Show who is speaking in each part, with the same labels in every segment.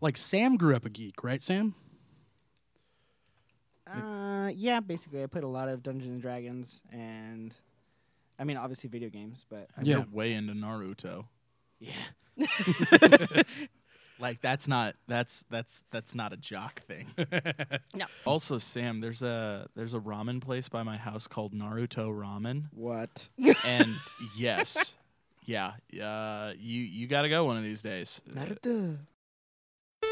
Speaker 1: Like Sam grew up a geek, right, Sam?
Speaker 2: Uh, yeah, basically, I played a lot of Dungeons and Dragons, and I mean, obviously, video games, but
Speaker 1: Yeah.
Speaker 3: You're way into Naruto.
Speaker 2: yeah,
Speaker 3: Like that's not that's that's that's not a jock thing.
Speaker 4: No.
Speaker 3: Also, Sam, there's a there's a ramen place by my house called Naruto Ramen,
Speaker 2: what?
Speaker 3: and yes, yeah, uh, you you gotta go one of these days. Uh,
Speaker 2: Naruto.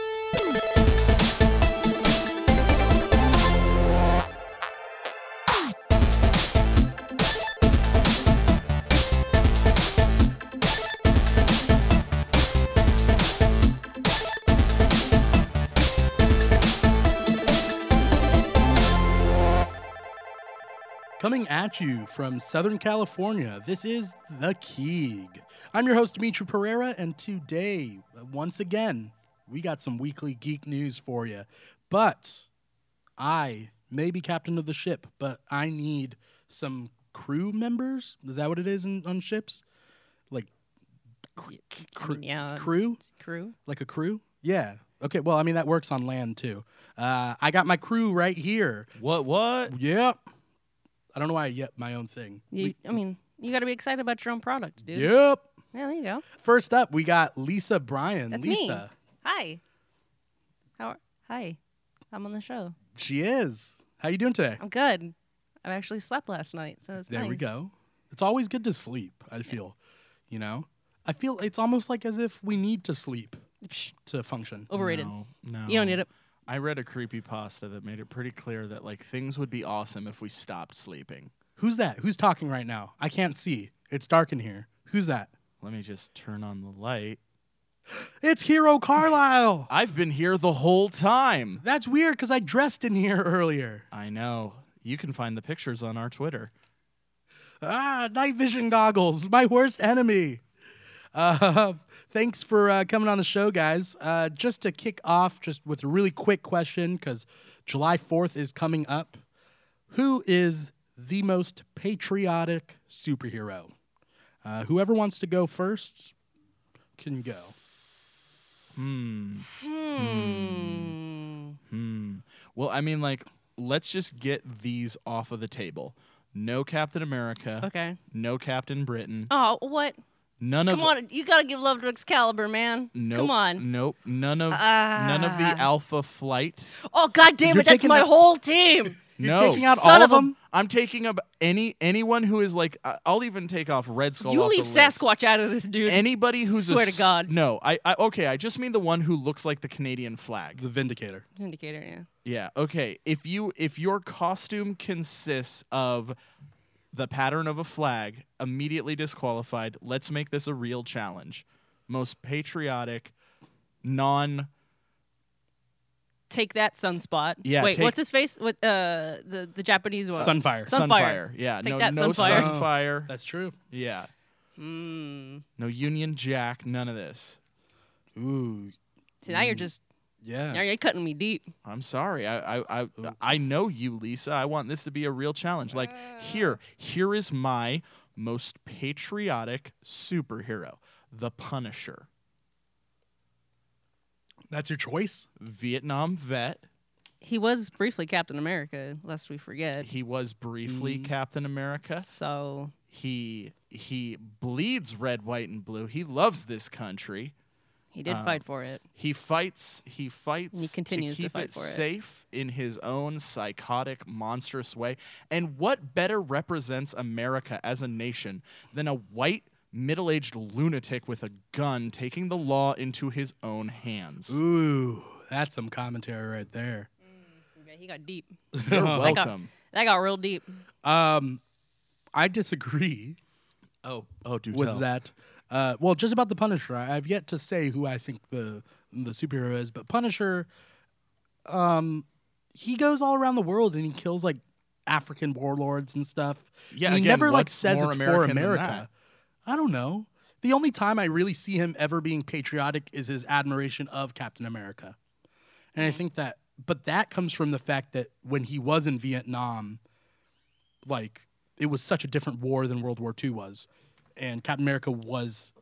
Speaker 1: Coming at you from Southern California, this is The Keeg. I'm your host, Dimitri Pereira, and today, once again, we got some weekly geek news for you. But I may be captain of the ship, but I need some crew members. Is that what it is in, on ships? Like, c- c-
Speaker 4: I mean, yeah.
Speaker 1: crew?
Speaker 4: It's crew.
Speaker 1: Like a crew? Yeah. Okay, well, I mean, that works on land too. Uh, I got my crew right here.
Speaker 3: What what?
Speaker 1: Yep. I don't know why I yep my own thing.
Speaker 4: You, I mean, you got to be excited about your own product, dude.
Speaker 1: Yep.
Speaker 4: Yeah, there you go.
Speaker 1: First up, we got Lisa Bryan.
Speaker 4: That's me.
Speaker 1: Lisa.
Speaker 4: Hi. How are, hi. I'm on the show.
Speaker 1: She is. How you doing today?
Speaker 4: I'm good. I actually slept last night, so it's
Speaker 1: there we
Speaker 4: nice.
Speaker 1: go. It's always good to sleep, I feel. You know? I feel it's almost like as if we need to sleep
Speaker 4: Psh,
Speaker 1: to function.
Speaker 4: overrated.
Speaker 3: No, no.
Speaker 4: You don't need it.
Speaker 3: I read a creepy pasta that made it pretty clear that like things would be awesome if we stopped sleeping.
Speaker 1: Who's that? Who's talking right now? I can't see. It's dark in here. Who's that?
Speaker 3: Let me just turn on the light.
Speaker 1: It's Hero
Speaker 4: Ah.
Speaker 1: Carlisle.
Speaker 3: I've been here the whole time.
Speaker 1: That's weird because I dressed in here earlier.
Speaker 3: I know. You can find the pictures on our Twitter.
Speaker 1: Ah, night vision goggles, my worst enemy. Uh, thanks for uh, coming on the show, guys. Uh, just to kick off, just with a really quick question, because July 4th is coming up. Who is the most patriotic superhero? Uh, whoever wants to go first can go.
Speaker 3: Hmm.
Speaker 4: Hmm.
Speaker 3: Hmm. Well, I mean, like, let's just get these off of the table. No Captain America.
Speaker 4: Okay.
Speaker 3: No Captain Britain.
Speaker 4: Oh, what?
Speaker 3: None
Speaker 4: Come
Speaker 3: of.
Speaker 4: on, you gotta give love to Excalibur, man.
Speaker 3: Nope,
Speaker 4: Come on.
Speaker 3: Nope. None of. none of the
Speaker 4: Ah.
Speaker 3: Alpha Flight.
Speaker 4: Oh God damn
Speaker 1: You're
Speaker 4: it! That's
Speaker 1: taking
Speaker 4: my
Speaker 1: the-
Speaker 4: whole team.
Speaker 1: You're
Speaker 3: no.
Speaker 1: taking out
Speaker 4: Son
Speaker 1: all of
Speaker 4: of a-
Speaker 1: them.
Speaker 3: I'm taking up any anyone who is like. I- I'll even take off Red Skull.
Speaker 4: you
Speaker 3: off
Speaker 4: leave
Speaker 3: the list.
Speaker 4: Sasquatch out of this, dude.
Speaker 3: Anybody who's a
Speaker 4: Swear to
Speaker 3: s-
Speaker 4: God.
Speaker 3: No, I, I okay. I just mean the one who looks like the Canadian flag.
Speaker 1: The Vindicator.
Speaker 4: Indicator, yeah.
Speaker 3: Yeah. Okay. If you if your costume consists of the pattern of a flag, immediately disqualified. Let's make this a real challenge. Most patriotic, non.
Speaker 4: Take that sunspot.
Speaker 3: Yeah,
Speaker 4: Wait,
Speaker 3: take-
Speaker 4: what's his face? What? Uh, the the Japanese one.
Speaker 1: Sunfire.
Speaker 4: Sun- Sunfire.
Speaker 3: Yeah.
Speaker 4: Take
Speaker 3: no.
Speaker 4: that,
Speaker 3: no
Speaker 4: Sunfire.
Speaker 3: sunfire.
Speaker 1: That's true.
Speaker 3: Yeah.
Speaker 4: Mm.
Speaker 3: No Union Jack. None of this.
Speaker 1: Ooh,
Speaker 4: See, now you're just now
Speaker 1: yeah.
Speaker 4: you're cutting me deep.
Speaker 3: I'm sorry. I I I, I know you, Lisa. I want this to be a real challenge. Like
Speaker 4: Ah.
Speaker 3: here, here is my most patriotic superhero, the Punisher.
Speaker 1: That's your choice.
Speaker 3: Vietnam vet.
Speaker 4: He was briefly Captain America, lest we forget.
Speaker 3: He was briefly
Speaker 4: Mm-hmm.
Speaker 3: Captain America.
Speaker 4: So
Speaker 3: He he bleeds red, white, and blue. He loves this country.
Speaker 4: he did
Speaker 3: Um,
Speaker 4: fight for it.
Speaker 3: He fights. He fights.
Speaker 4: continues
Speaker 3: to
Speaker 4: to
Speaker 3: keep
Speaker 4: fight
Speaker 3: it
Speaker 4: for it.
Speaker 3: safe in his own psychotic, monstrous way. And what better represents America as a nation than a white, middle-aged lunatic with a gun taking the law into his own hands?
Speaker 1: Ooh, that's some commentary right there.
Speaker 4: Yeah, he got deep.
Speaker 3: You're
Speaker 4: Like a-
Speaker 3: welcome.
Speaker 4: That got real deep.
Speaker 1: Um, I disagree
Speaker 3: oh, oh, do
Speaker 1: with that. Uh, well, just about the Punisher, I, I've yet to say who I think the the superhero is, but Punisher, um, he goes all around the world and he kills like African warlords and stuff.
Speaker 3: Yeah,
Speaker 1: and he
Speaker 3: again,
Speaker 1: never like
Speaker 3: what's
Speaker 1: says
Speaker 3: more
Speaker 1: it's for
Speaker 3: American than
Speaker 1: America. I don't know. The only time I really see him ever being patriotic is his admiration of Captain America, and I
Speaker 3: Mm-hmm.
Speaker 1: think that. But that comes from the fact that when he was in Vietnam, like it was such a different war than World War II was, and Captain America was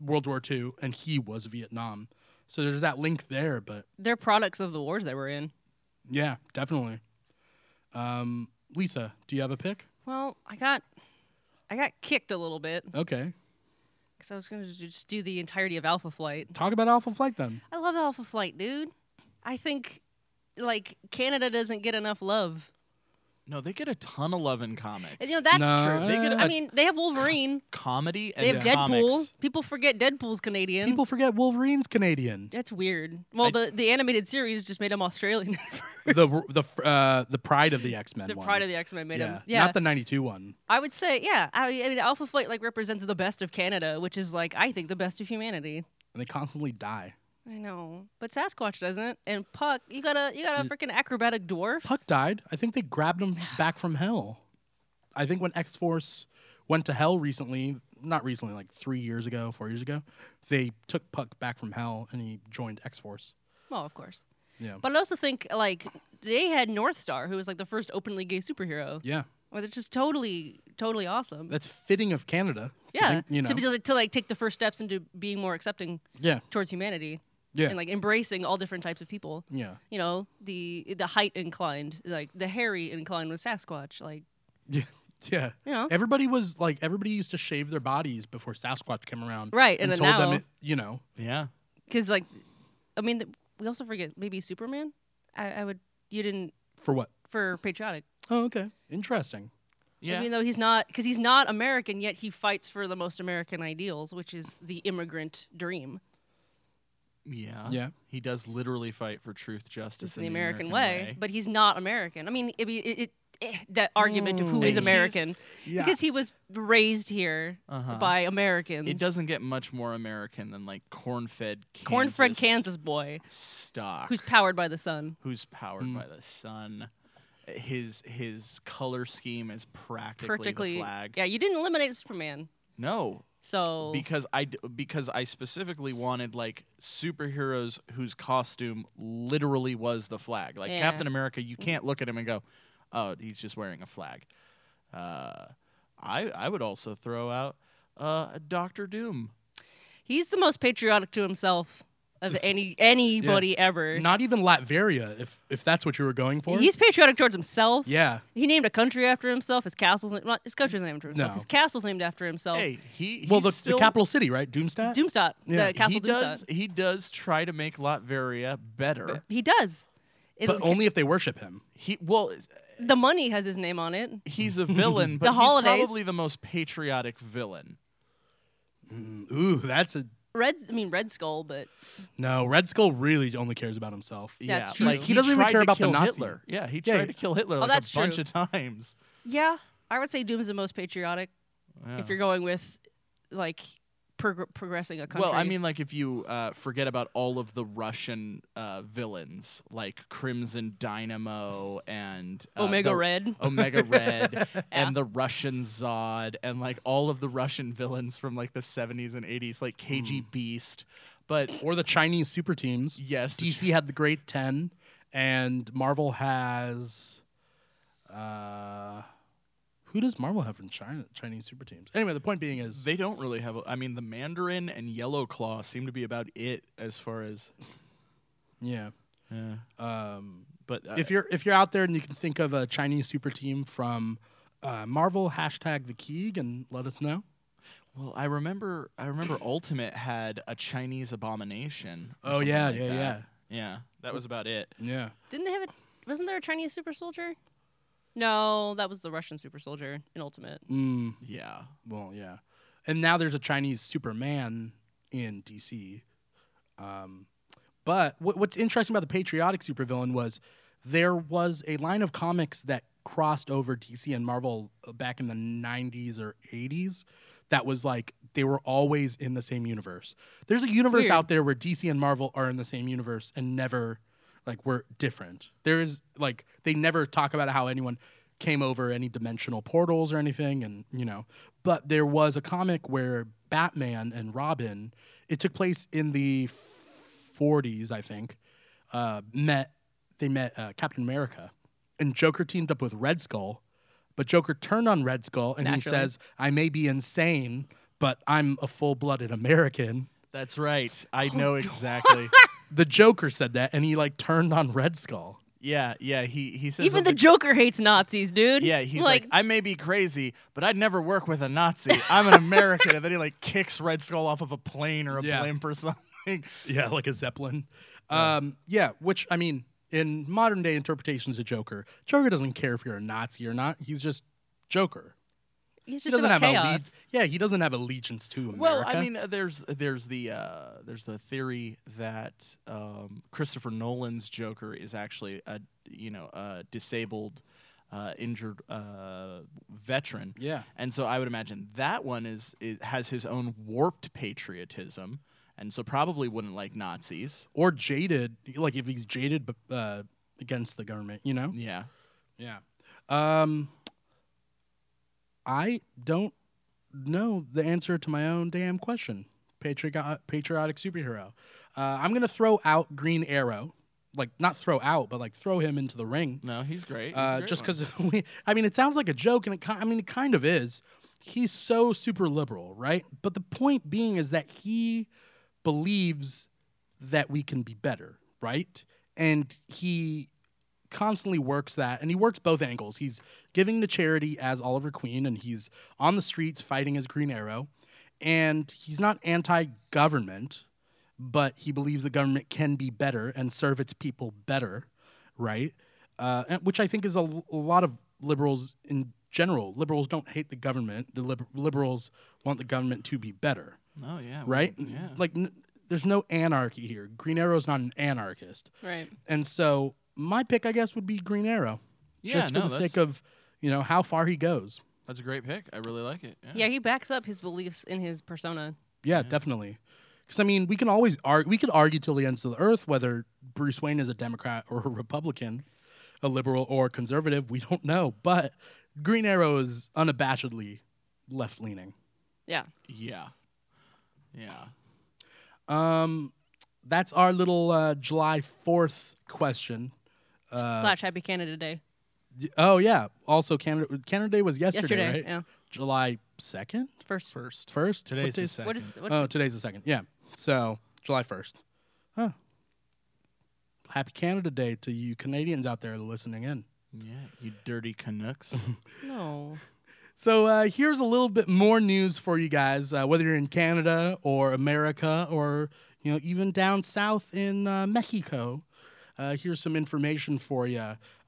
Speaker 1: World War II, and he was Vietnam. So there's that link there, but
Speaker 4: They're products of the wars that we're in.
Speaker 1: yeah, definitely. Um, Lisa, do you have a pick?
Speaker 4: Well, I got, I got kicked a little bit
Speaker 1: Okay.
Speaker 4: because I was going to just do the entirety of Alpha Flight.
Speaker 1: Talk about Alpha Flight then.
Speaker 4: I love Alpha Flight, dude. I think, like, Canada doesn't get enough love.
Speaker 3: No, they get a ton of love in comics.
Speaker 4: And, you know that's
Speaker 1: No.
Speaker 4: true.
Speaker 1: They get
Speaker 4: I
Speaker 3: a-
Speaker 4: mean, they have Wolverine.
Speaker 3: Comedy and
Speaker 4: They have Deadpool.
Speaker 3: comics.
Speaker 4: People forget Deadpool's Canadian.
Speaker 1: People forget Wolverine's Canadian.
Speaker 4: That's weird. Well,
Speaker 3: I-
Speaker 4: the, the animated series just made him Australian. at first.
Speaker 1: The the uh, the Pride of the X Men.
Speaker 4: the Pride of the X Men made him. Yeah,
Speaker 1: Not the '92 one.
Speaker 4: I would say yeah. I, I mean, Alpha Flight like represents the best of Canada, which is like I think the best of humanity.
Speaker 1: And they constantly die.
Speaker 4: I know, but Sasquatch doesn't. And Puck, you got a you got a freaking acrobatic dwarf.
Speaker 1: Puck died. I think they grabbed him back from hell. I think when X Force went to hell recently, not recently, like three years ago, four years ago, they took Puck back from hell and he joined X Force.
Speaker 4: Well, of course.
Speaker 1: Yeah.
Speaker 4: But I also think like they had North Star, who was like the first openly gay superhero,
Speaker 1: yeah.
Speaker 4: which is totally totally awesome.
Speaker 1: That's fitting of Canada.
Speaker 4: yeah,
Speaker 1: You know.
Speaker 4: to, be, to, to like take the first steps into being more accepting
Speaker 1: yeah.
Speaker 4: towards humanity
Speaker 1: Yeah.
Speaker 4: and like embracing all different types of people.
Speaker 1: yeah.
Speaker 4: you know the the height inclined like the hairy inclined was sasquatch like
Speaker 1: Yeah. Yeah.
Speaker 4: you know
Speaker 1: Everybody was like, everybody used to shave their bodies before Sasquatch came around.
Speaker 4: Right, and then
Speaker 1: told them,
Speaker 4: now-
Speaker 1: it, you know,
Speaker 3: Yeah.
Speaker 4: because like i mean th- we also forget maybe superman I, I would you didn't
Speaker 1: for what?
Speaker 4: for patriotic
Speaker 1: Oh, okay. Interesting.
Speaker 3: Yeah.
Speaker 4: even though he's not because he's not american yet he fights for the most american ideals which is the immigrant dream
Speaker 3: yeah.
Speaker 1: Yeah.
Speaker 3: He does literally fight for truth, justice,
Speaker 4: it's
Speaker 3: and
Speaker 4: the american, way, but he's not american i mean it, it, it, eh, that argument of who
Speaker 1: Mm.
Speaker 4: is
Speaker 1: He's-
Speaker 4: american
Speaker 1: Yeah.
Speaker 4: because he was raised here
Speaker 3: Uh-huh.
Speaker 4: by americans
Speaker 3: it doesn't get much more American than like corn-fed Kansas. Ah.
Speaker 4: cornfred kansas boy
Speaker 3: stock.
Speaker 4: who's powered by the sun
Speaker 3: who's powered
Speaker 1: Mm.
Speaker 3: by the sun. His his color scheme is practically,
Speaker 4: practically
Speaker 3: the flag.
Speaker 4: yeah you didn't eliminate superman
Speaker 3: No,
Speaker 4: so
Speaker 3: because I d- because I specifically wanted like superheroes whose costume literally was the flag. Like
Speaker 4: Yeah. Mm.
Speaker 3: Captain America, you can't look at him and go, "Oh, he's just wearing a flag." Uh, I I would also throw out uh, Doctor Doom.
Speaker 4: he's the most patriotic to himself of any anybody ever
Speaker 1: Not even Latveria, if if that's what you were going for.
Speaker 4: he's patriotic towards himself
Speaker 1: yeah.
Speaker 4: he named a country after himself his castle's not, his country's named after himself
Speaker 1: No.
Speaker 4: his castle's named after himself
Speaker 3: Hey, he
Speaker 1: Well,
Speaker 3: he's
Speaker 1: the,
Speaker 3: still,
Speaker 1: the capital city, right? Doomstat.
Speaker 4: doomstot
Speaker 1: Yeah.
Speaker 4: the castle
Speaker 3: he does
Speaker 4: doomstot
Speaker 3: he does try to make Latveria better.
Speaker 4: he does It-
Speaker 1: but only if they worship him.
Speaker 3: He well
Speaker 4: the money has his name on it
Speaker 3: he's a villain, but he's
Speaker 4: holidays.
Speaker 3: probably the most patriotic villain.
Speaker 1: Mm, Ooh, that's a
Speaker 4: red i mean red skull but
Speaker 1: no. Red Skull really only cares about himself.
Speaker 4: That's
Speaker 3: yeah,
Speaker 4: true.
Speaker 3: Like,
Speaker 1: He doesn't even
Speaker 3: tried
Speaker 1: care
Speaker 3: to
Speaker 1: about the
Speaker 3: kill
Speaker 1: Nazi.
Speaker 3: Hitler. Yeah, he
Speaker 1: Yeah,
Speaker 3: tried
Speaker 1: he-
Speaker 3: to kill Hitler
Speaker 4: Oh,
Speaker 3: like
Speaker 4: that's
Speaker 3: a bunch
Speaker 4: true.
Speaker 3: of times.
Speaker 4: yeah i would say doom's the most patriotic
Speaker 3: Yeah.
Speaker 4: if you're going with like prog- progressing a country
Speaker 3: well, I mean, like if you uh, forget about all of the Russian uh, villains, like Crimson Dynamo and uh,
Speaker 4: omega
Speaker 3: the-
Speaker 4: red
Speaker 3: Omega Red,
Speaker 4: Yeah.
Speaker 3: and the Russian Zod, and like all of the Russian villains from like the 70s and 80s, like KG Beast. But
Speaker 1: Or the Chinese super teams.
Speaker 3: yes, the
Speaker 1: DC had the Great Ten, and Marvel has. Uh, who does Marvel have in China? Chinese super teams. Anyway, the point being is,
Speaker 3: They don't really have. A, I mean, the Mandarin and Yellow Claw seem to be about it as far as.
Speaker 1: yeah.
Speaker 3: Yeah.
Speaker 1: Um,
Speaker 3: But uh,
Speaker 1: if you're if you're out there and you can think of a Chinese super team from uh, Marvel, hashtag the Keeg, and let us know.
Speaker 3: well, I remember. I remember Ultimate had a Chinese abomination. or
Speaker 1: Oh,
Speaker 3: something
Speaker 1: yeah,
Speaker 3: like
Speaker 1: yeah,
Speaker 3: that. yeah. That was about it.
Speaker 1: Yeah.
Speaker 4: Didn't they have a? Wasn't there a Chinese super soldier? No, that was the Russian super soldier in Ultimate.
Speaker 1: Mm,
Speaker 3: Yeah.
Speaker 1: well, yeah. And now there's a Chinese Superman in DC. Um, but what, what's interesting about the patriotic supervillain was there was a line of comics that crossed over DC and Marvel uh, back in the 90s or 80s that was like they were always in the same universe. There's a universe
Speaker 4: Weird.
Speaker 1: out there where DC and Marvel are in the same universe and never like we're different. There is like they never talk about how anyone came over any dimensional portals or anything and you know. But there was a comic where Batman and Robin, it took place in the 40s, I think, uh, met they met uh, Captain America, and Joker teamed up with Red Skull, but Joker turned on Red Skull and he
Speaker 4: Naturally.
Speaker 1: says, "I may be insane, but I'm a full-blooded American."
Speaker 3: That's right. I
Speaker 1: Oh,
Speaker 3: know exactly.
Speaker 1: The Joker said that, and he like turned on Red Skull.
Speaker 3: yeah, yeah. He he says
Speaker 4: Even the
Speaker 3: something-
Speaker 4: Joker hates Nazis, dude.
Speaker 3: Yeah, he's like, I may be crazy, but I'd never work with a Nazi. I'm an American, and then he like kicks Red Skull off of a plane or a
Speaker 1: Yeah.
Speaker 3: blimp or something.
Speaker 1: Yeah, like a Zeppelin. Um, yeah, which I mean, in modern day interpretations of Joker, Joker doesn't care if you're a Nazi or not. He's just Joker.
Speaker 4: he's
Speaker 1: He
Speaker 4: just
Speaker 1: doesn't have
Speaker 4: about chaos.
Speaker 1: allegiance. Yeah, he doesn't have allegiance to America.
Speaker 3: Well, I mean, uh, there's there's the uh, there's the theory that um, Christopher Nolan's Joker is actually a you know a disabled, uh, injured uh, veteran,
Speaker 1: yeah,
Speaker 3: and so I would imagine that one is, is has his own warped patriotism, and so probably wouldn't like Nazis.
Speaker 1: or jaded. Like if he's jaded but, uh, against the government, you know.
Speaker 3: Yeah.
Speaker 1: Yeah. Um, I don't know the answer to my own damn question. Patriotic, patriotic superhero. Uh, I'm gonna throw out Green Arrow, like not throw out, but like throw him into the ring.
Speaker 3: No, he's great. He's a
Speaker 1: Uh,
Speaker 3: great
Speaker 1: just
Speaker 3: one.
Speaker 1: because we, I mean, it sounds like a joke, and it, ki- I mean, it kind of is. He's so super liberal, right? But the point being is that he believes that we can be better, right? And he constantly works that, and he works both angles. He's giving to charity as Oliver Queen, and he's on the streets fighting as Green Arrow, and he's not anti-government, but he believes the government can be better and serve its people better, right? Uh, and- which I think is a, l- a lot of liberals in general. Liberals don't hate the government. The liber- liberals want the government to be better,
Speaker 3: Oh yeah. well,
Speaker 1: right?
Speaker 3: Yeah.
Speaker 1: Like, n- there's no anarchy here. Green Arrow's not an anarchist,
Speaker 4: Right.
Speaker 1: and so my pick, I guess, would be Green Arrow,
Speaker 3: Yeah,
Speaker 1: just
Speaker 3: no,
Speaker 1: for the
Speaker 3: that's-
Speaker 1: sake of you know how far he goes.
Speaker 3: That's a great pick. I really like it.
Speaker 4: Yeah, he backs up his beliefs in his persona.
Speaker 1: Yeah, definitely. Because I mean, we can always argue. We could argue till the ends of the earth whether Bruce Wayne is a Democrat or a Republican, a liberal or a conservative. We don't know, but Green Arrow is unabashedly left leaning.
Speaker 4: Yeah.
Speaker 3: Yeah. Yeah.
Speaker 1: Um, that's our little uh, July Fourth question.
Speaker 3: Uh,
Speaker 4: Slash Happy Canada Day.
Speaker 1: Y- Oh yeah. Also, Canada Canada Day was yesterday,
Speaker 4: Yesterday.
Speaker 1: right?
Speaker 4: Yeah.
Speaker 1: July second,
Speaker 4: First.
Speaker 3: First.
Speaker 1: first.
Speaker 5: Today's
Speaker 1: What
Speaker 5: the
Speaker 1: day's-
Speaker 5: second.
Speaker 4: What is? What's
Speaker 1: oh, today's the second. Yeah. So July first. Huh. Happy Canada Day to you Canadians out there listening in.
Speaker 3: Yeah. You dirty Canucks.
Speaker 4: no.
Speaker 1: So uh, here's a little bit more news for you guys, uh, whether you're in Canada or America or you know even down south in uh, Mexico. Uh, here's some information for you.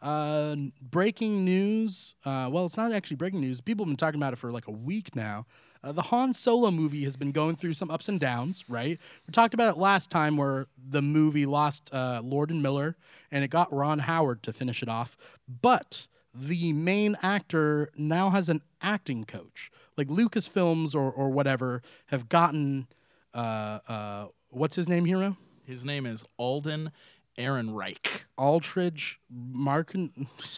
Speaker 1: Uh, n- breaking news. Uh, well, it's not actually breaking news. People have been talking about it for like a week now. Uh, the Han Solo movie has been going through some ups and downs, right? We talked about it last time where the movie lost uh, Lord and Miller and it got Ron Howard to finish it off. But the main actor now has an acting coach. Like Lucasfilms or, or whatever have gotten, uh, uh, what's his name, Hero?
Speaker 3: His name is Alden Ehrenreich.
Speaker 1: Aldridge Markin.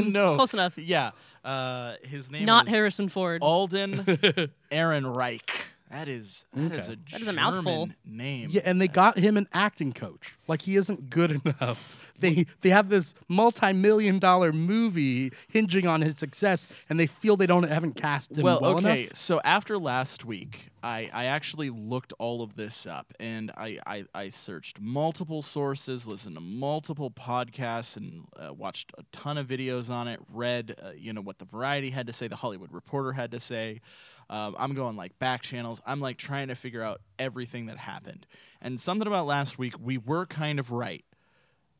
Speaker 3: No.
Speaker 4: Close enough.
Speaker 3: Yeah. Uh, his name
Speaker 4: Not
Speaker 3: is
Speaker 4: Harrison Ford.
Speaker 3: Alden Ehrenreich. That is that is
Speaker 1: Okay.
Speaker 3: a
Speaker 4: That is a mouthful.
Speaker 3: German name.
Speaker 1: Yeah, and they got him an acting coach. Like he isn't good enough. They they have this multi-million dollar movie hinging on his success, and they feel they don't haven't cast him well,
Speaker 3: well, okay.
Speaker 1: enough.
Speaker 3: So after last week, I, I actually looked all of this up and I, I, I searched multiple sources, listened to multiple podcasts, and uh, watched a ton of videos on it. Read, uh, you know, what the Variety had to say, the Hollywood Reporter had to say. Um, I'm going like back channels. I'm like trying to figure out everything that happened. And something about last week, we were kind of right.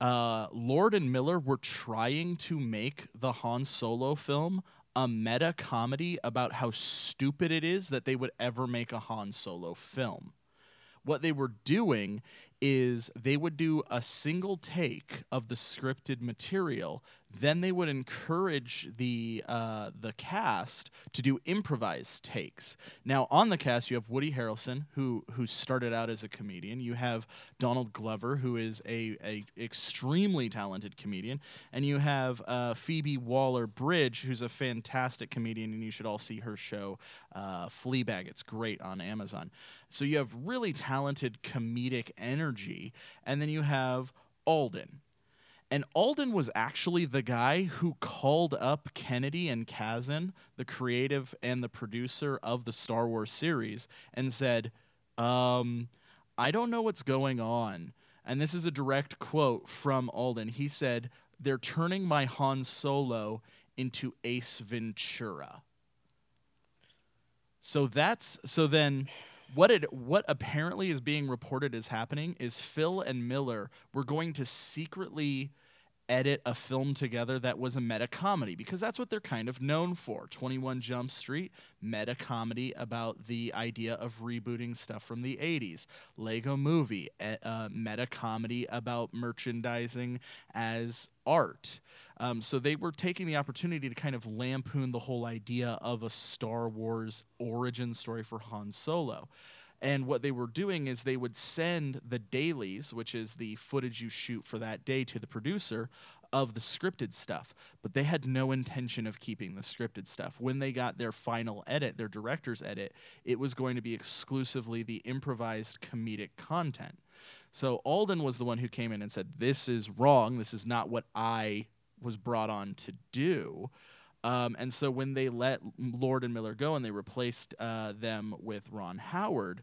Speaker 3: Uh, Lord and Miller were trying to make the Han Solo film a meta comedy about how stupid it is that they would ever make a Han Solo film. What they were doing is they would do a single take of the scripted material, then they would encourage the uh, the cast to do improvised takes. Now on the cast you have Woody Harrelson who who started out as a comedian, you have Donald Glover who is a, a extremely talented comedian, and you have uh, Phoebe Waller Bridge who's a fantastic comedian, and you should all see her show uh, Fleabag. It's great on Amazon. So you have really talented comedic energy, and then you have Alden. And Alden was actually the guy who called up Kennedy and Kazan, the creative and the producer of the Star Wars series, and said, um, I don't know what's going on. And this is a direct quote from Alden. He said, They're turning my Han Solo into Ace Ventura. So that's so then what it what apparently is being reported as happening is Phil and Miller were going to secretly edit a film together that was a meta comedy because that's what they're kind of known for. 21 Jump Street, meta comedy about the idea of rebooting stuff from the 80s. Lego Movie, a, uh, meta comedy about merchandising as art. Um, so they were taking the opportunity to kind of lampoon the whole idea of a Star Wars origin story for Han Solo. And what they were doing is they would send the dailies, which is the footage you shoot for that day, to the producer of the scripted stuff. But they had no intention of keeping the scripted stuff. When they got their final edit, their director's edit, it was going to be exclusively the improvised comedic content. So Alden was the one who came in and said, This is wrong. This is not what I was brought on to do. Um, and so when they let Lord and Miller go and they replaced uh, them with Ron Howard,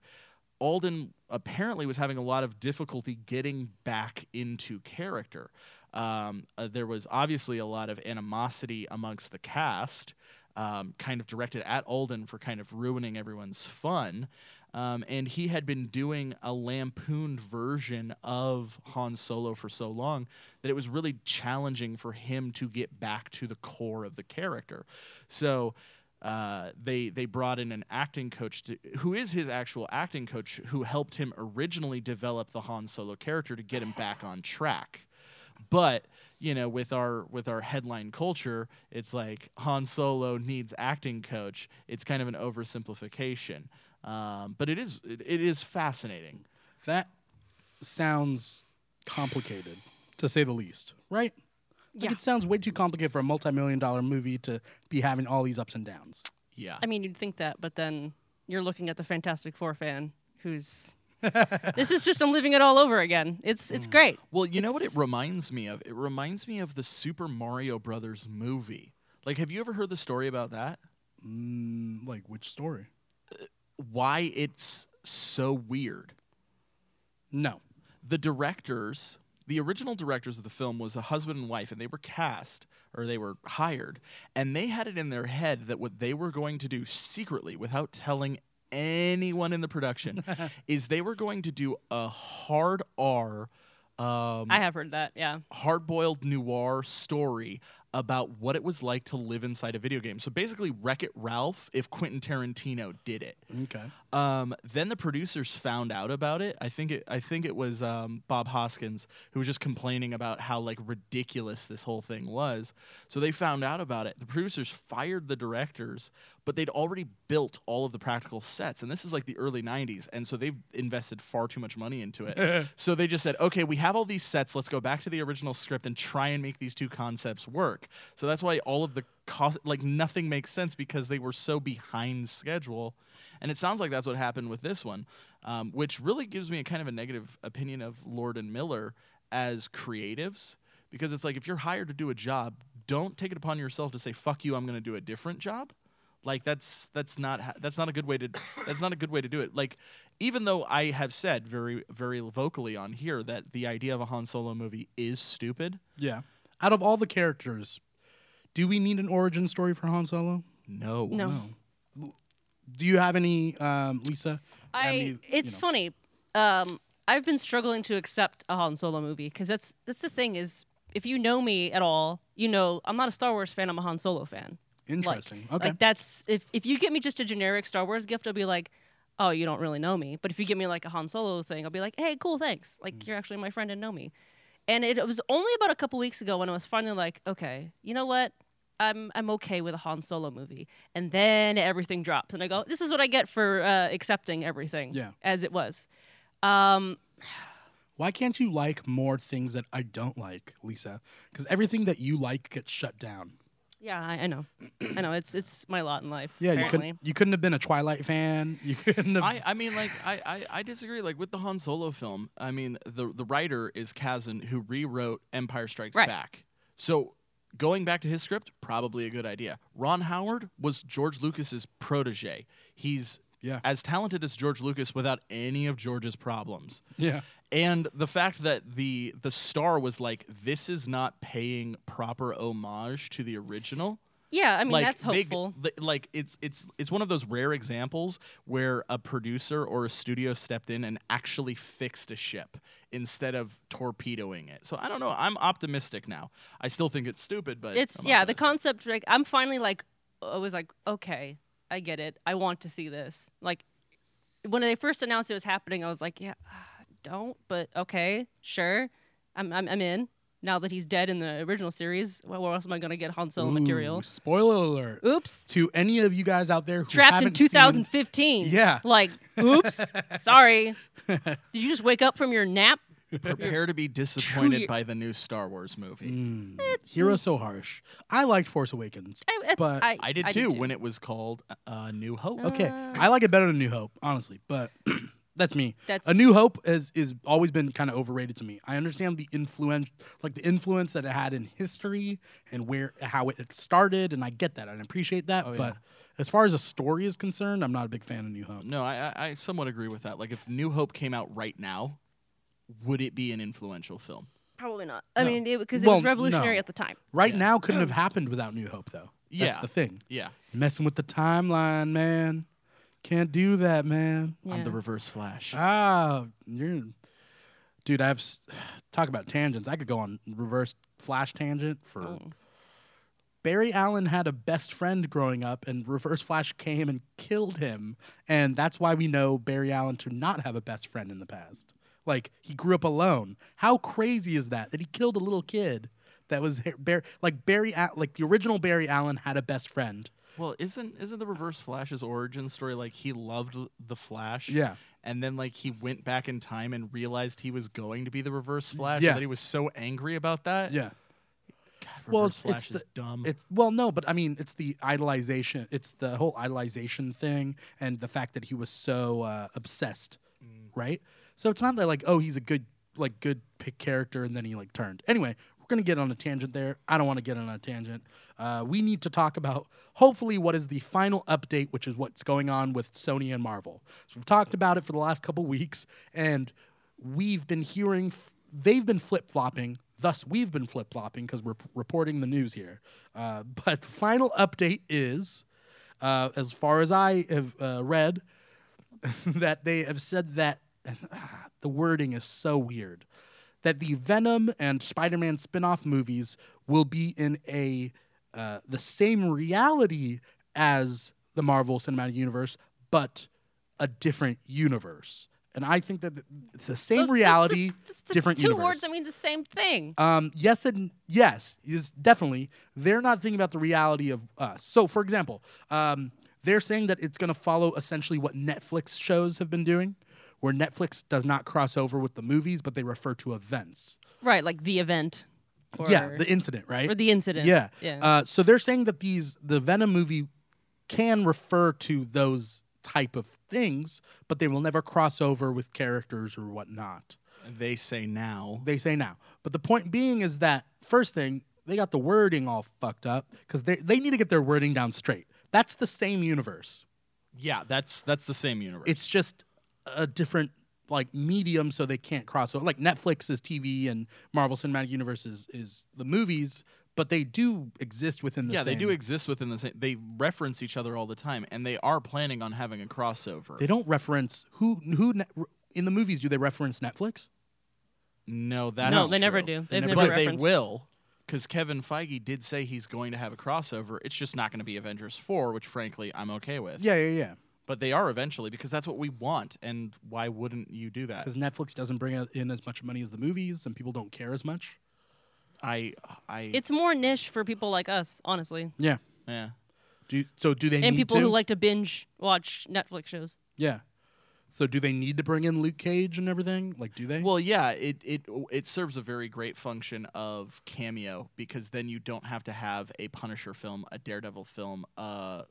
Speaker 3: Alden apparently was having a lot of difficulty getting back into character. Um, uh, there was obviously a lot of animosity amongst the cast, um, kind of directed at Alden for kind of ruining everyone's fun. Um, and he had been doing a lampooned version of Han Solo for so long that it was really challenging for him to get back to the core of the character. So uh, they they brought in an acting coach to, who is his actual acting coach who helped him originally develop the Han Solo character to get him back on track. But you know, with our with our headline culture, it's like Han Solo needs acting coach. It's kind of an oversimplification. Um, but it is it, it is fascinating.
Speaker 1: That sounds complicated, to say the least, right? Like
Speaker 4: Yeah.
Speaker 1: it sounds way too complicated for a multi-million dollar movie to be having all these ups and downs.
Speaker 3: Yeah.
Speaker 4: I mean, you'd think that, but then you're looking at the Fantastic Four fan who's. this is just I'm living it all over again. It's it's great.
Speaker 3: Well, you know what it
Speaker 4: It's-
Speaker 3: reminds me of? It reminds me of the Super Mario Brothers movie. Like, have you ever heard the story about that?
Speaker 1: Mm, like which story?
Speaker 3: Why it's so weird.
Speaker 1: No.
Speaker 3: the directors the original directors of the film was a husband and wife and they were cast or they were hired and they had it in their head that what they were going to do secretly without telling anyone in the production is they were going to do a hard r um,
Speaker 4: I have heard that. Yeah.
Speaker 3: hard-boiled noir story about what it was like to live inside a video game so basically wreck-it ralph if quentin tarantino did it
Speaker 1: Okay.
Speaker 3: um, then the producers found out about it. I think it. I think it was um, Bob Hoskins who was just complaining about how like ridiculous this whole thing was. So they found out about it. The producers fired the directors, but they'd already built all of the practical sets, and this is like the early '90s, and so they've invested far too much money into it. so they just said, "Okay, we have all these sets. Let's go back to the original script and try and make these two concepts work." So that's why all of the cost, like nothing makes sense because they were so behind schedule. And it sounds like that's what happened with this one, um, which really gives me a kind of a negative opinion of Lord and Miller as creatives. Because it's like if you're hired to do a job, don't take it upon yourself to say "fuck you," I'm going to do a different job. Like that's that's not ha- that's not a good way to that's not a good way to do it. Like even though I have said very very vocally on here that the idea of a Han Solo movie is stupid,
Speaker 1: Yeah. Out of all the characters, do we need an origin story for Han Solo?
Speaker 3: no,
Speaker 4: No.
Speaker 1: Do you have any, um, Lisa?
Speaker 4: I.
Speaker 1: Any, you
Speaker 4: it's
Speaker 1: know?
Speaker 4: funny. Um, I've been struggling to accept a Han Solo movie because that's that's the thing is if you know me at all, you know I'm not a Star Wars fan. I'm a Han Solo fan. Like-
Speaker 1: Interesting.
Speaker 4: Like,
Speaker 1: okay.
Speaker 4: that's if if you get me just a generic Star Wars gift, I'll be like, oh, you don't really know me. But if you get me like a Han Solo thing, I'll be like, hey, cool, thanks. Like
Speaker 1: Mm.
Speaker 4: you're actually my friend and know me. And it was only about a couple weeks ago when I was finally like, okay, you know what? I'm I'm okay with a Han Solo movie. And then everything drops, and I go, this is what I get for uh, accepting everything
Speaker 1: Yeah.
Speaker 4: as it was. Um,
Speaker 1: Why can't you like more things that I don't like, Lisa? Because everything that you like gets shut down.
Speaker 4: yeah, I, I know, I know. It's it's my lot in life.
Speaker 1: Yeah, you
Speaker 4: apparently. uh,
Speaker 1: couldn't. You couldn't have been a Twilight fan. You couldn't have.
Speaker 3: I, I mean, like, I, I, I disagree. Like, with the Han Solo film, I mean, the, the writer is Kazan, who rewrote Empire Strikes
Speaker 4: Right.
Speaker 3: Back. So, going back to his script, probably a good idea. Ron Howard was George Lucas's protege. He's
Speaker 1: Yeah.
Speaker 3: as talented as George Lucas without any of George's problems.
Speaker 1: Yeah.
Speaker 3: And the fact that the the star was like, this is not paying proper homage to the original.
Speaker 4: Yeah, I mean
Speaker 3: like,
Speaker 4: that's
Speaker 3: they g-
Speaker 4: hopeful.
Speaker 3: th- like it's it's it's one of those rare examples where a producer or a studio stepped in and actually fixed a ship instead of torpedoing it. So I don't know. I'm optimistic now. I still think it's stupid, but
Speaker 4: it's
Speaker 3: I'm
Speaker 4: yeah, the
Speaker 3: optimistic.
Speaker 4: concept like I'm finally like I was like, okay, I get it. I want to see this. Like when they first announced it was happening, I was like, yeah, don't, but okay, sure. I'm I'm, I'm in. Now that he's dead in the original series, wh- where else am I going to get Han Solo
Speaker 1: Ooh,
Speaker 4: material?
Speaker 1: Spoiler alert.
Speaker 4: Oops.
Speaker 1: To any of you guys out there who
Speaker 4: Trapped in
Speaker 1: haven't seen-
Speaker 4: 2015.
Speaker 1: Yeah.
Speaker 4: Like, oops. sorry. Did you just wake up from your nap?
Speaker 3: prepare to be disappointed
Speaker 4: year-
Speaker 3: by the new Star Wars movie.
Speaker 1: Mm, Hero so harsh. I liked Force Awakens.
Speaker 4: I, I-
Speaker 1: But
Speaker 4: I,
Speaker 3: I did too, when it was called uh, New Hope.
Speaker 1: Okay,
Speaker 4: Uh.
Speaker 1: I like it better than New Hope, honestly, but that's me.
Speaker 4: That's-
Speaker 1: A New Hope has is always been kind of overrated to me. I understand the influence, like the influence that it had in history and where how it started, and I get that and I appreciate that.
Speaker 3: Oh, yeah.
Speaker 1: But as far as a story is concerned, I'm not a big fan of New Hope.
Speaker 3: No, I, I I somewhat agree with that. Like, if New Hope came out right now, would it be an influential film?
Speaker 4: Probably not. I
Speaker 1: No.
Speaker 4: mean, because it,
Speaker 1: Well,
Speaker 4: was revolutionary
Speaker 1: no.
Speaker 4: at the time.
Speaker 1: Right
Speaker 3: Yeah.
Speaker 1: now, couldn't have happened without New Hope, though. That's
Speaker 3: Yeah.
Speaker 1: the thing.
Speaker 3: Yeah.
Speaker 1: Messing with the timeline, man. Can't do that, man.
Speaker 4: Yeah.
Speaker 3: I'm the Reverse Flash.
Speaker 1: Ah, you're, dude. I've s- talk about tangents. I could go on reverse flash tangent for.
Speaker 4: Oh.
Speaker 1: Barry Allen had a best friend growing up, and Reverse Flash came and killed him, and that's why we know Barry Allen to not have a best friend in the past. Like he grew up alone. How crazy is that? That he killed a little kid that was ha- Barry, like Barry, Al- like the original Barry Allen had a best friend.
Speaker 3: Well, isn't isn't the Reverse Flash's origin story like he loved the Flash?
Speaker 1: Yeah.
Speaker 3: And then like he went back in time and realized he was going to be the Reverse Flash.
Speaker 1: Yeah.
Speaker 3: And that he was so angry about that.
Speaker 1: Yeah.
Speaker 3: God, Reverse
Speaker 1: Well, it's-
Speaker 3: Flash
Speaker 1: it's
Speaker 3: is dumb.
Speaker 1: It's well, no, but I mean, it's the idolization. It's the whole idolization thing, and the fact that he was so uh, obsessed, right? So it's not that like, oh, he's a good like good pick character, and then he like turned. Anyway, we're gonna get on a tangent there. I don't want to get on a tangent. Uh, we need to talk about hopefully what is the final update, which is what's going on with Sony and Marvel. So we've talked about it for the last couple weeks, and we've been hearing f- they've been flip flopping. Thus, we've been flip flopping because we're p- reporting the news here. Uh, but the final update is, uh, as far as I have uh, read, that they have said that ah, the wording is so weird that the Venom and Spider-Man spin-off movies will be in a uh, the same reality as the Marvel Cinematic Universe, but a different universe. And I think that th- it's the same
Speaker 4: Those- that's-
Speaker 1: reality,
Speaker 4: that's- that's- that's
Speaker 1: different
Speaker 4: two
Speaker 1: universe.
Speaker 4: words that mean the same thing.
Speaker 1: Um, yes and yes is definitely. They're not thinking about the reality of us. So, for example, um, they're saying that it's going to follow essentially what Netflix shows have been doing, where Netflix does not cross over with the movies, but they refer to events.
Speaker 4: Right, like the event. Or,
Speaker 1: yeah, the incident, right?
Speaker 4: or the incident.
Speaker 1: Yeah.
Speaker 4: Yeah.
Speaker 1: Uh, so they're saying that these the Venom movie can refer to those type of things, but they will never cross over with characters or whatnot.
Speaker 3: they say now.
Speaker 1: They say now. But the point being is that first thing, they got the wording all fucked up because they, they need to get their wording down straight. That's the same universe.
Speaker 3: yeah, that's that's the same universe.
Speaker 1: It's just a different like medium so they can't cross over. Like Netflix is TV and Marvel Cinematic Universe is, is the movies, but they do exist within the
Speaker 3: yeah, they do
Speaker 1: same-
Speaker 3: exist within the same. They reference each other all the time, and they are planning on having a crossover.
Speaker 1: They don't reference who who ne- in the movies do they reference Netflix?
Speaker 3: no, that's
Speaker 4: no, they never
Speaker 3: true.
Speaker 4: do. They've
Speaker 1: never do.
Speaker 4: never,
Speaker 3: but
Speaker 4: referenced.
Speaker 3: they will, because Kevin Feige did say he's going to have a crossover. It's just not going to be Avengers four, which frankly I'm okay with.
Speaker 1: Yeah, yeah, yeah.
Speaker 3: But they are eventually because that's what we want, and why wouldn't you do that?
Speaker 1: Because Netflix doesn't bring out- in as much money as the movies, and people don't care as much.
Speaker 3: I, I,
Speaker 4: It's more niche for people like us, honestly,
Speaker 1: Yeah.
Speaker 3: yeah.
Speaker 1: Do so? Do they
Speaker 4: and
Speaker 1: need
Speaker 4: people
Speaker 1: to?
Speaker 4: who like to binge watch Netflix shows.
Speaker 1: Yeah. So do they need to bring in Luke Cage and everything? Like, do they?
Speaker 3: Well, yeah, it it it serves a very great function of cameo because then you don't have to have a Punisher film, a Daredevil film, uh,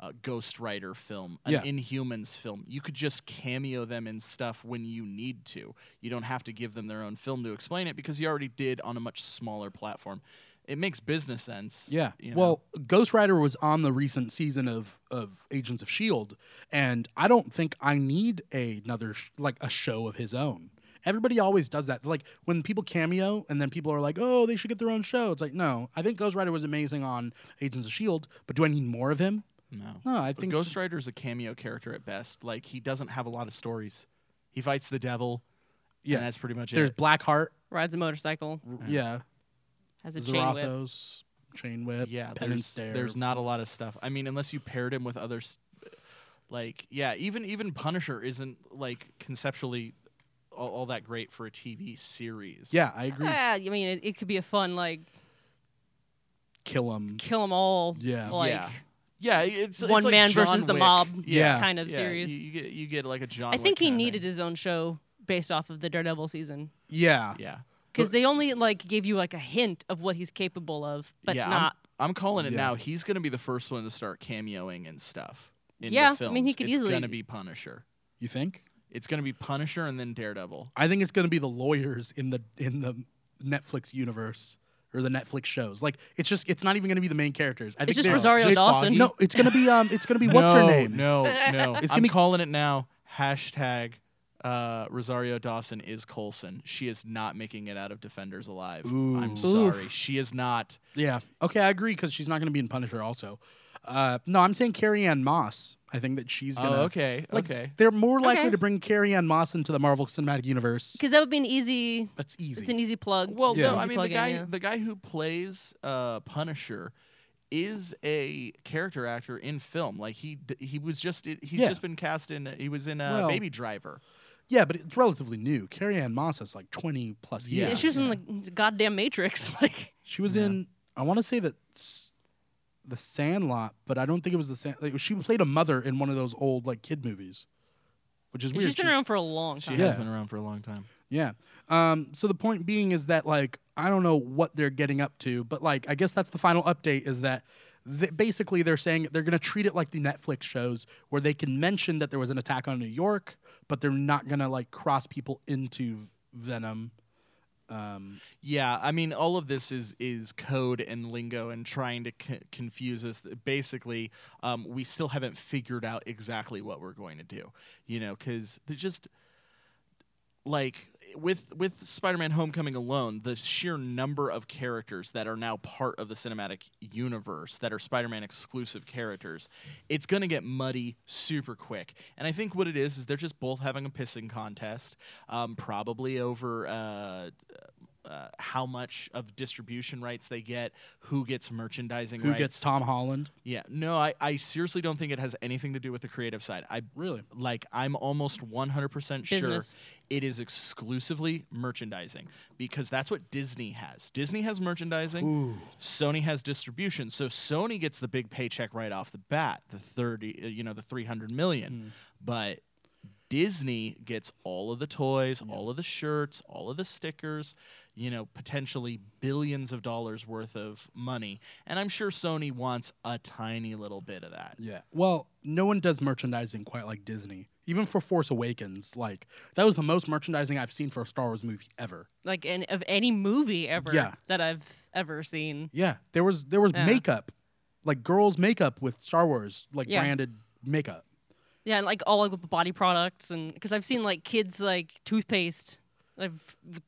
Speaker 3: a Ghost Rider film, an
Speaker 1: Yeah.
Speaker 3: Inhumans film. You could just cameo them in stuff when you need to. You don't have to give them their own film to explain it because you already did on a much smaller platform. it makes business sense.
Speaker 1: Yeah.
Speaker 3: you know?
Speaker 1: Well, Ghost Rider was on the recent season of of Agents of Shield, E and I don't think I need a- another sh- like a show of his own. Everybody always does that. Like when people cameo and then people are like, "Oh, they should get their own show." It's like, "No, I think Ghost Rider was amazing on Agents of Shield, but do I need more of him?"
Speaker 3: no.
Speaker 1: No, I
Speaker 3: But
Speaker 1: think
Speaker 3: Ghost Rider is a cameo character at best. Like he doesn't have a lot of stories. He fights the devil.
Speaker 1: Yeah.
Speaker 3: and that's pretty much
Speaker 1: there's
Speaker 3: it.
Speaker 1: Blackheart,
Speaker 4: Rides a motorcycle,
Speaker 1: r- yeah,
Speaker 4: has a chain whip.
Speaker 1: Zarathos, Chain Whip,
Speaker 3: Yeah,
Speaker 1: Penn and
Speaker 3: there's
Speaker 1: Stare.
Speaker 3: there's not a lot of stuff. I mean, unless you paired him with other, s- like yeah, even even Punisher isn't like conceptually all, all that great for a TV series.
Speaker 1: yeah, I agree.
Speaker 4: Ah, I mean, it, it could be a fun like
Speaker 1: Kill him.
Speaker 4: kill them all.
Speaker 1: Yeah.
Speaker 4: like
Speaker 3: yeah, yeah. It's it's
Speaker 4: one
Speaker 3: like
Speaker 4: man
Speaker 3: John
Speaker 4: versus the
Speaker 3: Wick.
Speaker 4: mob
Speaker 1: Yeah.
Speaker 4: kind of
Speaker 3: Yeah,
Speaker 4: series.
Speaker 3: You, you get you get like a John.
Speaker 4: I think
Speaker 3: Wick
Speaker 4: he
Speaker 3: kinda
Speaker 4: needed
Speaker 3: thing.
Speaker 4: his own show based off of the Daredevil season
Speaker 1: Yeah.
Speaker 3: Yeah,
Speaker 4: because they only like gave you like a hint of what he's capable of, but
Speaker 3: yeah, I'm-
Speaker 4: not.
Speaker 3: I'm, calling it
Speaker 1: Yeah.
Speaker 3: now. He's gonna be the first one to start cameoing and stuff. In
Speaker 4: Yeah, I
Speaker 3: the films.
Speaker 4: mean, he could
Speaker 3: it's
Speaker 4: easily-
Speaker 3: gonna be Punisher.
Speaker 1: You think?
Speaker 3: It's gonna be Punisher and then Daredevil.
Speaker 1: I think it's going to be the lawyers in the in the Netflix universe or the Netflix shows. Like it's just it's not even going to be the main characters. I
Speaker 4: It's
Speaker 1: think
Speaker 4: just
Speaker 1: they're-
Speaker 4: Rosario
Speaker 1: it's-
Speaker 4: Dawson.
Speaker 1: No, it's going to be um it's going to be what's her
Speaker 3: No,
Speaker 1: name?
Speaker 3: No, no.
Speaker 1: It's gonna
Speaker 3: I'm
Speaker 1: be-
Speaker 3: calling it now. Hashtag uh, Rosario Dawson is Colson. She is not making it out of Defenders alive.
Speaker 1: Ooh.
Speaker 3: I'm sorry, she is not.
Speaker 1: Yeah. Okay, I agree cuz she's not going to be in Punisher also. Uh no, I'm saying Carrie Ann Moss. I think that she's going to
Speaker 3: Oh, okay,
Speaker 1: Like,
Speaker 3: okay.
Speaker 1: They're more likely
Speaker 4: Okay.
Speaker 1: to bring Carrie Ann Moss into the Marvel Cinematic Universe.
Speaker 4: Because that would be an easy.
Speaker 1: That's easy.
Speaker 4: It's an easy plug.
Speaker 3: Well,
Speaker 1: Yeah.
Speaker 3: no,
Speaker 4: Easy
Speaker 3: I mean the
Speaker 4: plug in,
Speaker 3: guy,
Speaker 4: yeah.
Speaker 3: the guy who plays uh, Punisher is a character actor in film. Like he, d- he was just, he's
Speaker 1: Yeah.
Speaker 3: just been cast in. He was in uh,
Speaker 1: Well,
Speaker 3: Baby Driver.
Speaker 1: yeah, but it's relatively new. Carrie Ann Moss is like 20 plus
Speaker 3: Yeah.
Speaker 1: years.
Speaker 4: she was in the- the goddamn Matrix. Like
Speaker 1: She was
Speaker 3: Yeah.
Speaker 1: in. I want to say that s- the Sandlot, but I don't think it was the Sand. Like, she played a mother in one of those old like kid movies, which is
Speaker 4: and
Speaker 1: weird.
Speaker 4: she's been
Speaker 1: She-
Speaker 4: around for a long
Speaker 3: She
Speaker 4: time.
Speaker 1: Yeah.
Speaker 3: has been around for a long time.
Speaker 1: yeah. Um. So the point being is that like I don't know what they're getting up to, but like I guess that's the final update is that. th basically, they're saying they're going to treat it like the Netflix shows where they can mention that there was an attack on New York, but they're not going to like cross people into Venom. Um,
Speaker 3: Yeah, I mean, all of this is is code and lingo and trying to c- confuse us. Basically, um, we still haven't figured out exactly what we're going to do. You know, because they're just like with with Spider-Man: Homecoming alone, the sheer number of characters that are now part of the cinematic universe that are Spider-Man exclusive characters, it's gonna get muddy super quick. And I think what it is is they're just both having a pissing contest, um, probably over. Uh, uh, how much of distribution rights they get, who gets merchandising
Speaker 1: who
Speaker 3: rights.
Speaker 1: gets Tom Holland?
Speaker 3: yeah, no, I, I seriously don't think it has anything to do with the creative side. I
Speaker 1: Really?
Speaker 3: like I'm almost 100% sure
Speaker 4: Business.
Speaker 3: it is exclusively merchandising because that's what Disney has. Disney has merchandising, Sony has distribution. So Sony gets the big paycheck right off the bat, the 30, uh, you know, the 300 million. But Disney gets all of the toys, all of the shirts, all of the stickers, you know, potentially billions of dollars worth of money. And I'm sure Sony wants a tiny little bit of that.
Speaker 1: Yeah. Well, no one does merchandising quite like Disney. Even for Force Awakens, like that was the most merchandising I've seen for a Star Wars movie ever.
Speaker 4: Like an, of any movie ever
Speaker 1: Yeah.
Speaker 4: that I've ever seen.
Speaker 1: Yeah. There was there was
Speaker 4: Yeah.
Speaker 1: makeup, like girls makeup with Star Wars like
Speaker 4: Yeah.
Speaker 1: branded makeup.
Speaker 4: Yeah, and like all like with body products and because I've seen like kids like toothpaste, like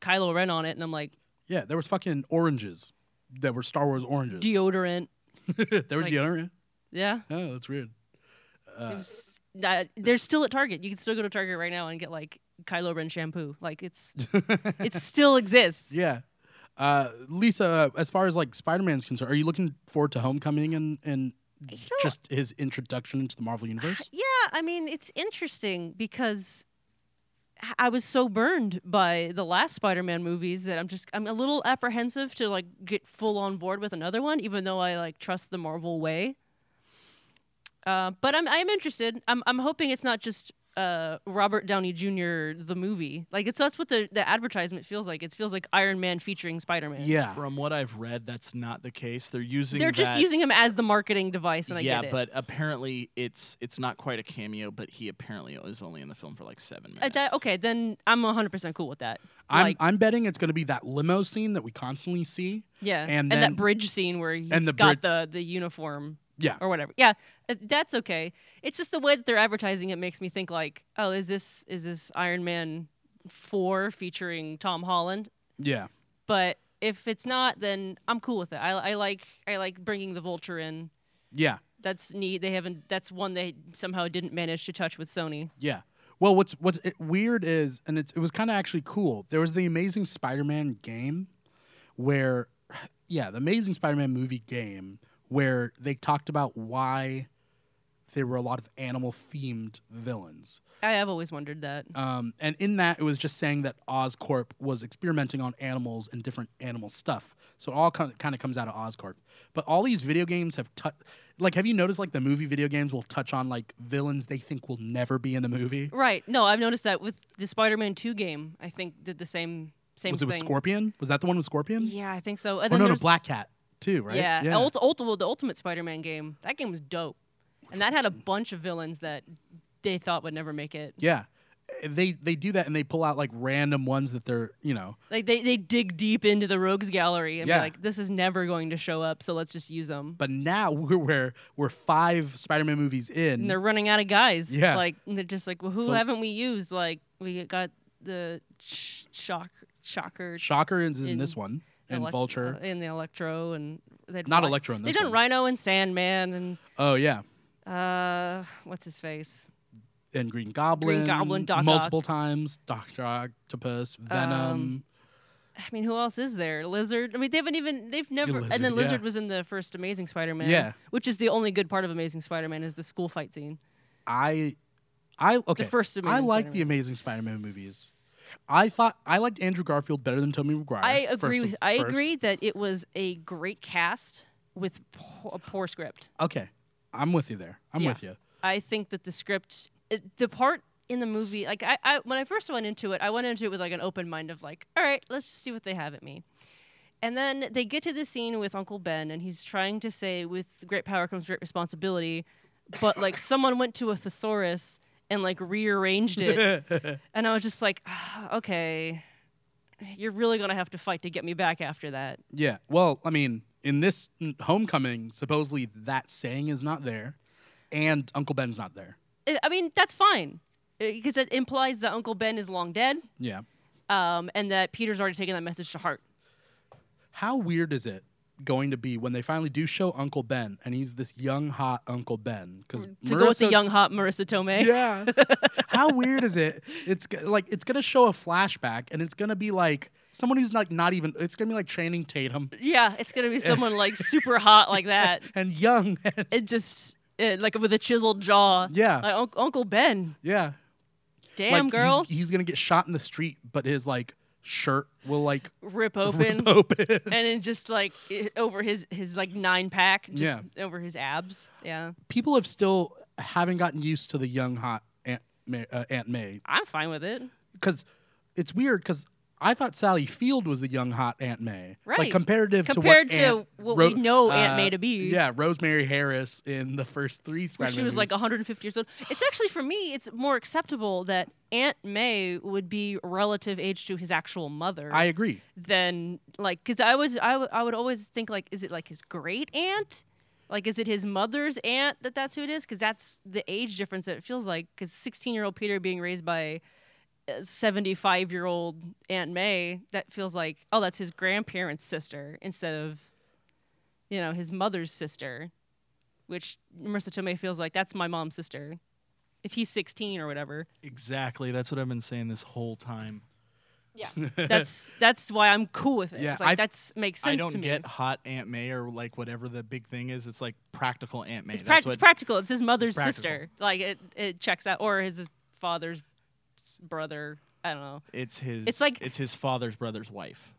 Speaker 4: Kylo Ren on it, and I'm like
Speaker 1: Yeah, there was fucking oranges that were Star Wars oranges.
Speaker 4: deodorant.
Speaker 1: there was
Speaker 4: like-
Speaker 1: deodorant.
Speaker 4: Yeah,
Speaker 1: Oh, that's weird.
Speaker 4: It
Speaker 1: Uh,
Speaker 4: was- that- they're still at Target. You can still go to Target right now and get like Kylo Ren shampoo. Like it's it still exists.
Speaker 1: Yeah. Uh, Lisa, uh, as far as like Spider Man's concerned, are you looking forward to Homecoming and and
Speaker 4: You know-
Speaker 1: just his introduction into the Marvel universe?
Speaker 4: Yeah, I mean, it's interesting because h- I was so burned by the last Spider-Man movies that I'm just I'm a little apprehensive to like get full on board with another one, even though I like trust the Marvel way. Uh, but I'm I'm interested. I'm I'm hoping it's not just uh, Robert Downey Jr. the movie. Like it's that's what the, the advertisement feels like. It feels like Iron Man featuring Spider Man.
Speaker 1: Yeah.
Speaker 3: From what I've read, that's not the case. They're using.
Speaker 4: They're just
Speaker 3: that-
Speaker 4: using him as the marketing device, and I
Speaker 3: yeah,
Speaker 4: get it.
Speaker 3: but apparently it's it's not quite a cameo, but he apparently is only in the film for like seven
Speaker 4: Uh,
Speaker 3: minutes.
Speaker 4: that, okay, then I'm 100% cool with that.
Speaker 1: I'm,
Speaker 4: like,
Speaker 1: I'm betting it's going to be that limo scene that we constantly see.
Speaker 4: yeah.
Speaker 1: and
Speaker 4: And,
Speaker 1: then-
Speaker 4: that bridge scene where he's
Speaker 1: the
Speaker 4: got the, the uniform
Speaker 1: Yeah.
Speaker 4: or whatever. Yeah, uh, that's okay. It's just the way that they're advertising it makes me think like, oh, is this is this Iron Man 4 featuring Tom Holland?
Speaker 1: Yeah.
Speaker 4: But if it's not, then I'm cool with it. I, I like I like bringing the Vulture in.
Speaker 1: Yeah.
Speaker 4: That's neat. They haven't. That's one they somehow didn't manage to touch with Sony.
Speaker 1: Yeah. Well, what's what's it- weird is, and it's, it was kind of actually cool. There was the Amazing Spider-Man game, where, yeah, the Amazing Spider-Man movie game, where they talked about why there were a lot of animal-themed villains.
Speaker 4: I have always wondered that.
Speaker 1: Um, and in that, it was just saying that Oscorp was experimenting on animals and different animal stuff. So it all kind of comes out of Oscorp. But all these video games have touched. Like, have you noticed like the movie video games will touch on like villains they think will never be in the movie?
Speaker 4: Right. No, I've noticed that with the Spider-Man 2 game. I think did the same same
Speaker 1: was it
Speaker 4: thing.
Speaker 1: with Scorpion? Was that the one with Scorpion?
Speaker 4: Yeah, I think so. And
Speaker 1: Or
Speaker 4: then
Speaker 1: no, no,
Speaker 4: there's-
Speaker 1: Black Cat too, right?
Speaker 4: Yeah. Ult- Ult- well, the Ultimate Spider-Man game. That game was dope, and that had a bunch of villains that they thought would never make it.
Speaker 1: Yeah. They they do that and they pull out like random ones that they're you know
Speaker 4: Like they, they dig deep into the rogues gallery and
Speaker 1: Yeah.
Speaker 4: be like, this is never going to show up, so let's just use them.
Speaker 1: but now we're we're, we're five Spider-Man movies in
Speaker 4: and they're running out of guys.
Speaker 1: Yeah.
Speaker 4: Like and they're just like, well, who
Speaker 1: So-
Speaker 4: haven't we used? Like we got the sh- shock shocker
Speaker 1: Shocker is in,
Speaker 4: in
Speaker 1: this one and
Speaker 4: Elec-
Speaker 1: Vulture
Speaker 4: uh, and the Electro and they'd
Speaker 1: Not
Speaker 4: Ri-
Speaker 1: Electro in
Speaker 4: They've
Speaker 1: this
Speaker 4: done
Speaker 1: one.
Speaker 4: Rhino and Sandman
Speaker 1: oh yeah
Speaker 4: and uh, what's his face?
Speaker 1: and Green Goblin.
Speaker 4: Goblin, Doc
Speaker 1: multiple times. Doctor Octopus, Venom.
Speaker 4: Um, I mean, who else is there? Lizard. I mean, they haven't even. They've never.
Speaker 1: Lizard,
Speaker 4: and then Lizard
Speaker 1: yeah.
Speaker 4: was in the first Amazing Spider-Man.
Speaker 1: Yeah.
Speaker 4: Which is the only good part of Amazing Spider-Man is the school fight scene.
Speaker 1: I, I okay.
Speaker 4: first
Speaker 1: I
Speaker 4: Amazing
Speaker 1: like the
Speaker 4: Spider-Man.
Speaker 1: Amazing Spider-Man movies. I thought I liked Andrew Garfield better than Tobey Maguire.
Speaker 4: I
Speaker 1: first
Speaker 4: agree
Speaker 1: of-
Speaker 4: with. I
Speaker 1: first.
Speaker 4: agree that it was a great cast with po- a poor script.
Speaker 1: Okay, I'm with you there. I'm
Speaker 4: Yeah.
Speaker 1: with you.
Speaker 4: I think that the script, it, the part in the movie, like I, I, when I first went into it, I went into it with like an open mind of like, all right, let's just see what they have at me. And then they get to the scene with Uncle Ben, and he's trying to say, with great power comes great responsibility. But like someone went to a thesaurus and like rearranged it. and I was just like, ah, okay, you're really going to have to fight to get me back after that.
Speaker 1: Yeah. Well, I mean, in this mm, Homecoming, supposedly that saying is not there, and Uncle Ben's not there.
Speaker 4: I I mean, that's fine because it implies that Uncle Ben is long dead.
Speaker 1: Yeah.
Speaker 4: um, and that Peter's already taken that message to heart.
Speaker 1: How weird is it? Going to be when they finally do show Uncle Ben, and he's this young, hot Uncle Ben. Because
Speaker 4: Mm, To go with the young hot Marissa Tomei.
Speaker 1: Yeah. How weird is it? It's g- like it's gonna show a flashback, and it's gonna be like someone who's like not even. It's gonna be like Channing Tatum
Speaker 4: Yeah, it's gonna be someone like super hot like that.
Speaker 1: and young. and-
Speaker 4: It just it, like with a chiseled jaw.
Speaker 1: Yeah.
Speaker 4: like Unc Uncle Ben.
Speaker 1: yeah.
Speaker 4: Damn
Speaker 1: like,
Speaker 4: girl,
Speaker 1: He's, he's gonna get shot in the street, but his like shirt will like
Speaker 4: rip open,
Speaker 1: rip open.
Speaker 4: and then just like i- over his his like nine pack, just
Speaker 1: Yeah.
Speaker 4: over his abs. Yeah,
Speaker 1: People have still haven't gotten used to the young hot Aunt May, uh, Aunt May
Speaker 4: I'm fine with it.
Speaker 1: because it's weird because. I thought Sally Field was the young hot Aunt May, Like
Speaker 4: Right.
Speaker 1: comparative
Speaker 4: Compared
Speaker 1: to
Speaker 4: to
Speaker 1: what, Aunt uh,
Speaker 4: what we know Aunt May to be.
Speaker 1: Yeah, Rosemary Harris in the first three
Speaker 4: Where
Speaker 1: Spider-Man
Speaker 4: she was like
Speaker 1: movies.
Speaker 4: 150 years old. It's actually for me, it's more acceptable that Aunt May would be relative age to his actual mother.
Speaker 1: I agree.
Speaker 4: than like because I was I, w- I would always think like is it like his great aunt like is it his mother's aunt that that's who it is because that's the age difference that it feels like because 16 year old Peter being raised by 75 year old Aunt May that feels like oh that's his grandparents sister instead of you know his mother's sister which Marissa Tomei feels like that's my mom's sister if he's 16 or whatever
Speaker 3: Exactly. That's what I've been saying this whole time.
Speaker 4: yeah that's that's why I'm cool with it
Speaker 1: Yeah,
Speaker 4: like
Speaker 1: I've-
Speaker 4: that's makes sense
Speaker 3: I don't
Speaker 4: to me
Speaker 3: get hot Aunt May or like whatever the big thing is. It's like practical Aunt May.
Speaker 4: It's, prac-
Speaker 3: That's
Speaker 4: it's
Speaker 3: what,
Speaker 4: practical. It's his mother's
Speaker 3: practical.
Speaker 4: sister. Like it, it checks out, or his father's s- brother. I don't know.
Speaker 3: it's his.
Speaker 4: it's like-
Speaker 3: it's his father's brother's wife.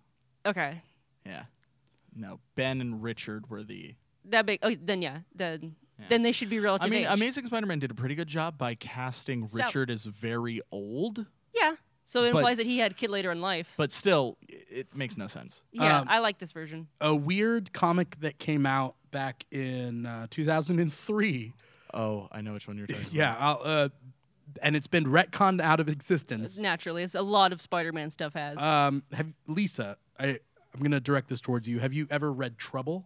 Speaker 4: Okay,
Speaker 3: Yeah. No, Ben and Richard were the.
Speaker 4: that big. Oh, then yeah, then then they should be
Speaker 3: I
Speaker 4: relative
Speaker 3: mean,
Speaker 4: age.
Speaker 3: Amazing Spider-Man did a pretty good job by casting
Speaker 4: So-
Speaker 3: Richard as very old,
Speaker 4: yeah. So it
Speaker 3: But-
Speaker 4: implies that he had a kid later in life.
Speaker 3: but still, i- it makes no sense.
Speaker 4: yeah,
Speaker 1: Um,
Speaker 4: I like this version.
Speaker 1: a weird comic that came out back in uh, 2003.
Speaker 3: Oh, I know which one you're talking
Speaker 1: Yeah, I'll, uh, and it's been retconned out of existence.
Speaker 4: Naturally, as a lot of Spider-Man stuff has.
Speaker 3: Uh,
Speaker 1: Um, have, Lisa, I, I'm going to direct this towards you. Have you ever read Trouble?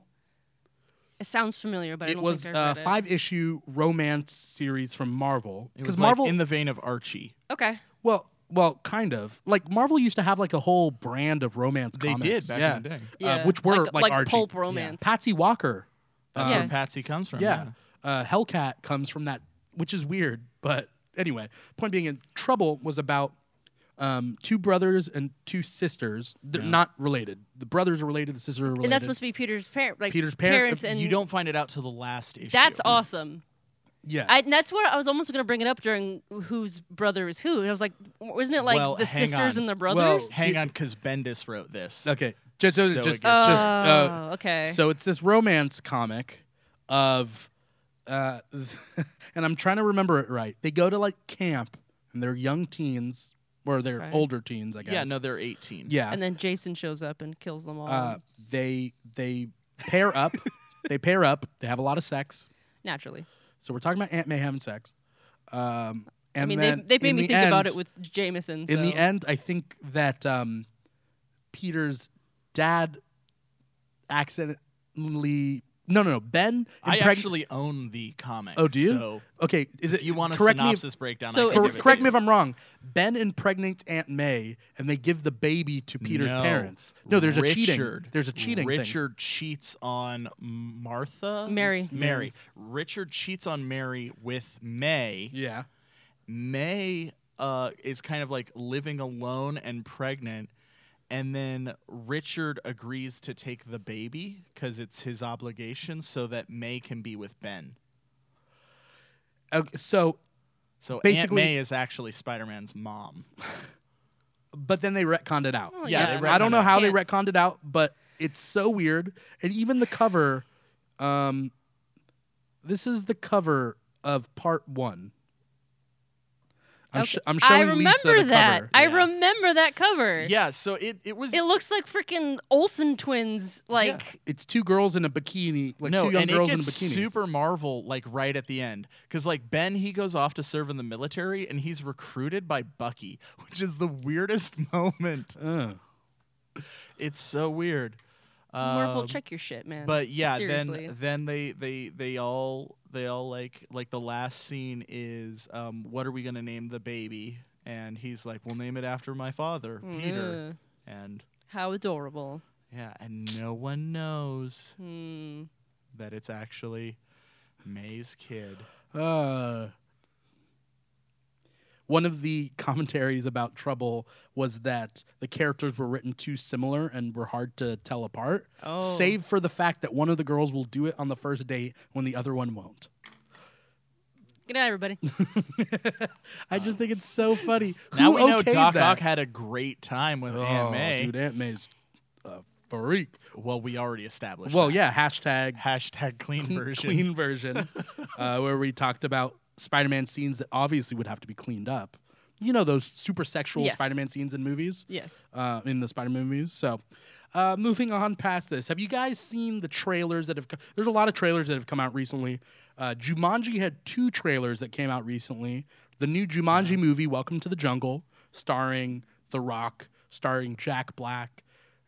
Speaker 4: it sounds familiar, but I
Speaker 1: it
Speaker 4: don't
Speaker 1: was
Speaker 3: uh,
Speaker 4: think
Speaker 1: a
Speaker 4: I've read
Speaker 1: five issue romance series from Marvel.
Speaker 3: It was
Speaker 1: Because Marvel,
Speaker 3: like in the vein of Archie.
Speaker 4: it. Okay.
Speaker 1: well, well, kind of. Like Marvel used to have like a whole brand of romance
Speaker 3: They did
Speaker 1: comics.
Speaker 3: back in
Speaker 1: yeah.
Speaker 3: the day.
Speaker 4: Yeah,
Speaker 1: Uh, which were
Speaker 4: like-
Speaker 1: like,
Speaker 4: like
Speaker 1: Archie.
Speaker 4: pulp romance.
Speaker 1: Yeah. Patsy Walker.
Speaker 3: That's
Speaker 4: Yeah.
Speaker 3: where Patsy comes from.
Speaker 1: Uh-huh. Yeah. Uh, Hellcat comes from that, which is weird. But anyway, point being, in Trouble was about um, two brothers and two sisters. They're not related. The brothers are related. The sisters are related.
Speaker 4: And that's supposed to be Peter's parent, like
Speaker 1: Peter's parent-
Speaker 4: parents, and
Speaker 3: You don't Mm-hmm. find it out till the last issue.
Speaker 4: That's awesome.
Speaker 1: yeah.
Speaker 4: I, and that's what I was almost going to bring it up during whose brother is who. And I was like, wasn't it like
Speaker 3: Well,
Speaker 4: the
Speaker 3: hang
Speaker 4: sisters
Speaker 3: on.
Speaker 4: and the
Speaker 1: Well,
Speaker 4: brothers?
Speaker 3: Hang on, because Bendis wrote this.
Speaker 1: okay. Just,
Speaker 3: So
Speaker 1: just,
Speaker 3: it
Speaker 1: just,
Speaker 3: gets-
Speaker 4: oh,
Speaker 1: just, uh,
Speaker 4: okay.
Speaker 1: So it's this romance comic of, uh, and I'm trying to remember it right. They go to like camp and they're young teens, or they're
Speaker 4: Right.
Speaker 1: older teens, I guess.
Speaker 3: Yeah, no, they're 18.
Speaker 1: yeah.
Speaker 4: and then Jason shows up and kills them all
Speaker 1: Uh, they they pair up. they pair up. They have a lot of sex.
Speaker 4: naturally.
Speaker 1: So we're talking about Aunt May having sex. Um, and
Speaker 4: I mean,
Speaker 1: then
Speaker 4: they, they made
Speaker 1: in
Speaker 4: me
Speaker 1: the
Speaker 4: think about
Speaker 1: end-
Speaker 4: it with Jameson. So.
Speaker 1: In the end, I think that um, Peter's dad accidentally. No, no, no. Ben.
Speaker 3: I
Speaker 1: impreg-
Speaker 3: actually own the comic.
Speaker 1: Oh, do you?
Speaker 3: So
Speaker 1: Okay, is
Speaker 3: if
Speaker 1: it
Speaker 3: you want a
Speaker 1: correct
Speaker 3: synopsis
Speaker 1: Me
Speaker 3: breakdown,
Speaker 4: So
Speaker 3: I
Speaker 1: if,
Speaker 3: can
Speaker 1: cor-
Speaker 4: is
Speaker 3: give it
Speaker 1: correct
Speaker 3: to
Speaker 1: me
Speaker 3: you.
Speaker 1: if I'm wrong. Ben impregnates Aunt May, and they give the baby to Peter's
Speaker 3: No.
Speaker 1: parents. No, there's
Speaker 3: Richard,
Speaker 1: a cheating. There's a cheating thing.
Speaker 3: Richard cheats on Martha.
Speaker 4: Mary.
Speaker 3: Mary. Richard cheats on Mary with May.
Speaker 1: Yeah.
Speaker 3: May uh, is kind of like living alone and pregnant. And then Richard agrees to take the baby because it's his obligation so that May can be with Ben.
Speaker 1: Okay, so
Speaker 3: So
Speaker 1: Basically-
Speaker 3: Aunt May is actually Spider Man's mom.
Speaker 1: but then they retconned it out.
Speaker 4: Well,
Speaker 3: Yeah,
Speaker 4: Oh, yeah.
Speaker 3: they
Speaker 1: I don't know how they
Speaker 4: Can't.
Speaker 1: retconned it out, but it's so weird. And even the cover, um, this is the cover of part one. I'm, sh-
Speaker 4: Okay.
Speaker 1: I'm
Speaker 4: I
Speaker 1: showing
Speaker 4: remember
Speaker 1: Lisa the
Speaker 4: that.
Speaker 1: cover.
Speaker 4: I
Speaker 3: Yeah.
Speaker 4: remember that cover.
Speaker 3: Yeah, so it, it was.
Speaker 4: It looks like freaking Olsen twins. Like,
Speaker 1: It's two girls in a bikini, like
Speaker 3: no,
Speaker 1: two young
Speaker 3: and
Speaker 1: girls
Speaker 3: it
Speaker 1: in a
Speaker 3: gets
Speaker 1: bikini.
Speaker 3: super Marvel like right at the end because like Ben he goes off to serve in the military and he's recruited by Bucky, which is the weirdest moment.
Speaker 1: Ugh.
Speaker 3: It's so weird.
Speaker 4: Marvel,
Speaker 3: Um,
Speaker 4: check your shit, man.
Speaker 3: But yeah,
Speaker 4: Seriously.
Speaker 3: then then they they they all they all like like the last scene is um, what are we gonna name the baby? And he's like, we'll name it after my father, Peter.
Speaker 4: Mm,
Speaker 3: And
Speaker 4: how adorable.
Speaker 3: yeah, and no one knows
Speaker 4: Hmm.
Speaker 3: that it's actually May's kid.
Speaker 1: Uh, one of the commentaries about Trouble was that the characters were written too similar and were hard to tell apart,
Speaker 4: Oh.
Speaker 1: save for the fact that one of the girls will do it on the first date when the other one won't.
Speaker 4: Good night, everybody.
Speaker 1: I just think it's so funny.
Speaker 3: now
Speaker 1: Who
Speaker 3: we know
Speaker 1: okayed
Speaker 3: Doc
Speaker 1: that?
Speaker 3: Ock had a great time with Aunt
Speaker 1: Oh,
Speaker 3: May.
Speaker 1: Dude, Aunt May's a freak.
Speaker 3: Well, we already established.
Speaker 1: Well,
Speaker 3: that.
Speaker 1: yeah, hashtag
Speaker 3: Hashtag clean version.
Speaker 1: clean version, uh, where we talked about Spider-Man scenes that obviously would have to be cleaned up. You know those super sexual
Speaker 4: Yes.
Speaker 1: Spider-Man scenes in movies,
Speaker 4: Yes.
Speaker 1: uh, in the Spider-Man movies. So, uh, moving on past this, have you guys seen the trailers that have? Co- There's a lot of trailers that have come out recently. Uh, Jumanji had two trailers that came out recently. The new Jumanji movie, Welcome to the Jungle, starring The Rock, starring Jack Black,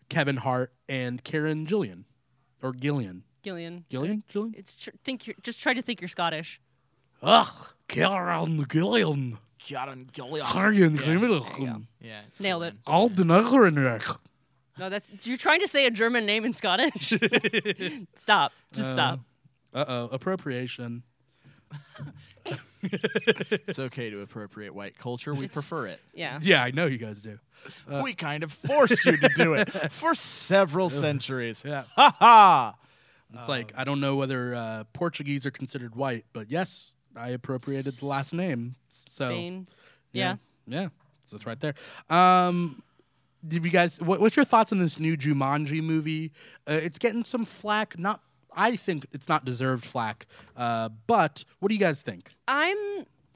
Speaker 1: Kevin Hart, and Karen Gillian, or Gillian.
Speaker 4: Gillian.
Speaker 1: Gillian? Gillian?
Speaker 4: It's tr- think you're, just try to think you're Scottish.
Speaker 1: Ugh, Kieran Gillian. Kieran Gillian.
Speaker 3: Yeah, it's
Speaker 4: Nailed
Speaker 3: cool,
Speaker 4: it.
Speaker 3: man.
Speaker 1: Alden Ehrenreich.
Speaker 4: No, that's you're trying to say a German name in Scottish. stop. Just stop.
Speaker 1: Uh oh, appropriation.
Speaker 3: It's okay to appropriate white culture. We prefer it.
Speaker 4: Yeah.
Speaker 1: Yeah, I know you guys do. Uh,
Speaker 3: we kind of forced you to do it for several centuries.
Speaker 1: Yeah.
Speaker 3: Ha ha!
Speaker 1: It's like, I don't know whether uh, Portuguese are considered white, but yes, I appropriated the last name. So,
Speaker 4: Spain. Yeah.
Speaker 1: Yeah. So it's right there. Um, did you guys, what, what's your thoughts on this new Jumanji movie? Uh, it's getting some flack, not I think it's not deserved flack. Uh, but what do you guys think?
Speaker 4: I'm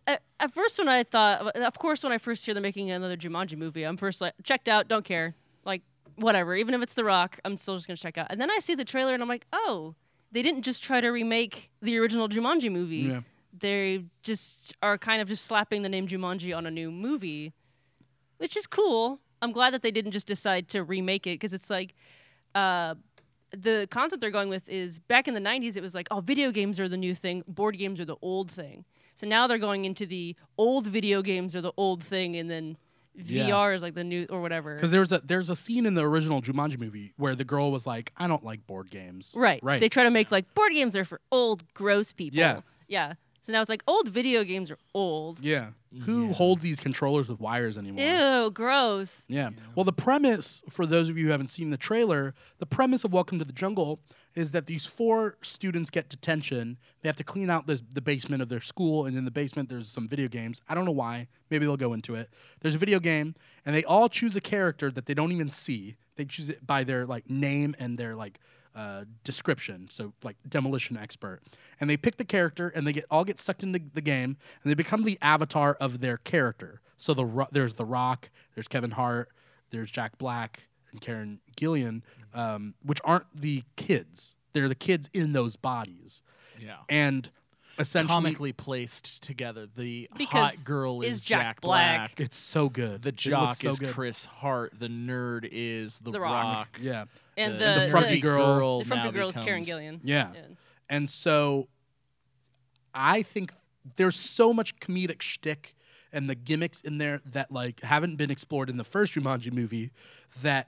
Speaker 4: at, at first when I thought, of course, when I first hear they're making another Jumanji movie, I'm first like checked out, don't care, like whatever. Even if it's The Rock, I'm still just gonna check out. And then I see the trailer and I'm like, oh, they didn't just try to remake the original Jumanji movie.
Speaker 1: Yeah.
Speaker 4: They just are kind of just slapping the name Jumanji on a new movie, which is cool. I'm glad that they didn't just decide to remake it because it's like. Uh, the concept they're going with is back in the 90s it was like oh video games are the new thing board games are the old thing so now they're going into the old video games are the old thing and then
Speaker 1: Yeah.
Speaker 4: vr is like the new or whatever
Speaker 1: Because there's a there's a scene in the original Jumanji movie where the girl was like, "I don't like board games."
Speaker 4: right
Speaker 1: Right.
Speaker 4: they try to make like board games are for old gross people
Speaker 1: Yeah.
Speaker 4: yeah so now it's like old video games are old
Speaker 1: yeah. Who holds these controllers with wires anymore?
Speaker 4: ew gross
Speaker 1: Yeah. Well, the premise, for those of you who haven't seen the trailer, the premise of Welcome to the Jungle is that these four students get detention. They have to clean out this, the basement of their school, and in the basement, there's some video games. I don't know why. Maybe they'll go into it. There's a video game, and they all choose a character that they don't even see. They choose it by their like name and their like uh, description, so like demolition expert, and they pick the character, and they get all get sucked into the game, and they become the avatar of their character. So the Ro- there's the Rock, there's Kevin Hart, there's Jack Black and Karen Gillian, um, which aren't the kids. They're the kids in those bodies,
Speaker 3: Yeah.
Speaker 1: and essentially,
Speaker 3: Comically placed together. The hot
Speaker 4: Because
Speaker 3: girl
Speaker 4: is
Speaker 3: is,
Speaker 4: Jack Black.
Speaker 1: it's so good.
Speaker 3: The
Speaker 1: It looks
Speaker 3: jock
Speaker 1: so
Speaker 3: is
Speaker 1: good.
Speaker 3: Chris Hart. The nerd is The,
Speaker 4: The Rock.
Speaker 3: rock.
Speaker 1: Yeah,
Speaker 4: and
Speaker 3: the,
Speaker 4: the,
Speaker 1: the frumpy
Speaker 4: the,
Speaker 1: girl
Speaker 4: the frumpy
Speaker 3: now
Speaker 4: girl is karen
Speaker 3: becomes-
Speaker 4: gillian
Speaker 1: yeah.
Speaker 4: Yeah.
Speaker 1: And so I think there's so much comedic shtick and the gimmicks in there that like haven't been explored in the first Jumanji movie that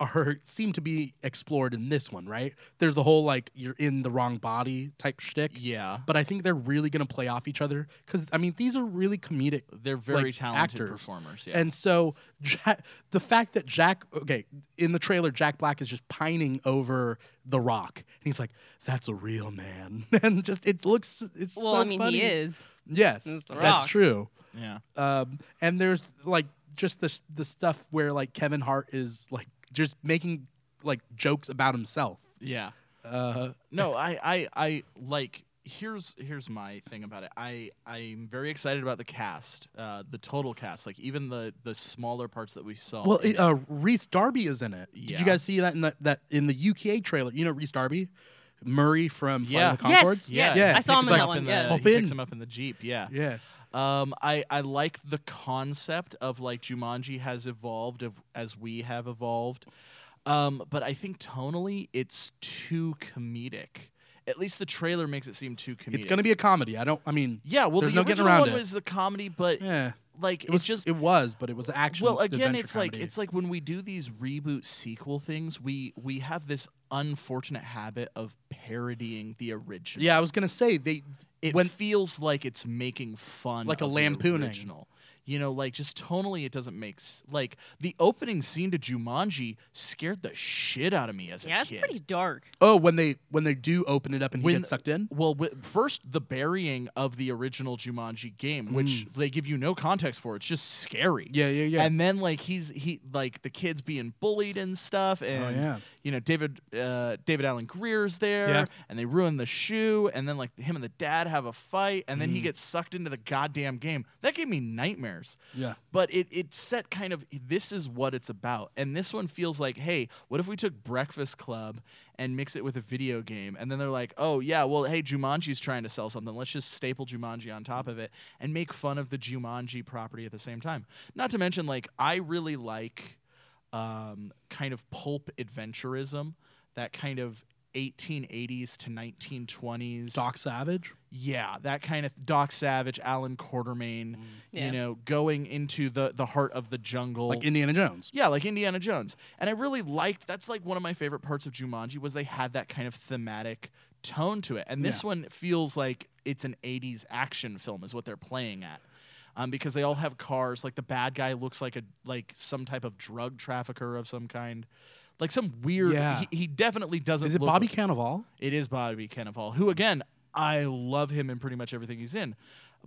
Speaker 1: are seem to be explored in this one, right? There's the whole like you're in the wrong body type shtick.
Speaker 3: Yeah.
Speaker 1: But I think they're really gonna play off each other because I mean these are really comedic
Speaker 3: They're very
Speaker 1: like,
Speaker 3: talented
Speaker 1: actors.
Speaker 3: performers. Yeah.
Speaker 1: And so Ja the fact that Jack, okay, in the trailer, Jack Black is just pining over The Rock. And he's like, that's a real man. and just, it looks, it's
Speaker 4: well
Speaker 1: so
Speaker 4: i mean
Speaker 1: funny.
Speaker 4: he is
Speaker 1: Yes,
Speaker 4: It's The
Speaker 1: that's
Speaker 4: Rock.
Speaker 1: true.
Speaker 3: yeah.
Speaker 1: Um, and there's like just the, the stuff where like Kevin Hart is like just making like jokes about himself.
Speaker 3: Yeah.
Speaker 1: Uh,
Speaker 3: No, I, I, I like. Here's here's my thing about it. I I'm very excited about the cast, uh, the total cast, like even the the smaller parts that we saw.
Speaker 1: well,
Speaker 3: in
Speaker 1: it, uh, Reese Darby is in it. Did
Speaker 3: Yeah.
Speaker 1: you guys see that in the, that in the UKA trailer? You know Reese Darby, Murray from Flight of the
Speaker 4: Yes,
Speaker 1: Conchords?
Speaker 4: yes,
Speaker 1: Yeah.
Speaker 4: I saw
Speaker 3: picks
Speaker 4: him in that
Speaker 3: up
Speaker 4: one,
Speaker 3: the-
Speaker 4: yeah.
Speaker 3: he
Speaker 1: Hop
Speaker 3: picks
Speaker 1: in.
Speaker 3: him up in the jeep. Yeah.
Speaker 1: Yeah.
Speaker 3: Um, I I like the concept of like Jumanji has evolved of, as we have evolved, um, but I think tonally it's too comedic. At least the trailer makes it seem too comedic.
Speaker 1: It's gonna be a comedy. I don't. I mean,
Speaker 3: yeah. Well,
Speaker 1: there's
Speaker 3: the
Speaker 1: no getting
Speaker 3: original
Speaker 1: around
Speaker 3: one
Speaker 1: it.
Speaker 3: was the comedy, but
Speaker 1: yeah,
Speaker 3: like
Speaker 1: it was
Speaker 3: it's just
Speaker 1: just it was, but it was action.
Speaker 3: well again
Speaker 1: adventure
Speaker 3: it's
Speaker 1: comedy.
Speaker 3: like it's like when we do these reboot sequel things we we have this unfortunate habit of parodying the original
Speaker 1: yeah. I was gonna say they
Speaker 3: it
Speaker 1: when
Speaker 3: feels like it's making fun
Speaker 1: Like a
Speaker 3: of the
Speaker 1: lampooning.
Speaker 3: original. you know like just tonally it doesn't make s- like the opening scene to jumanji scared the shit out of me as
Speaker 4: yeah
Speaker 3: a
Speaker 4: it's
Speaker 3: kid
Speaker 4: pretty dark
Speaker 1: oh when they when they do open it up and he
Speaker 3: When-
Speaker 1: gets sucked in.
Speaker 3: well, wi- first the burying of the original Jumanji game, which they give you no context for. It's just scary.
Speaker 1: Mm. Yeah, yeah, yeah.
Speaker 3: And then like he's he like the kids being bullied and stuff, and
Speaker 1: Oh, yeah.
Speaker 3: you know David uh, David Allen Greer's there,
Speaker 1: Yeah.
Speaker 3: and they ruin the shoe, and then like him and the dad have a fight, and then
Speaker 1: Mm.
Speaker 3: he gets sucked into the goddamn game. That gave me nightmares
Speaker 1: yeah.
Speaker 3: but it it set kind of this is what it's about and this one feels like hey what if we took breakfast club and mix it with a video game and then they're like oh yeah well hey jumanji's trying to sell something let's just staple jumanji on top of it and make fun of the jumanji property at the same time not to mention like i really like um, kind of pulp adventurism that kind of 1880s to 1920s
Speaker 1: Doc Savage.
Speaker 3: yeah, that kind of Doc Savage, Alan Quartermain,
Speaker 4: Yeah.
Speaker 3: you know, going into the the heart of the jungle.
Speaker 1: Like Indiana Jones.
Speaker 3: yeah, like Indiana Jones. And I really liked that's like one of my favorite parts of Jumanji was they had that kind of thematic tone to it. And this one feels like it's an 80s action film is what they're playing at. Um, because they all have cars, like the bad guy looks like a like some type of drug trafficker of some kind. Like some weird
Speaker 1: Yeah.
Speaker 3: he, he definitely doesn't
Speaker 1: Is it
Speaker 3: look
Speaker 1: Bobby
Speaker 3: like-
Speaker 1: Cannavale?
Speaker 3: it is Bobby Cannavale, who again I love him in pretty much everything he's in.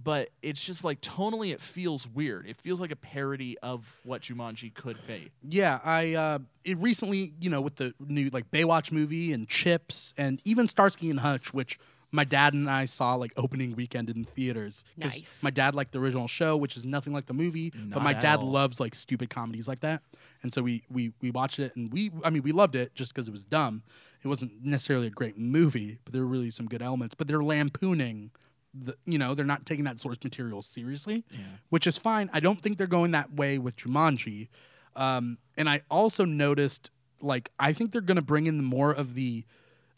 Speaker 3: but it's just like tonally it feels weird. It feels like a parody of what Jumanji could be.
Speaker 1: Yeah, I uh, it recently, you know, with the new like Baywatch movie and Chips and even Starsky and Hutch, which my dad and I saw like opening weekend in theaters. 'Cause
Speaker 4: Nice.
Speaker 1: My dad liked the original show, which is nothing like the movie, but
Speaker 3: Not
Speaker 1: my
Speaker 3: at
Speaker 1: dad
Speaker 3: all.
Speaker 1: loves like stupid comedies like that, and so we we we watched it and we I mean we loved it just because it was dumb. It wasn't necessarily a great movie, but there were really some good elements. But they're lampooning. The, you know they're not taking that source material seriously which is fine. I don't think they're going that way with Jumanji. Um, and I also noticed, like, I think they're going to bring in more of the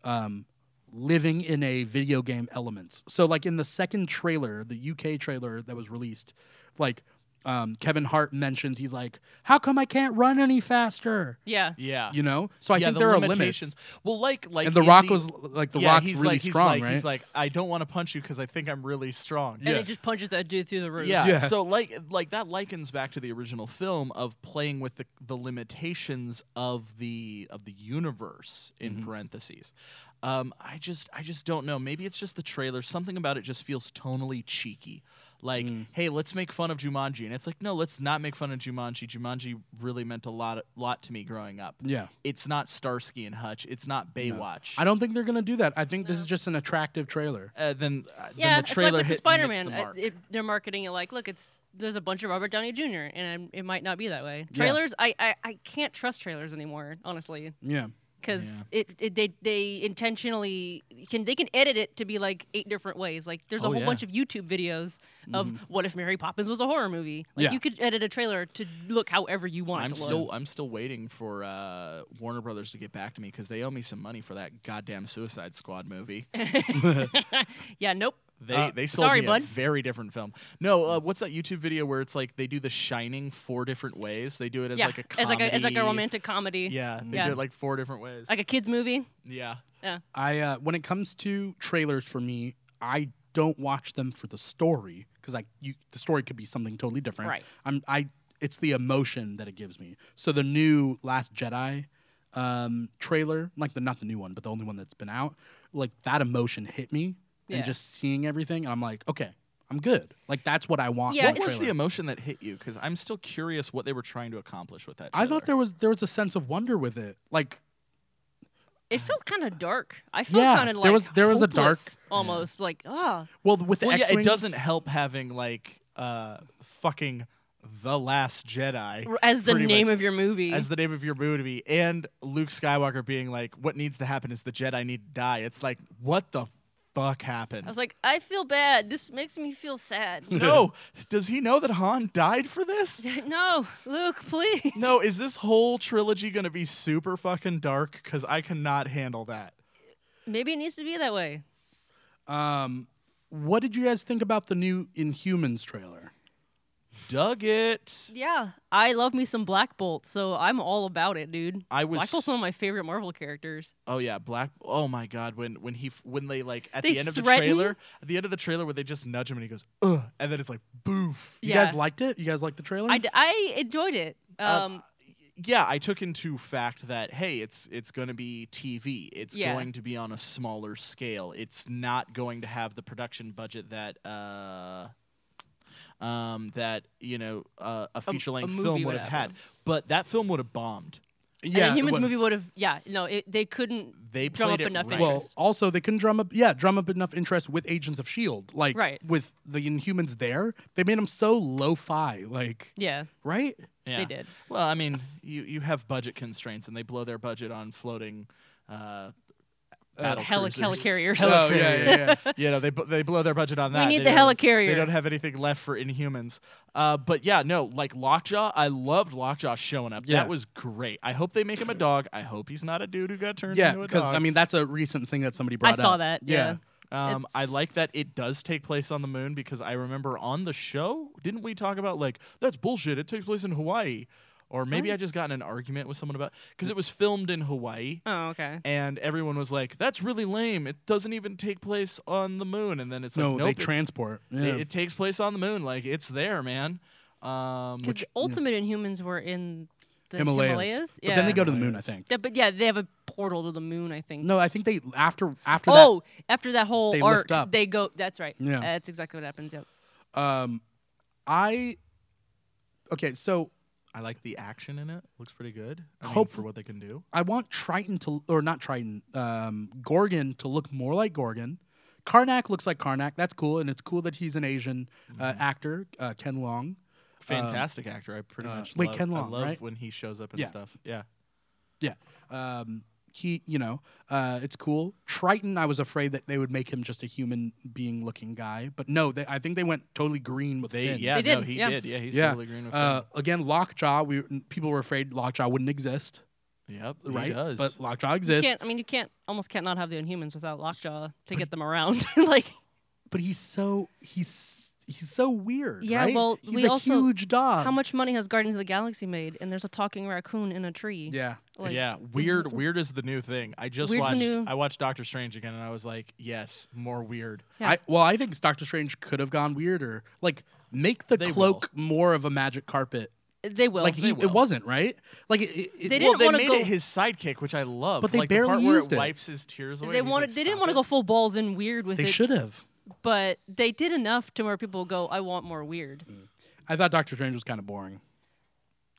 Speaker 1: um, living in a video game elements. So, like, in the second trailer, the UK trailer that was released, like, um, Kevin Hart mentions he's like, "How come I can't run any faster?"
Speaker 4: Yeah.
Speaker 3: Yeah.
Speaker 1: You know. So I
Speaker 3: Yeah,
Speaker 1: think
Speaker 3: the
Speaker 1: there are
Speaker 3: limitations.
Speaker 1: limits.
Speaker 3: Well, like like
Speaker 1: and The
Speaker 3: in
Speaker 1: Rock was like, The
Speaker 3: yeah,
Speaker 1: Rock's
Speaker 3: he's
Speaker 1: really
Speaker 3: like,
Speaker 1: strong,
Speaker 3: he's like,
Speaker 1: right?
Speaker 3: He's like, I don't want to punch you because I think I'm really strong.
Speaker 4: And it just punches that dude through the roof.
Speaker 3: Yeah.
Speaker 1: Yeah.
Speaker 3: So like like that likens back to the original film of playing with the, the limitations of the of the universe in
Speaker 4: Mm-hmm.
Speaker 3: parentheses. Um, I just I just don't know. Maybe it's just the trailer. Something about it just feels tonally cheeky. Like,
Speaker 4: Mm.
Speaker 3: hey, let's make fun of Jumanji, and it's like, no, let's not make fun of Jumanji. Jumanji really meant a lot lot to me growing up.
Speaker 1: yeah.
Speaker 3: It's not Starsky and Hutch. It's not Baywatch.
Speaker 1: I don't think they're gonna do that. I think this is just an attractive trailer.
Speaker 3: Uh, then, uh,
Speaker 4: Yeah,
Speaker 3: then the trailer
Speaker 4: it's like with the Uh,
Speaker 3: hit-
Speaker 4: Spider
Speaker 3: hits
Speaker 4: Man.
Speaker 3: the mark.
Speaker 4: they're marketing it like, look, it's there's a bunch of Robert Downey Jr. and it might not be that way.
Speaker 1: Yeah.
Speaker 4: Trailers, I, I I can't trust trailers anymore, honestly,
Speaker 1: Yeah.
Speaker 4: because it, it they they intentionally can they can edit it to be like eight different ways. Like there's a
Speaker 3: Oh,
Speaker 4: whole
Speaker 3: yeah. Mm-hmm.
Speaker 4: bunch of YouTube videos of what if Mary Poppins was a horror movie. Like
Speaker 1: Yeah.
Speaker 4: you could edit a trailer to look however you want. it
Speaker 3: I'm
Speaker 4: to look.
Speaker 3: still I'm still waiting for uh, Warner Brothers to get back to me because they owe me some money for that goddamn Suicide Squad movie.
Speaker 4: yeah, nope.
Speaker 3: They
Speaker 4: Uh,
Speaker 3: they sold
Speaker 4: sorry,
Speaker 3: me
Speaker 4: bud.
Speaker 3: a very different film. No, uh, what's that YouTube video where it's like they do The Shining four different ways? They do it as
Speaker 4: yeah,
Speaker 3: like a comedy,
Speaker 4: as like a as like a romantic comedy.
Speaker 3: Yeah, they
Speaker 4: Yeah.
Speaker 3: do it like four different ways.
Speaker 4: like a kids movie.
Speaker 3: yeah,
Speaker 4: Yeah.
Speaker 1: I uh, when it comes to trailers for me, I don't watch them for the story because I you, the story could be something totally different.
Speaker 4: Right.
Speaker 1: I'm I it's the emotion that it gives me. So the new Last Jedi um, trailer, like the not the new one, but the only one that's been out, like that emotion hit me,
Speaker 4: Yeah.
Speaker 1: and just seeing everything, and I'm like, okay, I'm good. Like that's what I want.
Speaker 4: Yeah,
Speaker 1: from
Speaker 3: what
Speaker 1: a
Speaker 3: was
Speaker 4: it's-
Speaker 1: trailer.
Speaker 3: the emotion that hit you? Because I'm still curious what they were trying to accomplish with that.
Speaker 1: I thought
Speaker 3: trailer.
Speaker 1: there was there was a sense of wonder with it, like
Speaker 4: It felt kind of dark. I felt
Speaker 1: Yeah,
Speaker 4: kind of
Speaker 1: there
Speaker 4: like
Speaker 1: was- there was a dark-
Speaker 4: hopeless, almost like ah.
Speaker 1: well with the
Speaker 3: Well, yeah, it
Speaker 1: X-Wings-
Speaker 3: doesn't help having like uh, fucking the Last Jedi
Speaker 4: as the
Speaker 3: pretty much.
Speaker 4: name of your movie.
Speaker 3: as the name of your movie and Luke Skywalker being like, what needs to happen is the Jedi need to die. It's like, what the fuck
Speaker 4: I
Speaker 3: happened?
Speaker 4: was like, I feel bad. This makes me feel sad.
Speaker 3: no, does he know that Han died for this?
Speaker 4: no, Luke, please.
Speaker 3: No, is this whole trilogy going to be super fucking dark? Because I cannot handle that.
Speaker 4: Maybe it needs to be that way.
Speaker 1: Um, what did you guys think about the new Inhumans trailer?
Speaker 3: Dug it.
Speaker 4: Yeah, I love me some Black Bolt, so I'm all about it, dude.
Speaker 3: I was.
Speaker 4: Black Bolt's one of my favorite Marvel characters.
Speaker 3: Oh yeah, Black. Oh my God, when when he f- when they like at
Speaker 4: They
Speaker 3: the end of the
Speaker 4: threaten?
Speaker 3: trailer, at the end of the trailer where they just nudge him and he goes, ugh, and then it's like, boof.
Speaker 1: You
Speaker 4: yeah,
Speaker 1: guys liked it? You guys liked the trailer?
Speaker 4: I, d- I enjoyed it. Um,
Speaker 3: Um, yeah, I took into fact that hey, it's it's going to be TV. It's
Speaker 4: Yeah.
Speaker 3: going to be on a smaller scale. It's not going to have the production budget that uh, um, that you know uh, a
Speaker 4: a
Speaker 3: feature length
Speaker 4: movie
Speaker 3: film
Speaker 4: would
Speaker 3: would have
Speaker 4: have.
Speaker 3: had. But that film would have bombed.
Speaker 1: yeah,
Speaker 4: and the
Speaker 1: it
Speaker 4: Humans
Speaker 1: wa-
Speaker 4: movie would have. Yeah, no, it, they couldn't
Speaker 3: They
Speaker 4: drum
Speaker 3: played
Speaker 4: up
Speaker 3: it
Speaker 4: enough
Speaker 3: right.
Speaker 1: Well,
Speaker 4: interest.
Speaker 1: also they couldn't drum up, yeah, drum up enough interest with Agents of Shield, E like
Speaker 4: Right.
Speaker 1: with the Inhumans there. They made them so lo-fi, like
Speaker 4: Yeah,
Speaker 1: right?
Speaker 4: they
Speaker 3: Yeah.
Speaker 4: did.
Speaker 3: Well, I mean, you you have budget constraints, and they blow their budget on floating. Uh, battle
Speaker 4: Heli-
Speaker 3: cruisers.
Speaker 4: helicarriers.
Speaker 1: So, yeah,
Speaker 3: Helicarriers.
Speaker 1: yeah, yeah.
Speaker 3: you know, they bu- they blow their budget on that.
Speaker 4: need
Speaker 3: They
Speaker 4: the
Speaker 3: don't-
Speaker 4: helicarrier.
Speaker 3: They don't have anything left for Inhumans. Uh, but yeah, no, like Lockjaw, I loved Lockjaw showing up.
Speaker 1: Yeah.
Speaker 3: That was great. I hope they make him a dog. I hope he's not a dude who got turned
Speaker 1: Yeah,
Speaker 3: into a
Speaker 1: because
Speaker 3: dog.
Speaker 1: I mean that's a recent thing that somebody
Speaker 4: I
Speaker 1: brought up.
Speaker 4: saw that. yeah.
Speaker 3: um, I
Speaker 4: it's-
Speaker 3: like that it does take place on the moon because I remember on the show, didn't we talk about like that's bullshit? It takes place in Hawaii, or maybe I just got in an argument with someone about because it was filmed in Hawaii.
Speaker 4: Oh, okay.
Speaker 3: And everyone was like, "That's really lame. It doesn't even take place on the moon." And then it's
Speaker 1: No,
Speaker 3: like, nope,
Speaker 1: they
Speaker 3: it
Speaker 1: transport. Yeah.
Speaker 3: It, it takes place on the moon. Like it's there, man. Um,
Speaker 4: Because Ultimate Inhumans were in the
Speaker 1: Himalayas.
Speaker 4: Himalayas.
Speaker 1: But then they go to the moon, I
Speaker 3: Himalayas.
Speaker 1: think.
Speaker 4: Yeah, but yeah, they have a portal to the moon, I think.
Speaker 1: No, I think they after after that.
Speaker 4: oh, after that whole
Speaker 1: they
Speaker 4: arc,
Speaker 1: lift up.
Speaker 4: they go. That's right.
Speaker 1: Yeah.
Speaker 4: that's exactly what happens. Yep.
Speaker 1: Um, I okay, so
Speaker 3: I like the action in it. Looks pretty good. I mean,
Speaker 1: Hope- Um,
Speaker 3: for what they can do.
Speaker 1: I want Triton to, or not Triton, um, Gorgon to look more like Gorgon. Karnak looks like Karnak. That's cool, and it's cool that he's an Asian uh,
Speaker 3: Mm-hmm.
Speaker 1: actor, uh, Ken Long.
Speaker 3: Fantastic actor. I pretty
Speaker 1: uh,
Speaker 3: much
Speaker 1: wait,
Speaker 3: love,
Speaker 1: Ken
Speaker 3: I
Speaker 1: Long,
Speaker 3: love
Speaker 1: right?
Speaker 3: when he shows up and
Speaker 1: Yeah.
Speaker 3: stuff. Yeah.
Speaker 1: Yeah, um, he, you know, uh, it's cool. Triton, I was afraid that they would make him just a human being looking guy, but no, they, I think they went totally green with
Speaker 3: They
Speaker 1: fins.
Speaker 3: yeah,
Speaker 4: They
Speaker 3: no,
Speaker 4: did,
Speaker 3: he
Speaker 4: yeah.
Speaker 3: did. Yeah, he's
Speaker 1: yeah.
Speaker 3: totally green with
Speaker 1: uh,
Speaker 3: him.
Speaker 1: again, Lockjaw. We people were afraid Lockjaw wouldn't exist,
Speaker 3: Yep,
Speaker 1: right?
Speaker 3: He does.
Speaker 1: But Lockjaw
Speaker 4: You
Speaker 1: exists.
Speaker 4: can't, I mean, you can't almost can't not have the Inhumans without Lockjaw to get them around. like,
Speaker 1: but he's so he's he's so weird.
Speaker 4: Yeah,
Speaker 1: right?
Speaker 4: well,
Speaker 1: he's
Speaker 4: we
Speaker 1: a
Speaker 4: also-
Speaker 1: huge dog.
Speaker 4: how much money has Guardians of the Galaxy made? And there's a talking raccoon in a tree.
Speaker 1: Yeah,
Speaker 4: Like,
Speaker 3: yeah, weird. Weird is the new thing. I just
Speaker 4: Weird's the
Speaker 3: watched.
Speaker 4: new-
Speaker 3: I watched Doctor Strange again, and I was like, yes, more weird.
Speaker 4: Yeah.
Speaker 1: I, well, I think Doctor Strange could have gone weirder. Like, make the
Speaker 3: They
Speaker 1: cloak more of a magic carpet.
Speaker 4: They will.
Speaker 1: like
Speaker 3: they
Speaker 1: he, it
Speaker 3: will.
Speaker 1: wasn't right. Like it, it, it-
Speaker 4: They
Speaker 3: well,
Speaker 4: didn't
Speaker 3: they
Speaker 4: wanna
Speaker 3: made
Speaker 4: go-
Speaker 3: it his sidekick, which I love.
Speaker 1: But they
Speaker 3: like the
Speaker 1: barely
Speaker 3: part where
Speaker 1: used it.
Speaker 3: wipes his tears away.
Speaker 4: they
Speaker 3: and he's
Speaker 4: wanted.
Speaker 3: like,
Speaker 4: they
Speaker 3: "Stop
Speaker 4: didn't want
Speaker 3: it."
Speaker 4: to go full balls in weird with
Speaker 1: they
Speaker 4: it,
Speaker 1: should have.
Speaker 4: but they did enough to where people go, "I want more weird."
Speaker 1: I thought Doctor Strange was kind of boring.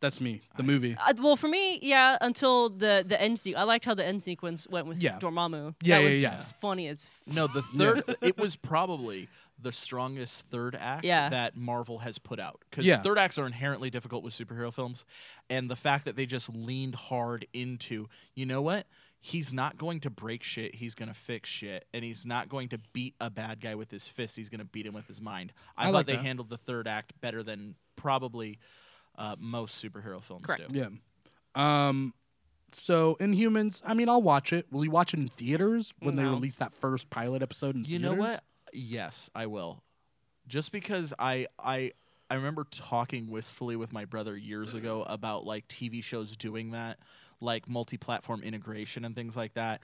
Speaker 1: That's me. The movie.
Speaker 4: Uh, well, for me, yeah, until the the end sequence. I liked how the end sequence went with
Speaker 1: Yeah.
Speaker 4: Dormammu.
Speaker 1: Yeah,
Speaker 4: that
Speaker 1: yeah,
Speaker 4: was
Speaker 1: yeah.
Speaker 4: funny as. F-
Speaker 3: No, the third. it was probably the strongest third act
Speaker 4: Yeah.
Speaker 3: that Marvel has put out because
Speaker 1: Yeah.
Speaker 3: third acts are inherently difficult with superhero films, and the fact that they just leaned hard into, you know what? He's not going to break shit. He's going to fix shit, and he's not going to beat a bad guy with his fist. He's going to beat him with his mind. I,
Speaker 1: I
Speaker 3: thought
Speaker 1: like
Speaker 3: they
Speaker 1: that.
Speaker 3: handled the third act better than probably uh, most superhero films
Speaker 4: Correct.
Speaker 3: do.
Speaker 1: Yeah. Um. So Inhumans. I mean, I'll watch it. Will you watch it in theaters when they
Speaker 4: No.
Speaker 1: release that first pilot episode? In
Speaker 3: You know
Speaker 1: theaters?
Speaker 3: what? Yes, I will. Just because I I I remember talking wistfully with my brother years ago about like TV shows doing that, like multi-platform integration and things like that.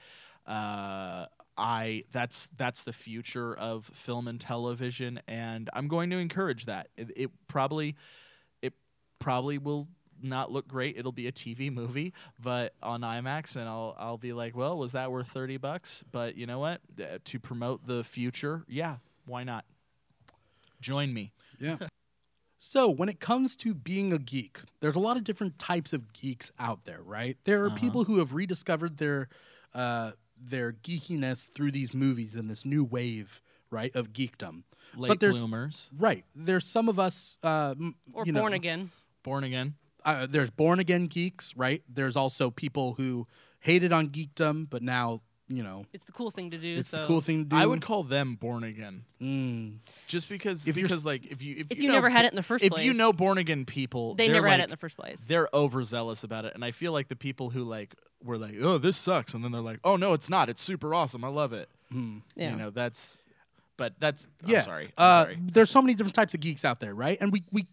Speaker 3: Uh, I that's that's the future of film and television, and I'm going to encourage that. It, it probably it probably will not look great. It'll be a TV movie, but on IMAX, and I'll I'll be like, well, was that worth thirty bucks? But you know what? Uh, to promote the future, yeah, why not? Join me.
Speaker 1: Yeah. so, when it comes to being a geek, there's a lot of different types of geeks out there, right? There are
Speaker 3: Uh-huh.
Speaker 1: people who have rediscovered their uh, their geekiness through these movies and this new wave, right, of geekdom.
Speaker 3: Late
Speaker 1: but there's
Speaker 3: bloomers,
Speaker 1: right, there's some of us, uh, m-
Speaker 4: or
Speaker 1: you know,
Speaker 4: born again.
Speaker 3: born again.
Speaker 1: Uh, there's born again geeks, right? There's also people who hated on geekdom, but now you know
Speaker 4: It's the cool thing to do.
Speaker 1: it's
Speaker 4: so.
Speaker 1: the cool thing to do.
Speaker 3: I would call them born again,
Speaker 1: Mm.
Speaker 3: just because
Speaker 1: If you're
Speaker 3: because like if you if,
Speaker 4: If you never had it in the first
Speaker 3: if
Speaker 4: place,
Speaker 3: you know born again people,
Speaker 4: they
Speaker 3: they're
Speaker 4: never had
Speaker 3: like-
Speaker 4: it in the first place.
Speaker 3: They're overzealous about it, and I feel like the people who like were like, oh, this sucks, and then they're like, oh no, it's not. It's super awesome. I love it.
Speaker 4: Yeah.
Speaker 3: You know, that's. But that's.
Speaker 1: Hmm. yeah.
Speaker 3: I'm sorry. I'm
Speaker 1: uh,
Speaker 3: sorry.
Speaker 1: There's so many different types of geeks out there, right? And we we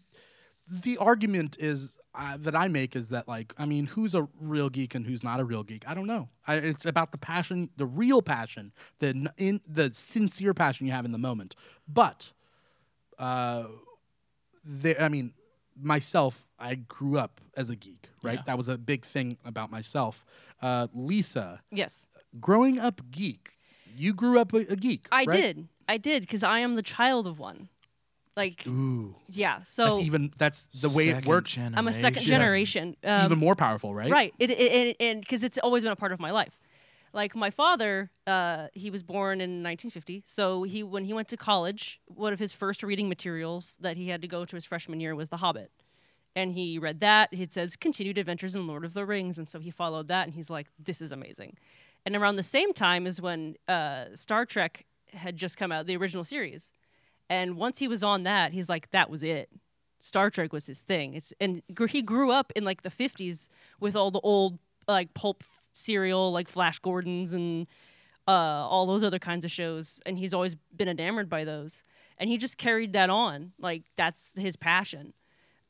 Speaker 1: the argument is uh, that I make is that like I mean, who's a real geek and who's not a real geek? I don't know. I, it's about the passion, the real passion, the n- in the sincere passion you have in the moment. But uh, they, I mean, myself, I grew up as a geek, right?
Speaker 3: Yeah.
Speaker 1: That was a big thing about myself. Uh, Lisa,
Speaker 4: yes,
Speaker 1: growing up geek. You grew up a, a geek.
Speaker 4: I
Speaker 1: right?
Speaker 4: did. I did because I am the child of one. Like,
Speaker 1: Ooh.
Speaker 4: yeah.
Speaker 1: That's
Speaker 4: So
Speaker 1: even that's the way it works.
Speaker 4: I'm a second generation. Um,
Speaker 1: Even more powerful, right?
Speaker 4: Right. It, it, it, and because it's always been a part of my life. Like my father, uh, he was born in 1950. So he, when he went to college, one of his first reading materials that he had to go to his freshman year was The Hobbit, and he read that. It says "Continued Adventures in Lord of the Rings," and so he followed that, and he's like, "This is amazing." And around the same time is when uh, Star Trek had just come out, the original series, and once he was on that, he's like, "That was it." Star Trek was his thing. It's and gr- he grew up in like the 50s with all the old like pulp serial like Flash Gordons and uh, all those other kinds of shows, and he's always been enamored by those. And he just carried that on. Like that's his passion.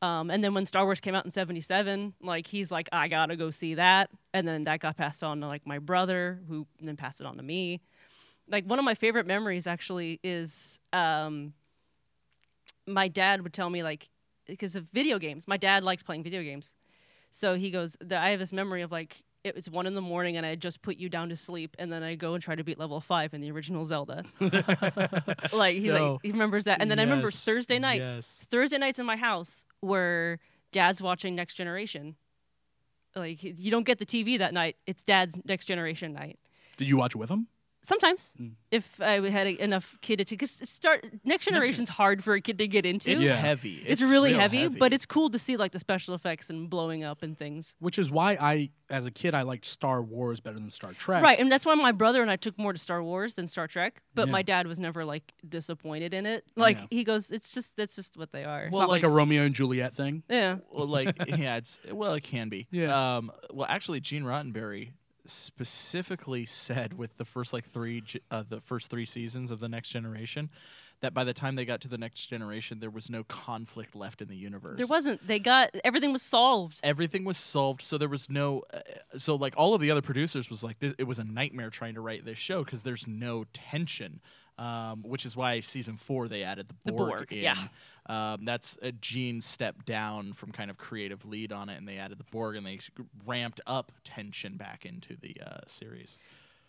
Speaker 4: Um, and then when Star Wars came out in '77, like he's like, I gotta go see that. And then that got passed on to like my brother, who then passed it on to me. Like one of my favorite memories actually is um, my dad would tell me like because of video games. My dad likes playing video games, so he goes. The, I have this memory of like it was one in the morning and I just put you down to sleep, and then I go and try to beat level five in the original Zelda. like he's
Speaker 1: No.
Speaker 4: like he remembers that, and then I remember
Speaker 1: Yes,
Speaker 4: Thursday nights.
Speaker 1: yes.
Speaker 4: Thursday nights in my house were dad's watching Next Generation. Like he- you don't get the TV that night; it's dad's Next Generation night.
Speaker 1: Did you watch with him?
Speaker 4: Sometimes,
Speaker 1: Mm.
Speaker 4: if I had a, enough kid to, because start Next Generation's hard for a kid to get into.
Speaker 3: It's
Speaker 1: Yeah.
Speaker 3: heavy.
Speaker 4: It's, really heavy, but it's cool to see like the special effects and blowing up and things.
Speaker 1: Which is why I, as a kid, I liked Star Wars better than Star Trek.
Speaker 4: Right, and that's why my brother and I took more to Star Wars than Star Trek. But
Speaker 1: Yeah.
Speaker 4: my dad was never like disappointed in it. Like
Speaker 1: Yeah.
Speaker 4: he goes, "It's just that's just what they are."
Speaker 1: It's
Speaker 3: Well,
Speaker 1: not like,
Speaker 3: like-
Speaker 1: a Romeo and Juliet thing.
Speaker 4: yeah,
Speaker 3: well, like yeah, it's well, it can be.
Speaker 1: Yeah.
Speaker 3: Um. Well, actually, Gene Roddenberry specifically said with the first like three, ge- uh, the first three seasons of the Next Generation, that by the time they got to the Next Generation, there was no conflict left in the universe.
Speaker 4: there wasn't. They got everything was solved.
Speaker 3: Everything was solved, so there was no. Uh, so like all of the other producers was like, this, it was a nightmare trying to write this show because there's no tension. Um, which is why season four they added the
Speaker 4: The
Speaker 3: Borg.
Speaker 4: Borg,
Speaker 3: in.
Speaker 4: yeah.
Speaker 3: Um, that's a Gene step down from kind of creative lead on it, and they added the Borg and they s- ramped up tension back into the uh, series.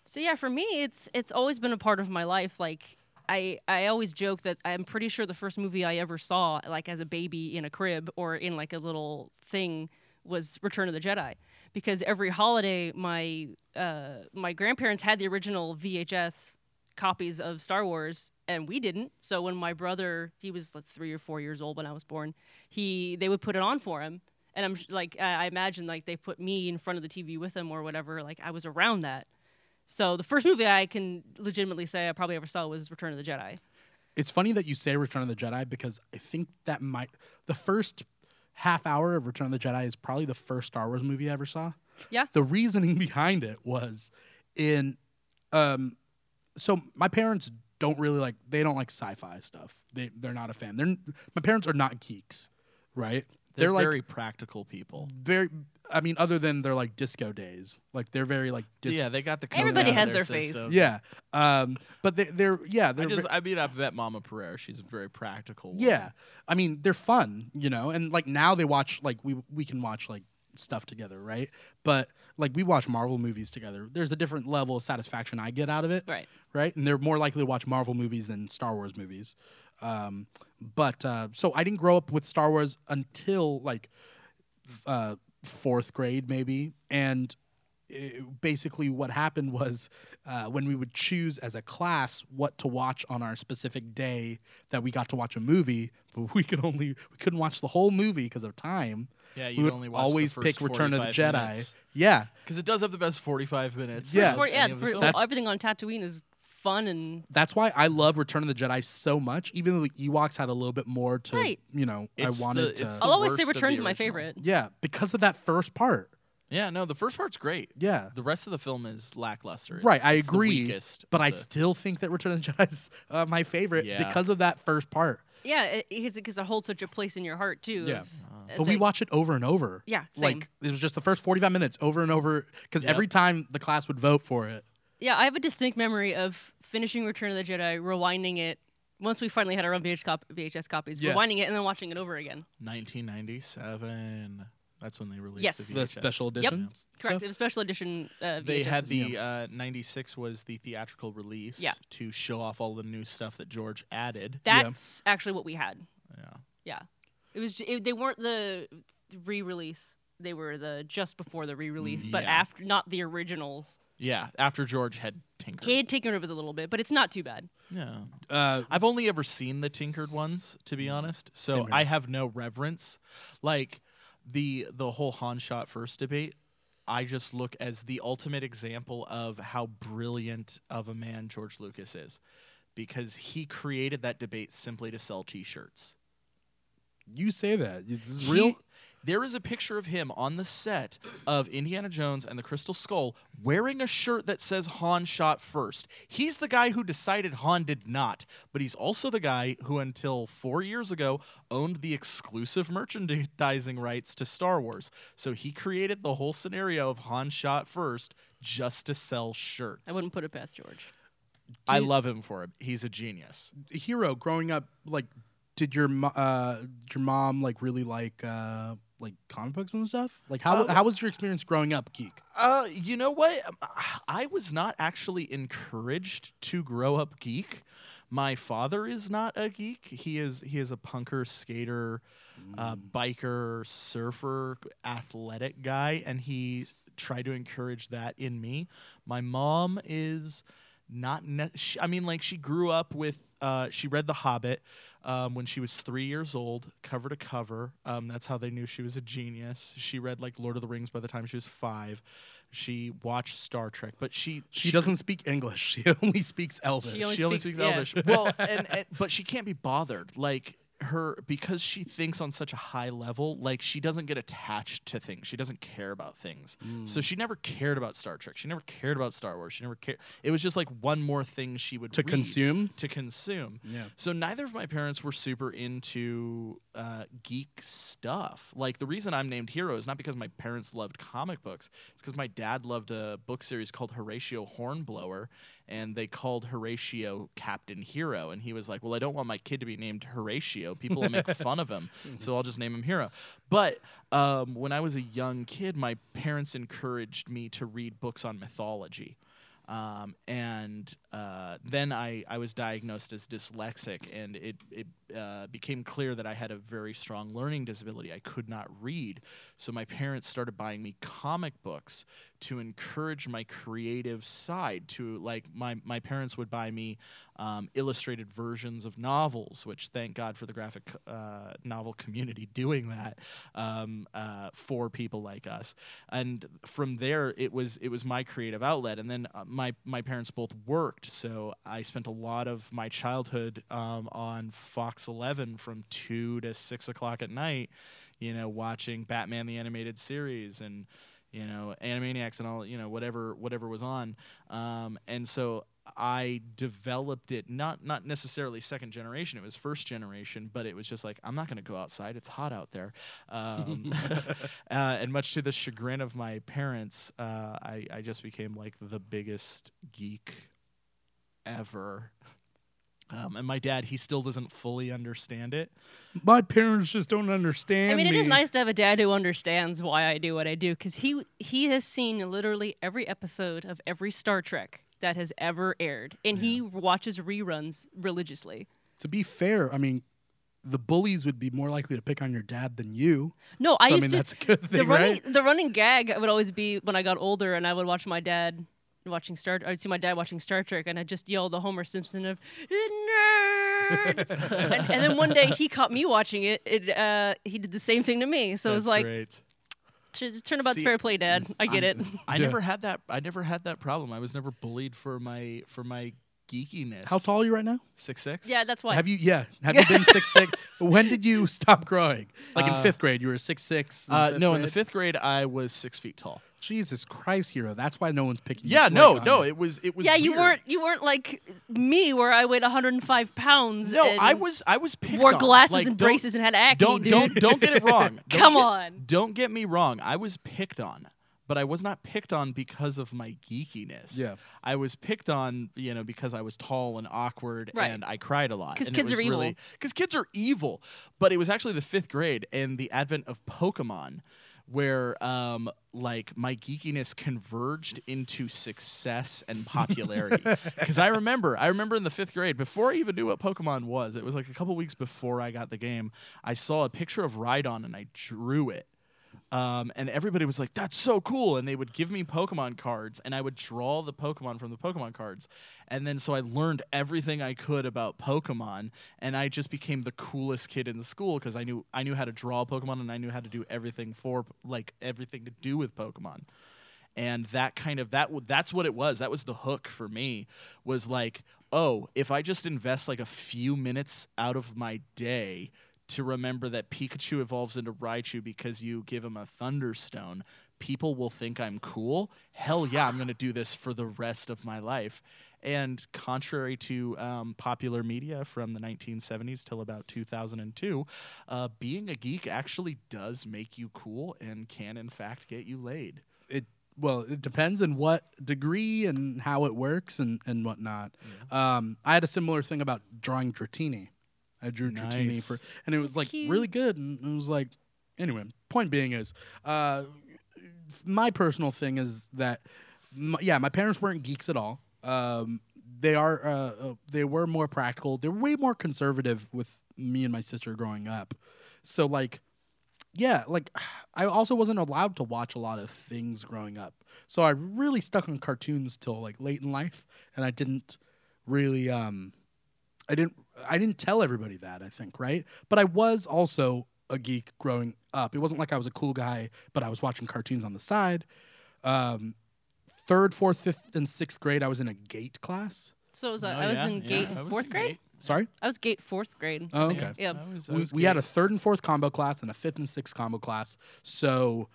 Speaker 4: So yeah, for me, it's it's always been a part of my life. Like I I always joke that I'm pretty sure the first movie I ever saw, like as a baby in a crib or in like a little thing, was Return of the Jedi, because every holiday my uh, my grandparents had the original VHS copies of Star Wars and we didn't. So when my brother, he was like three or four years old when I was born, he they would put it on for him. And I'm sh- like, I I imagine like they put me in front of the TV with him or whatever. Like I was around that. So the first movie I can legitimately say I probably ever saw was Return of the Jedi.
Speaker 1: It's funny that you say Return of the Jedi because I think that might the first half hour of Return of the Jedi is probably the first Star Wars movie I ever saw.
Speaker 4: Yeah.
Speaker 1: The reasoning behind it was in um so my parents don't really like they don't like sci-fi stuff. They they're not a fan. They're my parents are not geeks, right?
Speaker 3: They're,
Speaker 1: like
Speaker 3: very practical people.
Speaker 1: very I mean other than they're like disco days. Like they're very like dis-
Speaker 3: yeah, they got the code out
Speaker 4: Everybody
Speaker 3: of
Speaker 4: has their phase.
Speaker 3: system.
Speaker 1: Yeah. Um but they they're yeah,
Speaker 3: I
Speaker 1: they're
Speaker 3: just,
Speaker 1: ve-
Speaker 3: I mean, I bet Mama Pereira. She's a very practical. woman.
Speaker 1: Yeah. I mean, they're fun, you know, and like now they watch like we we can watch like stuff together, right? But like we watch Marvel movies together. There's a different level of satisfaction I get out of it.
Speaker 4: Right.
Speaker 1: Right? And they're more likely to watch Marvel movies than Star Wars movies. Um but uh so I didn't grow up with Star Wars until like uh, fourth grade, maybe. And it- uh, basically, what happened was uh, when we would choose as a class what to watch on our specific day that we got to watch a movie, but we could only we couldn't watch the whole movie because of time.
Speaker 3: Yeah,
Speaker 1: We
Speaker 3: you
Speaker 1: would
Speaker 3: only watch the
Speaker 1: always
Speaker 3: first
Speaker 1: pick Return of the
Speaker 3: 45
Speaker 1: Jedi.
Speaker 3: minutes.
Speaker 1: Yeah,
Speaker 3: Because it does have the best 45 minutes.
Speaker 1: Yeah.
Speaker 3: of
Speaker 4: For- yeah,
Speaker 3: any of the
Speaker 4: for-
Speaker 3: films.
Speaker 1: That's-
Speaker 4: everything on Tatooine is fun and
Speaker 1: that's why I love Return of the Jedi so much. Even though the Ewoks had a little bit more to,
Speaker 4: Right.
Speaker 1: you know,
Speaker 3: It's
Speaker 1: I
Speaker 3: the-
Speaker 1: wanted
Speaker 3: it's
Speaker 1: to.
Speaker 4: I'll always
Speaker 3: worst
Speaker 4: say
Speaker 3: of the
Speaker 4: Return's my
Speaker 3: original.
Speaker 4: favorite.
Speaker 1: Yeah, because of that first part.
Speaker 3: yeah, no, the first part's great.
Speaker 1: Yeah.
Speaker 3: The rest of the film is lackluster. It's-
Speaker 1: Right, I
Speaker 3: it's the
Speaker 1: agree.
Speaker 3: weakest
Speaker 1: But
Speaker 3: of
Speaker 1: I
Speaker 3: the-
Speaker 1: still think that Return of the Jedi is uh, my favorite
Speaker 3: Yeah.
Speaker 1: because of that first part.
Speaker 4: Yeah, because it, holds such a place in your heart too.
Speaker 1: Yeah.
Speaker 4: of- uh,
Speaker 1: But we
Speaker 4: the-
Speaker 1: watch it over and over.
Speaker 4: Yeah,
Speaker 1: Like it was just the first 45 minutes over and over because
Speaker 3: Yep.
Speaker 1: every time the class would vote for it.
Speaker 4: Yeah, I have a distinct memory of finishing Return of the Jedi, rewinding it once we finally had our own VH cop- VHS copies,
Speaker 1: Yeah.
Speaker 4: rewinding it and then watching it over again.
Speaker 3: 1997. That's when they released
Speaker 4: Yes.
Speaker 3: the,
Speaker 1: The
Speaker 3: VHS.
Speaker 1: special
Speaker 3: Yeah.
Speaker 1: edition.
Speaker 4: Correct.
Speaker 1: stuff.
Speaker 4: It was special edition uh, VHS.
Speaker 3: They had the uh, 96 was the theatrical release
Speaker 4: Yeah.
Speaker 3: to show off all the new stuff that George added.
Speaker 1: yeah.
Speaker 4: That's actually what we had.
Speaker 3: Yeah.
Speaker 4: Yeah. It was j- it, they weren't the re-release. They were the just before the re-release, but
Speaker 3: Yeah.
Speaker 4: after not the originals.
Speaker 3: Yeah, after George had tinkered.
Speaker 4: He had taken over the little bit, but it's not too bad.
Speaker 3: Yeah.
Speaker 1: Uh,
Speaker 3: I've only ever seen the tinkered ones, to be honest.
Speaker 1: Mm. Same
Speaker 3: So
Speaker 1: here.
Speaker 3: I have no reverence. Like the the whole Han shot first debate, I just look as the ultimate example of how brilliant of a man George Lucas is. Because he created that debate simply to sell t shirts.
Speaker 1: you say that. This is real.
Speaker 3: There is a picture of him on the set of Indiana Jones and the Crystal Skull wearing a shirt that says Han shot first. He's the guy who decided Han did not, but he's also the guy who, until four years ago, owned the exclusive merchandising rights to Star Wars. So he created the whole scenario of Han shot first just to sell shirts.
Speaker 4: I wouldn't put it past George.
Speaker 3: I
Speaker 1: Did-
Speaker 3: love him for it. He's a genius.
Speaker 1: Hero growing up, like, did your mo- uh, did your mom like really like uh, like comic books and stuff? Like how
Speaker 3: Uh,
Speaker 1: how was your experience growing up geek?
Speaker 3: Uh, you know what? Um, I was not actually encouraged to grow up geek. My father is not a geek. He is he is a punker, skater, uh, biker, surfer, athletic guy, and he tried to encourage that in me. My mom is not. Ne- she, I mean, like she grew up with. Uh, she read The Hobbit um, when she was three years old, cover to cover. Um, that's how they knew she was a genius. She read like Lord of the Rings by the time she was five. She watched Star Trek, but she
Speaker 1: She doesn't speak English. She only speaks Elvish.
Speaker 4: only
Speaker 3: she only
Speaker 4: speaks-
Speaker 3: speaks
Speaker 4: yeah.
Speaker 3: Elvish. well, and, and but she can't be bothered. Like her because she thinks on such a high level. Like she doesn't get attached to things. She doesn't care about things. So
Speaker 1: Mm.
Speaker 3: she never cared about Star Trek. She never cared about Star Wars. She never cared. It was just like one more thing she would
Speaker 1: to
Speaker 3: read
Speaker 1: consume.
Speaker 3: to consume.
Speaker 1: Yeah.
Speaker 3: So neither of my parents were super into uh, geek stuff. Like the reason I'm named Hero is not because my parents loved comic books. It's because my dad loved a book series called Horatio Hornblower, and they called Horatio Captain Hero. And he was like, "Well, I don't want my kid to be named Horatio. People will make fun of him, so I'll just name him Hero." But um, when I was a young kid, my parents encouraged me to read books on mythology um, and uh, then I, I was diagnosed as dyslexic, and it, it uh, became clear that I had a very strong learning disability. I could not read, so my parents started buying me comic books to encourage my creative side. To like my my parents would buy me um, illustrated versions of novels, which thank God for the graphic uh, novel community doing that um, uh, for people like us. And from there, it was it was my creative outlet. And then uh, my my parents both worked, so I spent a lot of my childhood um, on Fox 11 from two to six o'clock at night. You know, watching Batman the animated series and you know Animaniacs and all you know whatever whatever was on. Um, and so I developed it not not necessarily second generation. It was first generation, but it was just like I'm not going to go outside. It's hot out there, um, uh, and much to the chagrin of my parents, uh, I I just became like the biggest geek ever. Um, and my dad, he still doesn't fully understand it.
Speaker 1: My parents just don't understand.
Speaker 4: I mean, it is nice to have a dad who understands why I do what I do because he he has seen literally every episode of every Star Trek that has ever aired, and he watches reruns religiously.
Speaker 1: To be fair, I mean, the bullies would be more likely to pick on your dad than you.
Speaker 4: No, I
Speaker 1: So, I
Speaker 4: used
Speaker 1: mean,
Speaker 4: to.
Speaker 1: that's a good
Speaker 4: the
Speaker 1: thing,
Speaker 4: running
Speaker 1: right?
Speaker 4: the running gag would always be when I got older and I would watch my dad watching Star. I'd see my dad watching Star Trek and I just yell the Homer Simpson of nerd. and, and then one day he caught me watching it. It uh, he did the same thing to me. So it was like "Tur- turnabout's
Speaker 3: See, mm,
Speaker 4: fair play, Dad. I get it.
Speaker 3: I
Speaker 1: Yeah.
Speaker 3: never had that. I never had that problem. I was never bullied for my for my geekiness.
Speaker 1: How tall are you right now?
Speaker 3: Six six.
Speaker 4: yeah, that's why.
Speaker 1: Have you? Yeah. Have you been six six? When did you stop growing? Like in
Speaker 3: Uh,
Speaker 1: fifth grade, you were six six.
Speaker 3: Uh, no, in the
Speaker 1: fifth.
Speaker 3: fifth grade, I was six feet tall.
Speaker 1: Jesus Christ, hero. That's why no one's picking. you
Speaker 3: Yeah,
Speaker 1: up,
Speaker 3: no,
Speaker 1: like, um,
Speaker 3: no,
Speaker 1: on-
Speaker 3: it was it was.
Speaker 4: yeah, you
Speaker 3: weird.
Speaker 4: weren't you weren't like me where I weighed 105 pounds.
Speaker 3: No,
Speaker 4: and
Speaker 3: I was I was picked
Speaker 4: wore
Speaker 3: on.
Speaker 4: glasses
Speaker 3: Like,
Speaker 4: and
Speaker 3: don't-
Speaker 4: braces and had acne.
Speaker 3: Don't
Speaker 4: dude.
Speaker 3: don't don't get it wrong. Don't
Speaker 4: Come
Speaker 3: get-
Speaker 4: on.
Speaker 3: Don't get me wrong. I was picked on, but I was not picked on because of my geekiness.
Speaker 1: Yeah.
Speaker 3: I was picked on, you know, because I was tall and awkward
Speaker 4: Right.
Speaker 3: and I cried a lot.
Speaker 4: 'Cause
Speaker 3: And
Speaker 4: kids
Speaker 3: it was
Speaker 4: are evil.
Speaker 3: Really, because kids are evil. But it was actually the fifth grade and the advent of Pokemon, where um, like my geekiness converged into success and popularity. Because I remember, I remember in the fifth grade, before I even knew what Pokemon was, it was like a couple weeks before I got the game. I saw a picture of Rhydon and I drew it. Um, and everybody was like, "That's so cool!" And they would give me Pokemon cards, and I would draw the Pokemon from the Pokemon cards. And then so I learned everything I could about Pokemon, and I just became the coolest kid in the school because I knew I knew how to draw Pokemon and I knew how to do everything for like everything to do with Pokemon. And that kind of that w- that's what it was. That was the hook for me was like, "Oh, if I just invest like a few minutes out of my day." to remember that Pikachu evolves into Raichu because you give him a Thunderstone, people will think I'm cool. Hell yeah, I'm going to do this for the rest of my life. And contrary to um, popular media from the 1970s till about 2002, uh, being a geek actually does make you cool and can, in fact, get you laid.
Speaker 1: it well it depends on what degree and how it works and and whatnot um i had a similar thing about drawing dratini i drew dratini
Speaker 3: Nice.
Speaker 1: for and it was like
Speaker 4: cute.
Speaker 1: really good and it was like anyway, point being is, uh, my personal thing is that, m yeah, my parents weren't geeks at all. Um, they are, uh, uh, they were more practical. They're way more conservative with me and my sister growing up. So like, yeah, like I also wasn't allowed to watch a lot of things growing up. So I really stuck on cartoons till like late in life, and I didn't really, um, I didn't, I didn't tell everybody that. I think right, but I was also a geek growing up. It wasn't like I was a cool guy, but I was watching cartoons on the side. Um, third, fourth, fifth, and sixth grade, I was in a gate class.
Speaker 4: So it was, uh,
Speaker 3: Oh,
Speaker 4: I was
Speaker 3: yeah,
Speaker 4: in
Speaker 3: yeah.
Speaker 4: gate
Speaker 3: I
Speaker 4: in
Speaker 3: was
Speaker 4: fourth
Speaker 3: in
Speaker 4: grade.
Speaker 3: gate.
Speaker 1: Sorry,
Speaker 4: I was gate fourth grade.
Speaker 1: Oh, okay.
Speaker 4: Yeah.
Speaker 3: I was- I
Speaker 1: we,
Speaker 3: was
Speaker 1: we had
Speaker 3: gay.
Speaker 1: a third and fourth combo class and a fifth and sixth combo class. So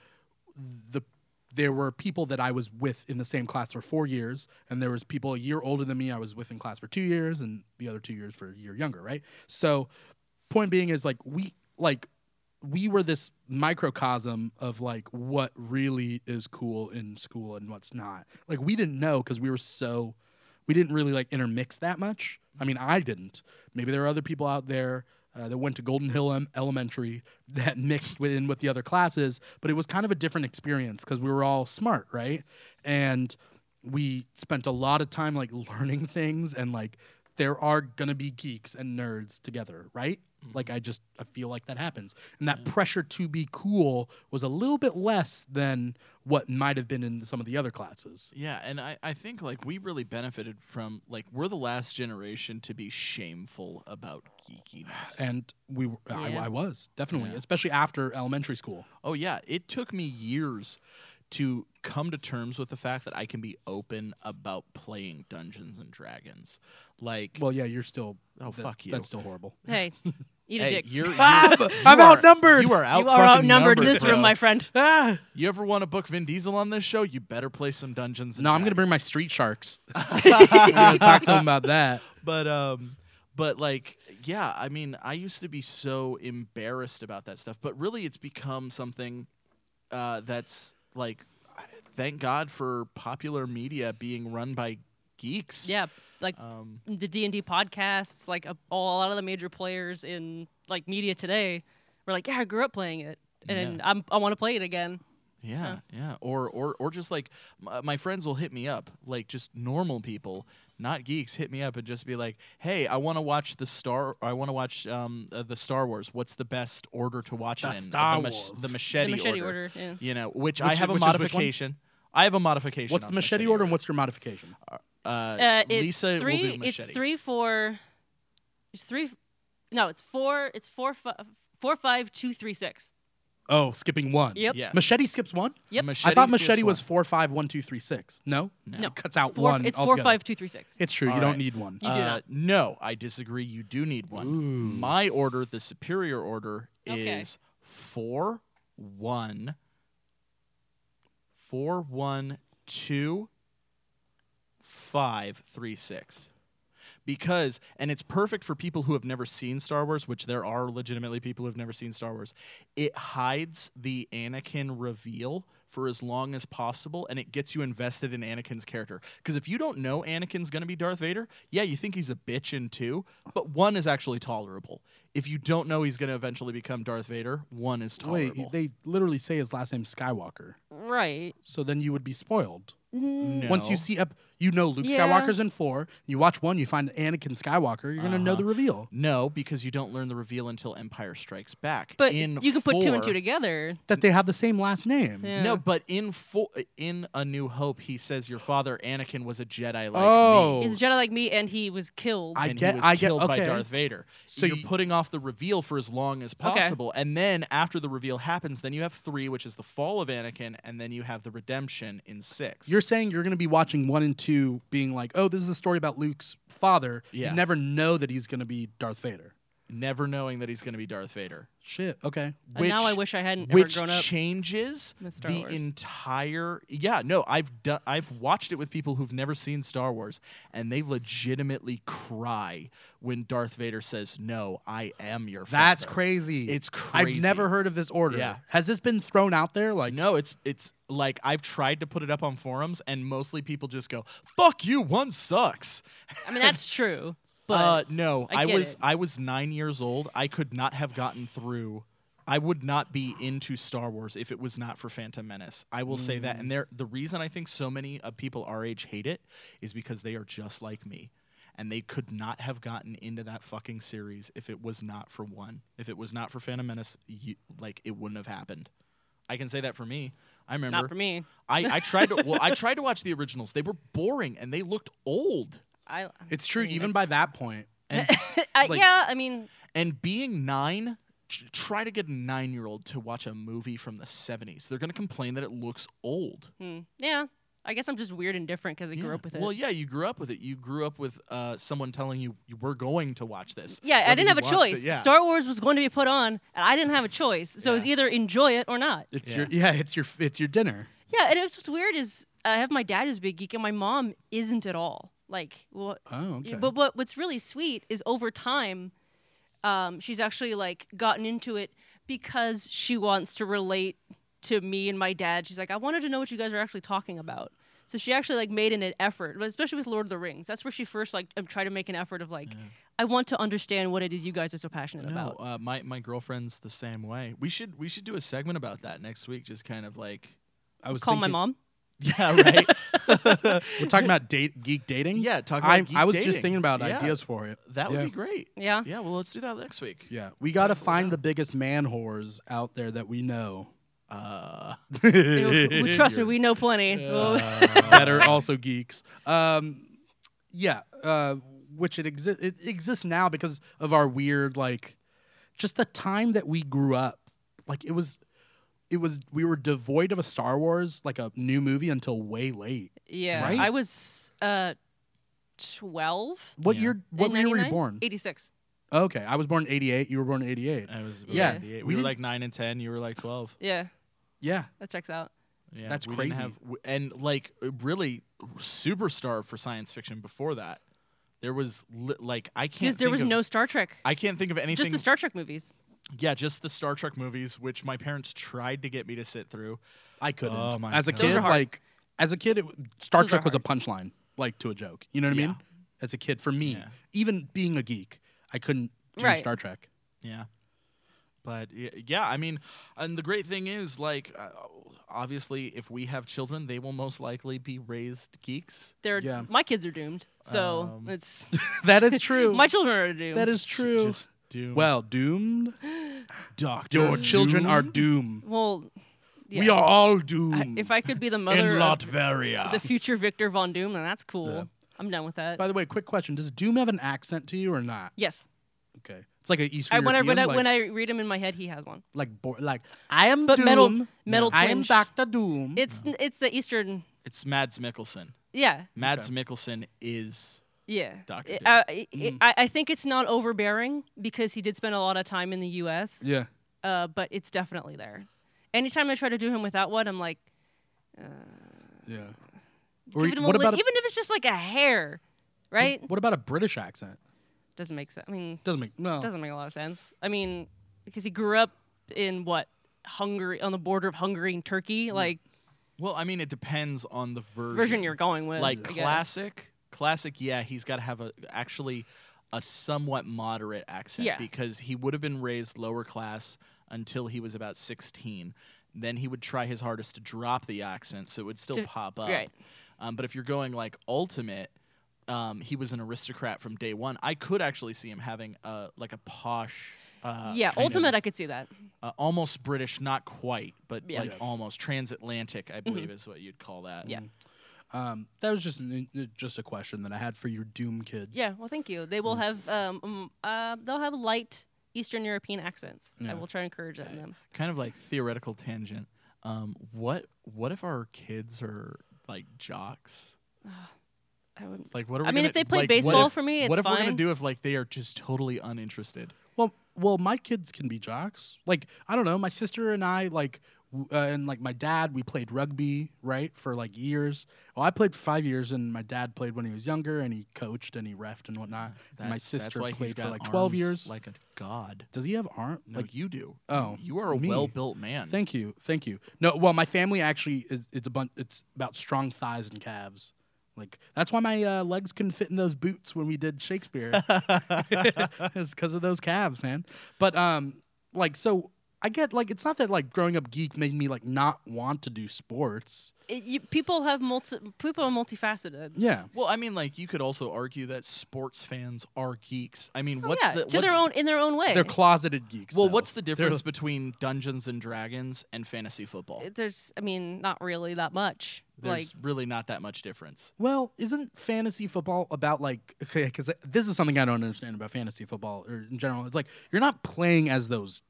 Speaker 1: the there were people that I was with in the same class for four years, and there was people a year older than me I was with in class for two years, and the other two years for a year younger, right? So point being is like we like we were this microcosm of like what really is cool in school and what's not. Like we didn't know because we were so we didn't really like intermix that much. I mean, I didn't. Maybe there are other people out there uh, that went to Golden Hill em- Elementary that mixed within with the other classes, but it was kind of a different experience because we were all smart, right? And we spent a lot of time like learning things and like there are gonna be geeks and nerds together, right? Like I just I feel like that happens, and that pressure to be cool was a little bit less than what might have been in some of the other classes.
Speaker 3: Yeah, and I, I think like we really benefited from like we're the last generation to be shameful about geekiness.
Speaker 1: and we w I I
Speaker 4: Yeah.
Speaker 1: I, was definitely
Speaker 3: Yeah.
Speaker 1: especially after elementary school
Speaker 3: oh yeah, it took me years to come to terms with the fact that I can be open about playing Dungeons and Dragons. Like
Speaker 1: well yeah you're still
Speaker 3: Oh, fuck you.
Speaker 1: that's still horrible
Speaker 4: Hey, eat a
Speaker 3: hey,
Speaker 4: dick.
Speaker 3: You're, you're,
Speaker 1: I'm
Speaker 3: you are-
Speaker 1: outnumbered.
Speaker 3: You are, out
Speaker 4: You are
Speaker 3: fucking
Speaker 4: outnumbered in this
Speaker 3: numbered,
Speaker 4: room,
Speaker 3: bro.
Speaker 4: my friend.
Speaker 1: ah
Speaker 3: You ever want to book Vin Diesel on this show? You better play some Dungeons and
Speaker 1: no i'm gonna bring
Speaker 3: Dragons.
Speaker 1: my street sharks i'm gonna talk to them about that
Speaker 3: but um but like yeah i mean i used to be so embarrassed about that stuff but really it's become something uh that's like thank god for popular media being run by geeks
Speaker 4: Yeah, like
Speaker 3: um
Speaker 4: the D and D podcasts, like a, a lot of the major players in like media today, were like, yeah, I grew up playing it, and
Speaker 3: Yeah.
Speaker 4: I'm, I want to play it again.
Speaker 3: yeah yeah or or or just like m- my friends will hit me up like just normal people not geeks hit me up and just be like hey i want to watch the star i want to watch um uh, the star wars what's the best order to watch
Speaker 1: The
Speaker 3: it in
Speaker 1: Star
Speaker 3: the, mach-
Speaker 1: Wars.
Speaker 3: the machete,
Speaker 4: the machete
Speaker 3: order.
Speaker 4: order. yeah.
Speaker 3: you know, which, I
Speaker 1: Which-
Speaker 3: have a
Speaker 1: which is which one?
Speaker 3: modification. I have a modification.
Speaker 1: what's
Speaker 3: on
Speaker 1: the machete order and what's your modification
Speaker 3: uh,
Speaker 4: uh, it's
Speaker 3: Lisa will
Speaker 4: three.
Speaker 3: do
Speaker 4: it's
Speaker 3: machete.
Speaker 4: three four. It's three. No, it's four. It's four fi- four, five, two, three, six.
Speaker 1: oh skipping one
Speaker 4: Yep.
Speaker 3: Yes.
Speaker 1: machete skips one
Speaker 4: Yep.
Speaker 1: i thought
Speaker 3: skips
Speaker 1: machete was
Speaker 3: one.
Speaker 1: four five one two three six no
Speaker 3: No.
Speaker 4: No,
Speaker 1: it cuts
Speaker 4: it's
Speaker 1: out
Speaker 4: four,
Speaker 1: one
Speaker 4: It's
Speaker 1: altogether.
Speaker 4: four five two three six.
Speaker 1: it's true you
Speaker 3: All
Speaker 1: don't
Speaker 3: right.
Speaker 1: need one
Speaker 4: You do
Speaker 3: Uh,
Speaker 4: not.
Speaker 3: No, I disagree. You do need one. My order, the superior order,
Speaker 4: Okay.
Speaker 3: is four, one, four, one, two, five, three, six. Because, and it's perfect for people who have never seen Star Wars, which there are legitimately people who have never seen Star Wars. It hides the Anakin reveal for as long as possible, and it gets you invested in Anakin's character. Because if you don't know Anakin's going to be Darth Vader, yeah, you think he's a bitch in two, but one is actually tolerable. If you don't know he's going to eventually become Darth Vader, one is tolerable.
Speaker 1: wait they literally say his last name's skywalker
Speaker 4: Right.
Speaker 1: so then you would be spoiled
Speaker 3: No.
Speaker 1: Once you see up, you know Luke
Speaker 4: Yeah.
Speaker 1: Skywalker's in four. You watch one, you find Anakin Skywalker. You're gonna know
Speaker 3: Uh-huh.
Speaker 1: the reveal.
Speaker 3: No, because you don't learn the reveal until Empire Strikes Back.
Speaker 4: But
Speaker 3: in
Speaker 4: you can put two and two
Speaker 3: four-
Speaker 4: together.
Speaker 1: That they have the same last name.
Speaker 4: Yeah.
Speaker 3: No, but in fo- in A New Hope, he says your father Anakin was a Jedi like
Speaker 1: Oh.
Speaker 3: me.
Speaker 4: He's a Jedi like me, and he was killed.
Speaker 1: I-
Speaker 3: and
Speaker 1: get-
Speaker 3: he was
Speaker 1: I get-
Speaker 3: killed
Speaker 1: okay.
Speaker 3: by Darth Vader.
Speaker 1: So
Speaker 3: So you're
Speaker 1: you-
Speaker 3: putting off the reveal for as long as
Speaker 4: Okay.
Speaker 3: possible, and then after the reveal happens, then you have three, which is the fall of Anakin, and then you have the redemption in six.
Speaker 1: You're saying you're gonna be watching one and two, being like, "Oh, this is a story about Luke's father."
Speaker 3: Yeah.
Speaker 1: You never know that he's gonna be Darth Vader.
Speaker 3: never knowing that he's going to be Darth Vader,
Speaker 1: Shit. Okay.
Speaker 4: and now I
Speaker 3: which-
Speaker 4: wish I hadn't ever
Speaker 3: which
Speaker 4: grown up.
Speaker 3: changes
Speaker 4: with Star
Speaker 3: the
Speaker 4: Wars.
Speaker 3: entire. Yeah, no, I've done. I've watched it with people who've never seen Star Wars, and they legitimately cry when Darth Vader says, "No, I am your."
Speaker 1: That's
Speaker 3: father."
Speaker 1: crazy.
Speaker 3: It's
Speaker 1: I've
Speaker 3: crazy.
Speaker 1: never heard of this order.
Speaker 3: Yeah.
Speaker 1: Has this been thrown out there? Like,
Speaker 3: No, it's it's like I've tried to put it up on forums, and mostly people just go, "Fuck you, one sucks."
Speaker 4: I mean, that's true. But
Speaker 3: uh, no,
Speaker 4: I
Speaker 3: I,
Speaker 4: get
Speaker 3: was
Speaker 4: it.
Speaker 3: I was nine years old. I could not have gotten through. I would not be into Star Wars if it was not for Phantom Menace. I will say that.
Speaker 4: Mm.
Speaker 3: And there, the reason I think so many of people our age hate it is because they are just like me. And they could not have gotten into that fucking series if it was not for one. If it was not for Phantom Menace, you, like it wouldn't have happened. I can say that for me. I remember.
Speaker 4: Not for me.
Speaker 3: I, I tried to. Well, I tried to watch the originals. They were boring and they looked old.
Speaker 4: I,
Speaker 1: It's true, even by that point.
Speaker 3: And
Speaker 4: I,
Speaker 3: like-
Speaker 4: yeah, I mean,
Speaker 3: and being nine tr- try to get a nine-year-old to watch a movie from the 70s they're going to complain that it looks old
Speaker 4: hmm, yeah. I guess I'm just weird and different because I
Speaker 3: Yeah.
Speaker 4: grew up with it.
Speaker 3: well yeah you grew up with it you grew up with uh, someone telling you you we're going to watch this
Speaker 4: yeah, I
Speaker 3: whether
Speaker 4: didn't
Speaker 3: you
Speaker 4: have a
Speaker 3: watched it-
Speaker 4: choice.
Speaker 3: yeah.
Speaker 4: Star Wars was going to be put on, and I didn't have a choice. So it was
Speaker 3: Yeah.
Speaker 4: either enjoy it or not.
Speaker 1: It's
Speaker 3: Yeah.
Speaker 1: your yeah, it's your it's your dinner.
Speaker 4: Yeah, and it's what's weird is I have my dad is a big geek and my mom isn't at all. Like, well,
Speaker 1: Oh, okay.
Speaker 4: but what what's really sweet is over time, um, she's actually like gotten into it because she wants to relate to me and my dad. She's like, I wanted to know what you guys are actually talking about. So she actually like made an effort, but especially with Lord of the Rings. That's where she first like um, tried to make an effort of like, I want to understand what it is you guys are so passionate
Speaker 3: no,
Speaker 4: about.
Speaker 3: uh, my, my girlfriend's the same way. We should we should do a segment about that next week. Just kind of like,
Speaker 1: I was
Speaker 4: Call my
Speaker 1: thinking-
Speaker 4: mom.
Speaker 3: yeah, right.
Speaker 1: We're talking about date geek dating.
Speaker 3: yeah, talk about
Speaker 1: I,
Speaker 3: geek
Speaker 1: I was
Speaker 3: dating.
Speaker 1: just thinking about
Speaker 3: Yeah,
Speaker 1: ideas for it.
Speaker 3: That
Speaker 1: Yeah.
Speaker 3: would be great.
Speaker 4: Yeah.
Speaker 3: Yeah, well, let's do that next week.
Speaker 1: Yeah, we got to
Speaker 3: Yeah.
Speaker 1: find the biggest man whores out there that we know.
Speaker 3: Uh,
Speaker 4: Well, Trust me, we know plenty.
Speaker 1: Uh, that are also geeks. Um, yeah, uh, which it, exi- it exists now because of our weird, like, just the time that we grew up. Like, it was, it was, we were devoid of a Star Wars, like a new movie until way late.
Speaker 4: Yeah,
Speaker 1: Right?
Speaker 4: I was uh, twelve.
Speaker 1: What
Speaker 3: Yeah.
Speaker 1: year, what
Speaker 4: in
Speaker 1: year were you
Speaker 4: 99?
Speaker 1: born?
Speaker 4: Eighty-six.
Speaker 1: Okay, I was born in 88. You were born in 88.
Speaker 3: I was
Speaker 1: Yeah,
Speaker 3: yeah. We,
Speaker 1: we
Speaker 3: were
Speaker 1: did-
Speaker 3: like nine and ten. You were like twelve.
Speaker 4: Yeah,
Speaker 1: Yeah.
Speaker 4: that checks out.
Speaker 3: Yeah,
Speaker 1: That's
Speaker 3: we didn't
Speaker 1: crazy.
Speaker 3: have- w- and like really superstar for science fiction before that. There was li- like I can't.
Speaker 4: Because there
Speaker 3: think
Speaker 4: was
Speaker 3: of-
Speaker 4: no Star Trek.
Speaker 3: I can't think of anything.
Speaker 4: Just the Star Trek movies.
Speaker 3: yeah, just the Star Trek movies, which my parents tried to get me to sit through.
Speaker 1: I couldn't.
Speaker 3: Oh my
Speaker 1: as a
Speaker 3: God.
Speaker 4: Those
Speaker 1: kid,
Speaker 4: are hard.
Speaker 1: like as a kid, it, w- Star
Speaker 4: Those are
Speaker 1: Trek was a punchline, like to a joke. You know what I mean? As a kid, for me,
Speaker 3: Yeah.
Speaker 1: even being a geek, I couldn't do
Speaker 4: Right.
Speaker 1: Star Trek.
Speaker 3: Yeah, but y- yeah, I mean, and the great thing is like, uh, obviously, if we have children, they will most likely be raised geeks.
Speaker 4: They're
Speaker 1: Yeah.
Speaker 4: my kids are doomed. So
Speaker 3: Um,
Speaker 4: it's
Speaker 1: that is true.
Speaker 4: my children are doomed.
Speaker 1: that is true.
Speaker 3: Just do
Speaker 1: well, doomed.
Speaker 3: doctor.
Speaker 1: Your children are
Speaker 3: Doom
Speaker 1: doomed.
Speaker 4: well. Yes.
Speaker 1: We are all
Speaker 4: I-
Speaker 1: doomed.
Speaker 4: if I could be the
Speaker 3: in
Speaker 4: mother of
Speaker 3: Latveria.
Speaker 4: the future Victor Von Doom, then that's cool.
Speaker 1: Yeah.
Speaker 4: I'm done with that.
Speaker 1: By the way, quick question: Does Doom have an accent to you or not?
Speaker 4: yes,
Speaker 1: Okay, it's like an East
Speaker 4: I, when I
Speaker 1: European.
Speaker 4: when, I
Speaker 1: like,
Speaker 4: when I read him in my head, he has one.
Speaker 1: like, bo- like I am
Speaker 4: But
Speaker 1: Doom.
Speaker 4: metal- metal
Speaker 1: I am
Speaker 4: twinged.
Speaker 1: Doctor Doom.
Speaker 4: It's it's the Eastern.
Speaker 3: it's Mads Mikkelsen.
Speaker 4: Yeah,
Speaker 3: Mads Mikkelsen is
Speaker 4: Yeah.
Speaker 3: Dr.
Speaker 4: I-
Speaker 3: Doom.
Speaker 4: I, I-
Speaker 1: Mm.
Speaker 4: I, I think it's not overbearing because he did spend a lot of time in the U.S.,
Speaker 1: yeah.
Speaker 4: uh, but it's definitely there. Anytime I try to do him without one, I'm like,
Speaker 1: Yeah. Or e
Speaker 4: give him a
Speaker 1: what
Speaker 4: li-
Speaker 1: about a-
Speaker 4: even if it's just like a hair, right?
Speaker 1: what about a British accent?
Speaker 4: Doesn't make sense. I mean,
Speaker 1: Doesn't make no.
Speaker 4: doesn't make a lot of sense. I mean, because he grew up in what Hungary, on the border of Hungary and Turkey, like
Speaker 3: Well, I mean, it depends on the version.
Speaker 4: version you're going with,
Speaker 3: like
Speaker 4: I guess.
Speaker 3: classic, classic. Yeah, he's got to have a actually a somewhat moderate accent
Speaker 4: Yeah.
Speaker 3: because he would have been raised lower class until he was about sixteen. Then he would try his hardest to drop the accent, so it would still
Speaker 4: To-
Speaker 3: pop up.
Speaker 4: right.
Speaker 3: Um, but if you're going like ultimate. Um, he was an aristocrat from day one. I could actually see him having a like a posh, uh,
Speaker 4: yeah,
Speaker 3: kind of,
Speaker 4: ultimate, I could see that.
Speaker 3: uh, almost British, not quite, but
Speaker 4: Yeah. Mm-hmm.
Speaker 3: like
Speaker 1: Yeah.
Speaker 3: almost transatlantic. I believe is what you'd call that.
Speaker 4: Yeah.
Speaker 1: Um, that was just an, uh, just a question that I had for your Doom kids.
Speaker 4: Yeah, well, thank you. They will have um, um uh, they'll have light Eastern European accents.
Speaker 1: Yeah.
Speaker 4: I will try to encourage that in them.
Speaker 3: kind of like theoretical tangent. Um, what what if our kids are like jocks?
Speaker 4: I would.
Speaker 3: Like what are we
Speaker 4: I mean,
Speaker 3: gonna-
Speaker 4: if they play
Speaker 3: like, what
Speaker 4: baseball
Speaker 3: if-
Speaker 4: for me, it's
Speaker 3: what if we're gonna
Speaker 4: fine.
Speaker 3: do if like they are just totally uninterested?
Speaker 1: Well, well, my kids can be jocks. Like I don't know, my sister and I like. w- Uh, and like my dad, we played rugby, right, for like years. Well, I played for five years, and my dad played when he was younger, and he coached and he refed and whatnot. and my
Speaker 3: That's- that's
Speaker 1: sister
Speaker 3: why he's
Speaker 1: played for
Speaker 3: got
Speaker 1: like twelve
Speaker 3: arms
Speaker 1: years.
Speaker 3: like a god.
Speaker 1: Does he have arm?
Speaker 3: No,
Speaker 1: like
Speaker 3: like you do.
Speaker 1: oh,
Speaker 3: you are a
Speaker 1: me.
Speaker 3: well-built man.
Speaker 1: Thank you, thank you. No, well, my family actually is it's a bunch. It's about strong thighs and calves. Like that's why my uh, legs couldn't fit in those boots when we did Shakespeare. it's because of those calves, man. But um, like so, I get like it's not that like growing up geek made me like not want to do sports.
Speaker 4: It, you, people have multi. People are multifaceted.
Speaker 1: Yeah.
Speaker 3: Well, I mean, like you could also argue that sports fans are geeks. I mean,
Speaker 4: Oh,
Speaker 3: what's
Speaker 4: yeah,
Speaker 3: the
Speaker 4: to
Speaker 3: what's-
Speaker 4: their own in their own way.
Speaker 1: They're closeted geeks.
Speaker 3: Well,
Speaker 1: though.
Speaker 3: what's the difference
Speaker 1: They're-
Speaker 3: between Dungeons and Dragons and fantasy football?
Speaker 4: There's, I mean, not really that much. like,
Speaker 3: There's really not that much difference.
Speaker 1: Well, isn't fantasy football about like okay? Because this is something I don't understand about fantasy football or in general. It's like you're not playing as those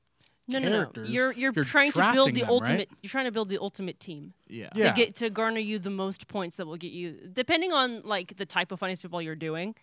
Speaker 4: no, no, no.
Speaker 1: characters.
Speaker 4: You're you're,
Speaker 1: You're
Speaker 4: trying to build
Speaker 1: drafting
Speaker 4: the
Speaker 1: them, right?
Speaker 4: ultimate. You're trying to build the ultimate team
Speaker 3: Yeah.
Speaker 1: Yeah.
Speaker 4: to get to garner you the most points that will get you. Depending on like the type of fantasy football you're doing,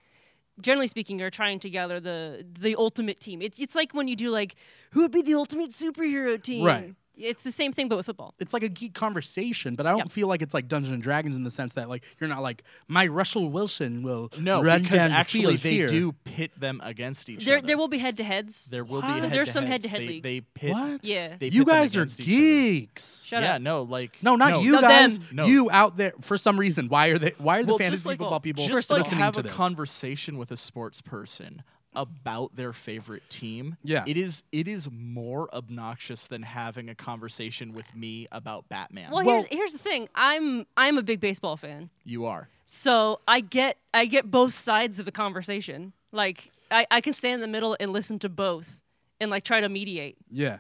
Speaker 4: generally speaking, you're trying to gather the the ultimate team. It's it's like when you do like who would be the ultimate superhero team.
Speaker 1: Right.
Speaker 4: It's the same thing, but with football.
Speaker 1: It's like a geek conversation, but I don't
Speaker 4: Yeah.
Speaker 1: feel like it's like Dungeons and Dragons in the sense that like you're not like my Russell Wilson will
Speaker 3: No,
Speaker 1: run
Speaker 3: because
Speaker 1: down the
Speaker 3: actually
Speaker 1: field
Speaker 3: they
Speaker 1: here."
Speaker 3: do pit them against each
Speaker 4: There
Speaker 3: other.
Speaker 4: there will be head to heads.
Speaker 3: there will be
Speaker 1: What?
Speaker 3: head
Speaker 4: There's some
Speaker 3: heads.
Speaker 4: head-to-head
Speaker 3: They-
Speaker 4: leagues.
Speaker 3: They pit.
Speaker 1: What?
Speaker 4: Yeah.
Speaker 3: They
Speaker 1: You
Speaker 3: pit them
Speaker 1: guys are
Speaker 3: against each other.
Speaker 1: geeks.
Speaker 4: Shut
Speaker 3: yeah,
Speaker 4: up.
Speaker 3: no, like
Speaker 1: No, not you
Speaker 4: No,
Speaker 1: guys.
Speaker 4: them.
Speaker 3: No.
Speaker 1: You out there for some reason. Why are they? Why are the
Speaker 3: Well, just
Speaker 1: fantasy
Speaker 3: like-
Speaker 1: football people
Speaker 3: Just like
Speaker 1: listening
Speaker 3: have
Speaker 1: to
Speaker 3: a
Speaker 1: this?
Speaker 3: conversation with a sports person about their favorite team.
Speaker 1: Yeah.
Speaker 3: it is. It is more obnoxious than having a conversation with me about Batman.
Speaker 4: Well,
Speaker 1: Well-
Speaker 4: here's, here's the thing. I'm I'm a big baseball fan,
Speaker 3: You are.
Speaker 4: so I get I get both sides of the conversation. Like I, I can stay in the middle and listen to both, and like try to mediate.
Speaker 1: yeah,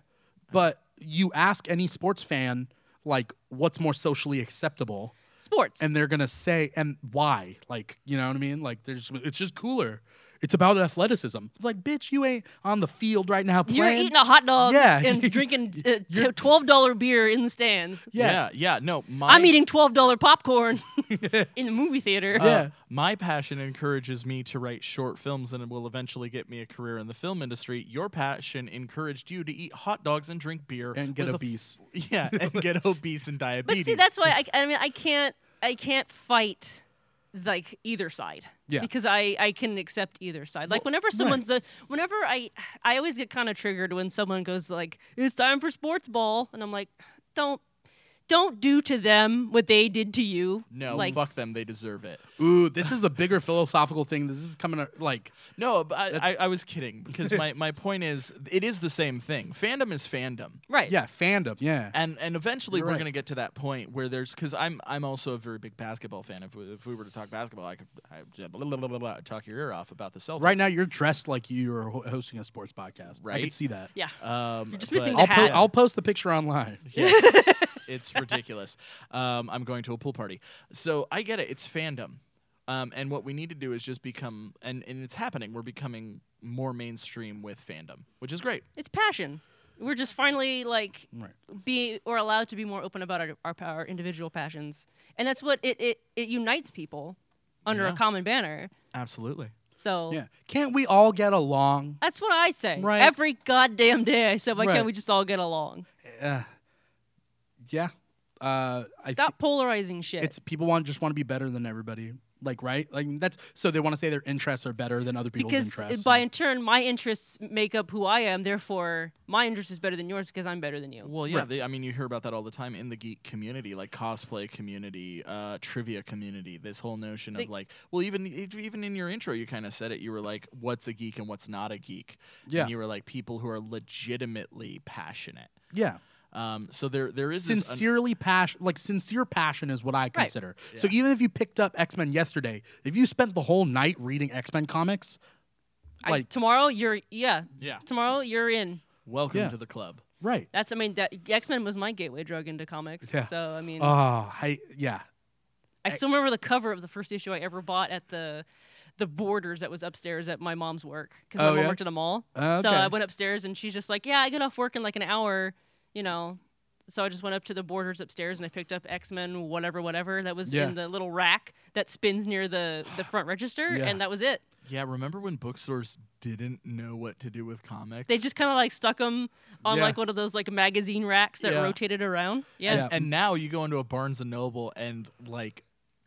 Speaker 1: but you ask any sports fan like what's more socially acceptable,
Speaker 4: Sports.
Speaker 1: and they're gonna say and why? Like you know what I mean? Like there's it's just cooler. It's about athleticism. It's like bitch, you ain't on the field right now
Speaker 4: you're
Speaker 1: playing.
Speaker 4: eating a hot dog
Speaker 1: Yeah.
Speaker 4: and drinking uh,
Speaker 1: You're-
Speaker 4: t- twelve dollar beer in the stands.
Speaker 1: Yeah.
Speaker 3: yeah, yeah, No, my,
Speaker 4: I'm eating twelve dollar popcorn in the movie theater.
Speaker 3: Uh,
Speaker 1: Yeah.
Speaker 3: My passion encourages me to write short films and it will eventually get me a career in the film industry. Your passion encouraged you to eat hot dogs and drink beer
Speaker 1: and get
Speaker 3: with a-
Speaker 1: obese.
Speaker 3: yeah, and get obese and
Speaker 4: but
Speaker 3: diabetes.
Speaker 4: see, that's why I, I mean I can't I can't fight like either side.
Speaker 1: Yeah.
Speaker 4: Because I I can accept either side. Like whenever someone's a, whenever I I always get kind of triggered when someone goes like it's time for sports ball and I'm like don't don't do to them what they did to you.
Speaker 3: no,
Speaker 4: Like
Speaker 3: fuck them. They deserve it.
Speaker 1: Ooh, this is a bigger philosophical thing. This is coming up, like
Speaker 3: No, but I, I, I was kidding because my, my point is it is the same thing. Fandom is fandom.
Speaker 4: right.
Speaker 1: yeah, fandom. Yeah,
Speaker 3: And and eventually
Speaker 1: You're
Speaker 3: we're
Speaker 1: right.
Speaker 3: gonna get to that point where there's because I'm I'm also a very big basketball fan. If we, if we were to talk basketball, I could I, blah, blah, blah, blah, blah, talk your ear off about the Celtics.
Speaker 1: Right now, you're dressed like you are ho- hosting a sports podcast. I can
Speaker 3: Right?
Speaker 1: see that.
Speaker 4: Yeah.
Speaker 3: um,
Speaker 4: You're just missing
Speaker 3: but-
Speaker 4: the
Speaker 1: I'll, po-
Speaker 4: hat.
Speaker 1: I'll post the picture online.
Speaker 3: Yes. it's ridiculous. Um, I'm going to a pool party. So I get it. It's fandom. Um, and what we need to do is just become, and, and it's happening. We're becoming more mainstream with fandom, which is great.
Speaker 4: It's passion. We're just finally like
Speaker 1: Right.
Speaker 4: be or allowed to be more open about our our, our individual passions, and that's what it it, it unites people under a
Speaker 3: Yeah.
Speaker 4: common banner.
Speaker 3: Absolutely.
Speaker 4: So
Speaker 1: Yeah. Can't we all get along?
Speaker 4: That's what I say.
Speaker 1: Right.
Speaker 4: Every goddamn day I said, why
Speaker 1: Right.
Speaker 4: can't we just all get along?
Speaker 1: Uh, yeah. Uh, I
Speaker 4: Stop polarizing shit.
Speaker 1: it's people want just want to be better than everybody. Like right? Like that's so they want to say their interests are better than other people's
Speaker 4: because uh,
Speaker 1: interests.
Speaker 4: by in turn, my interests make up who I am. Therefore, my interest is better than yours because I'm better than you.
Speaker 3: Well, yeah.
Speaker 1: Right.
Speaker 3: They, I mean, you hear about that all the time in the geek community, like cosplay community, uh, trivia community. This whole notion
Speaker 4: They-
Speaker 3: of like, well, even e- even in your intro, you kind of said it. You were like, "What's a geek and what's not a geek?"
Speaker 1: Yeah.
Speaker 3: And you were like, people who are legitimately passionate.
Speaker 1: yeah.
Speaker 3: Um, so there there is this un-
Speaker 1: Sincerely passion, like sincere passion, is what I consider. So
Speaker 3: Yeah.
Speaker 1: even if you picked up X Men yesterday, if you spent the whole night reading X Men comics,
Speaker 4: I-
Speaker 1: like-
Speaker 4: tomorrow, you're yeah.
Speaker 3: yeah.
Speaker 4: Tomorrow, you're in.
Speaker 3: Welcome
Speaker 1: Yeah.
Speaker 3: to the club.
Speaker 1: right?
Speaker 4: That's I mean that X Men was my gateway drug into comics.
Speaker 1: Yeah.
Speaker 4: So I mean,
Speaker 1: Oh, I yeah,
Speaker 4: I still remember the cover of the first issue I ever bought at the the Borders that was upstairs at my mom's work because my
Speaker 1: Oh,
Speaker 4: mom
Speaker 1: yeah?
Speaker 4: worked at a mall.
Speaker 1: Oh,
Speaker 4: So I
Speaker 1: okay.
Speaker 4: went upstairs and she's just like, "Yeah, I get off work in like an hour, you know." So I just went up to the Borders upstairs and I picked up X Men, whatever, whatever that was
Speaker 1: Yeah.
Speaker 4: in the little rack that spins near the the front register,
Speaker 1: Yeah.
Speaker 4: and that was it.
Speaker 3: Yeah, remember when bookstores didn't know what to do with comics?
Speaker 4: They just kind of like stuck them on
Speaker 1: Yeah.
Speaker 4: like one of those like magazine racks that
Speaker 3: Yeah.
Speaker 4: rotated around. Yeah.
Speaker 1: Yeah.
Speaker 3: and now you go into a Barnes and Noble and like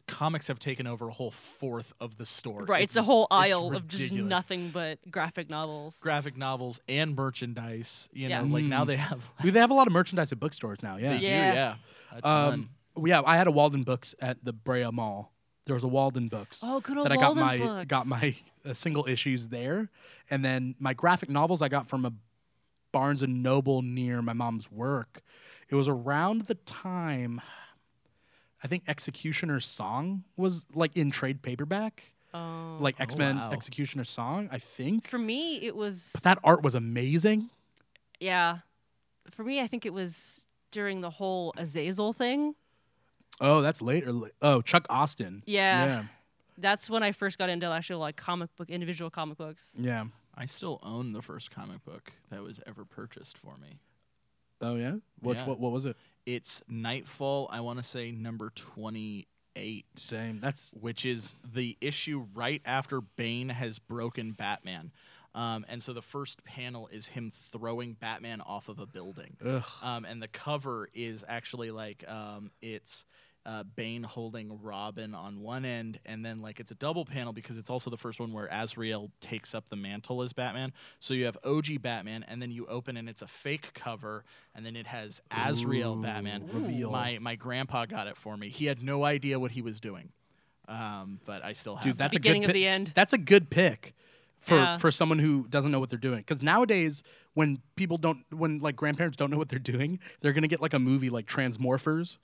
Speaker 3: comics have taken over a whole fourth of the store.
Speaker 4: Right, it's, a whole
Speaker 3: it's
Speaker 4: aisle of just
Speaker 3: ridiculous.
Speaker 4: nothing but graphic novels.
Speaker 3: Graphic novels and merchandise, you
Speaker 4: Yeah.
Speaker 3: know, like now
Speaker 1: Mm.
Speaker 3: they have
Speaker 1: We- they have a lot of merchandise at bookstores now. Yeah.
Speaker 3: they do,
Speaker 4: Yeah.
Speaker 3: yeah. A ton.
Speaker 1: Um, yeah, I had a Walden Books at the Brea Mall. There was a Walden Books
Speaker 4: Oh, good old
Speaker 1: that I got
Speaker 4: Walden
Speaker 1: my
Speaker 4: books.
Speaker 1: got my uh, single issues there, and then my graphic novels I got from a Barnes and Noble near my mom's work. It was around the time I think Executioner's Song was like in trade paperback,
Speaker 4: Um,
Speaker 1: like X Men
Speaker 3: wow.
Speaker 1: Executioner's Song, I think.
Speaker 4: for me, it was
Speaker 1: But that art was amazing.
Speaker 4: yeah. For me, I think it was during the whole Azazel thing.
Speaker 1: Oh, that's later. Oh, Chuck Austin.
Speaker 4: Yeah. That's when I first got into actual like comic book, individual comic books.
Speaker 1: Yeah. yeah.
Speaker 3: I still own the first comic book that was ever purchased for me.
Speaker 1: Oh yeah. What
Speaker 3: Yeah.
Speaker 1: what what was it?
Speaker 3: It's Nightfall, I want to say number 28,
Speaker 1: Same. That's
Speaker 3: which is the issue right after Bane has broken Batman. Um, and so the first panel is him throwing Batman off of a building.
Speaker 1: ugh.
Speaker 3: Um, and the cover is actually like um, it's uh, Bane holding Robin on one end, and then like it's a double panel because it's also the first one where Azrael takes up the mantle as Batman. So you have OG Batman, and then you open and it's a fake cover, and then it has Azrael
Speaker 1: Ooh,
Speaker 3: Batman.
Speaker 1: reveal.
Speaker 3: My my grandpa got it for me. He had no idea what he was doing, um, but I still have.
Speaker 1: Dude,
Speaker 3: it.
Speaker 1: that's a good
Speaker 4: Beginning of
Speaker 1: pi-
Speaker 4: the end.
Speaker 1: That's a good pick for
Speaker 4: Yeah.
Speaker 1: for someone who doesn't know what they're doing. Because nowadays, when people don't, when like grandparents don't know what they're doing, they're gonna get like a movie like Transmorphers,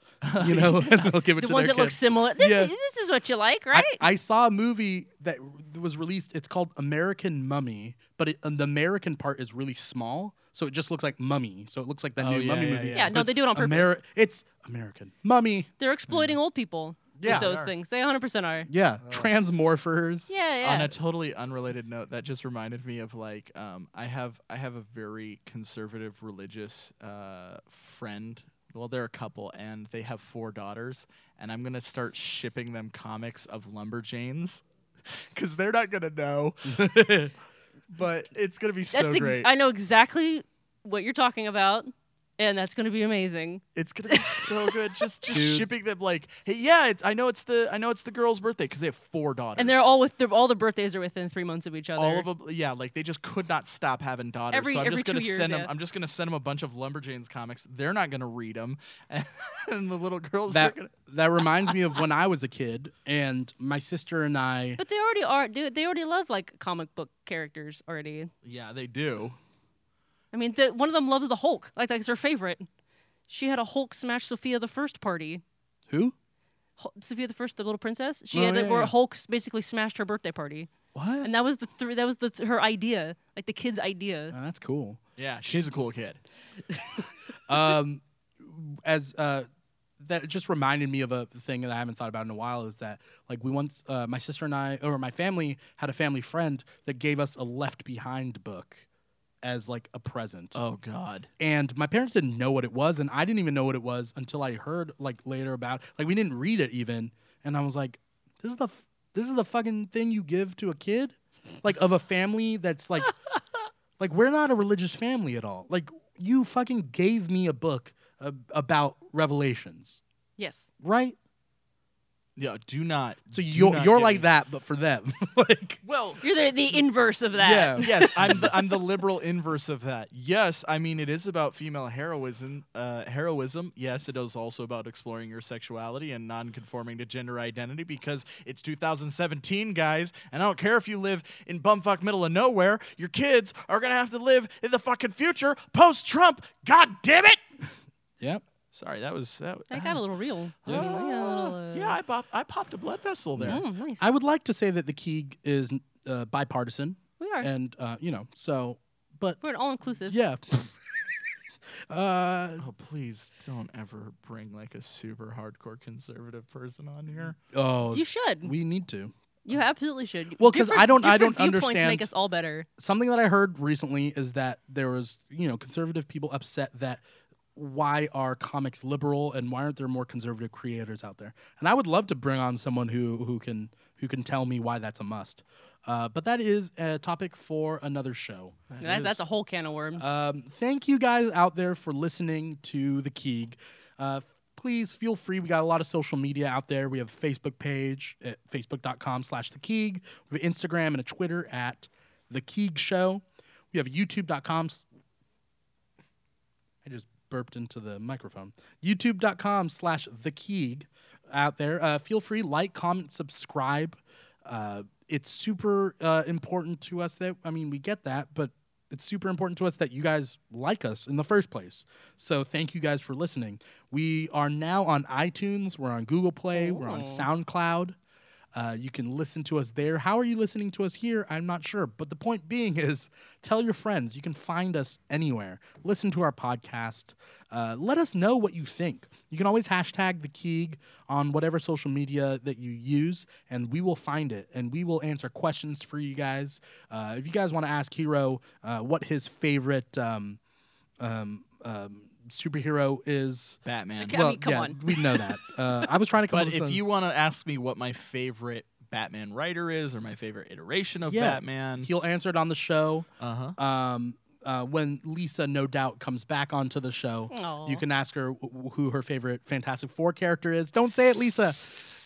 Speaker 1: you know, and they'll give it
Speaker 4: The
Speaker 1: to
Speaker 4: ones
Speaker 1: their
Speaker 4: that look
Speaker 1: kid.
Speaker 4: similar. This,
Speaker 1: Yeah.
Speaker 4: is, this is what you like,
Speaker 1: I,
Speaker 4: right?
Speaker 1: I saw a movie that was released. It's called American Mummy, but it, and the American part is really small, so it just looks like Mummy. So it looks like that
Speaker 3: Oh,
Speaker 1: new
Speaker 3: yeah,
Speaker 1: Mummy
Speaker 3: yeah,
Speaker 1: movie.
Speaker 3: yeah.
Speaker 4: Yeah,
Speaker 1: but
Speaker 4: no,
Speaker 1: it's
Speaker 4: they do it on purpose.
Speaker 1: Ameri- it's American Mummy.
Speaker 4: They're exploiting old people
Speaker 1: Yeah,
Speaker 4: with
Speaker 1: they
Speaker 4: those
Speaker 1: are.
Speaker 4: things. They 100% are.
Speaker 1: Yeah,
Speaker 3: Oh.
Speaker 1: Transmorphers.
Speaker 4: Yeah, yeah.
Speaker 3: on a totally unrelated note that just reminded me of like um, i have i have a very conservative religious uh, friend well they're a couple and they have four daughters and i'm going to start shipping them comics of lumberjanes because they're not going to know but it's going to be so
Speaker 4: that's ex-
Speaker 3: great
Speaker 4: I know exactly what you're talking about, and that's going to be amazing.
Speaker 3: it's going to be so good just just
Speaker 1: Dude.
Speaker 3: shipping them like hey yeah it's, i know it's the i know it's the girl's birthday because they have four daughters
Speaker 4: And they're all with they're, all the birthdays are within three months of each other.
Speaker 3: all of them yeah like they just could not stop having daughters
Speaker 4: Every-
Speaker 3: so i'm
Speaker 4: every
Speaker 3: just gonna
Speaker 4: two years,
Speaker 3: send them
Speaker 4: yeah.
Speaker 3: i'm just gonna send them a bunch of lumberjanes comics they're not gonna read them and the little girls are
Speaker 1: That
Speaker 3: gonna
Speaker 1: that reminds me of when I was a kid, and my sister and I.
Speaker 4: But they already are. Dude, they already love like comic book characters already.
Speaker 3: yeah they do
Speaker 4: I mean, the, one of them loves the Hulk. Like that's her favorite. She had a Hulk smash Sophia the First party.
Speaker 1: Who?
Speaker 4: Hul- Sophia the First, the little princess. She
Speaker 1: Oh,
Speaker 4: had it
Speaker 1: yeah,
Speaker 4: where
Speaker 1: yeah.
Speaker 4: Hulk s- basically smashed her birthday party,
Speaker 1: What?
Speaker 4: and that was the three. That was the th- her idea, like the kid's idea.
Speaker 1: Oh, that's cool.
Speaker 3: yeah she's a cool kid
Speaker 1: um, as uh, that just reminded me of a thing that I haven't thought about in a while is that like we once uh, my sister and I or my family had a family friend that gave us a Left Behind book as like a present.
Speaker 3: oh god
Speaker 1: And my parents didn't know what it was, and I didn't even know what it was until I heard like later about like we didn't read it even, and I was like, this is the f- this is the fucking thing you give to a kid, like of a family that's like, like we're not a religious family at all. Like you fucking gave me a book uh, about revelations,
Speaker 4: Yes.
Speaker 1: right?
Speaker 3: yeah do not
Speaker 1: So
Speaker 3: do
Speaker 1: you're
Speaker 3: not
Speaker 1: you're
Speaker 3: give
Speaker 1: like
Speaker 3: me-
Speaker 1: that, but for them, like
Speaker 3: well
Speaker 4: You're the, the inverse of that.
Speaker 1: yeah.
Speaker 3: yes, I'm the, I'm the liberal inverse of that. Yes, I mean it is about female heroism. Uh, heroism. Yes, it is also about exploring your sexuality and non-conforming to gender identity because it's 2017, guys. And I don't care if you live in bumfuck middle of nowhere. Your kids are gonna have to live in the fucking future post-Trump. God damn it!
Speaker 1: Yep.
Speaker 3: Sorry, that was that.
Speaker 4: That got a little real.
Speaker 1: Yeah.
Speaker 4: a little, uh,
Speaker 3: yeah, I popped I popped a blood vessel there.
Speaker 4: Mm, nice.
Speaker 1: I would like to say that the Keeg is uh, bipartisan,
Speaker 4: we are.
Speaker 1: and uh, you know, so but
Speaker 4: We're an all inclusive.
Speaker 1: Yeah. uh,
Speaker 3: Oh please don't ever bring like a super hardcore conservative person on here.
Speaker 1: oh,
Speaker 4: You should.
Speaker 1: we need to.
Speaker 4: you absolutely should.
Speaker 1: Well, 'cause
Speaker 4: Different-
Speaker 1: I don't- I
Speaker 4: different
Speaker 1: don't
Speaker 4: viewpoints
Speaker 1: understand-
Speaker 4: Make us all better.
Speaker 1: Something that I heard recently is that there was, you know, conservative people upset that why are comics liberal and why aren't there more conservative creators out there? And I would love to bring on someone who who can who can tell me why that's a must. Uh, but that is a topic for another show.
Speaker 4: That's, that's a whole can of worms.
Speaker 1: Um, thank you guys out there for listening to the Keeg. Uh, please feel free. We got a lot of social media out there. We have a Facebook page at facebook.com slash the Keeg. We have Instagram and a Twitter at the Keeg Show. We have youtube.com. s- I just burped into the microphone. YouTube.com slash the Keeg out there. Uh, feel free, like, comment, subscribe. Uh, it's super uh, important to us that, I mean, we get that, but It's super important to us that you guys like us in the first place. So thank you guys for listening. We are now on iTunes. We're on Google Play. We're on
Speaker 4: Ooh.
Speaker 1: SoundCloud. Uh, you can listen to us there. How are you listening to us here? I'm not sure. But the point being is tell your friends. You can find us anywhere. Listen to our podcast. Uh, let us know what you think. You can always hashtag the Keeg on whatever social media that you use, and we will find it and we will answer questions for you guys. Uh, if you guys want to ask Hero uh, what his favorite um, um, um, superhero is,
Speaker 3: Batman.
Speaker 4: Okay. I mean, come
Speaker 1: yeah,
Speaker 4: on.
Speaker 1: we know that. Uh, I was trying to come up
Speaker 3: But
Speaker 1: with
Speaker 3: if
Speaker 1: some-
Speaker 3: you want to ask me what my favorite Batman writer is or my favorite iteration of
Speaker 1: Yeah.
Speaker 3: Batman,
Speaker 1: he'll answer it on the show.
Speaker 3: uh huh.
Speaker 1: um, uh, when Lisa, no doubt, comes back onto the show.
Speaker 4: Aw.
Speaker 1: You can ask her wh- who her favorite Fantastic Four character is. Don't say it, Lisa.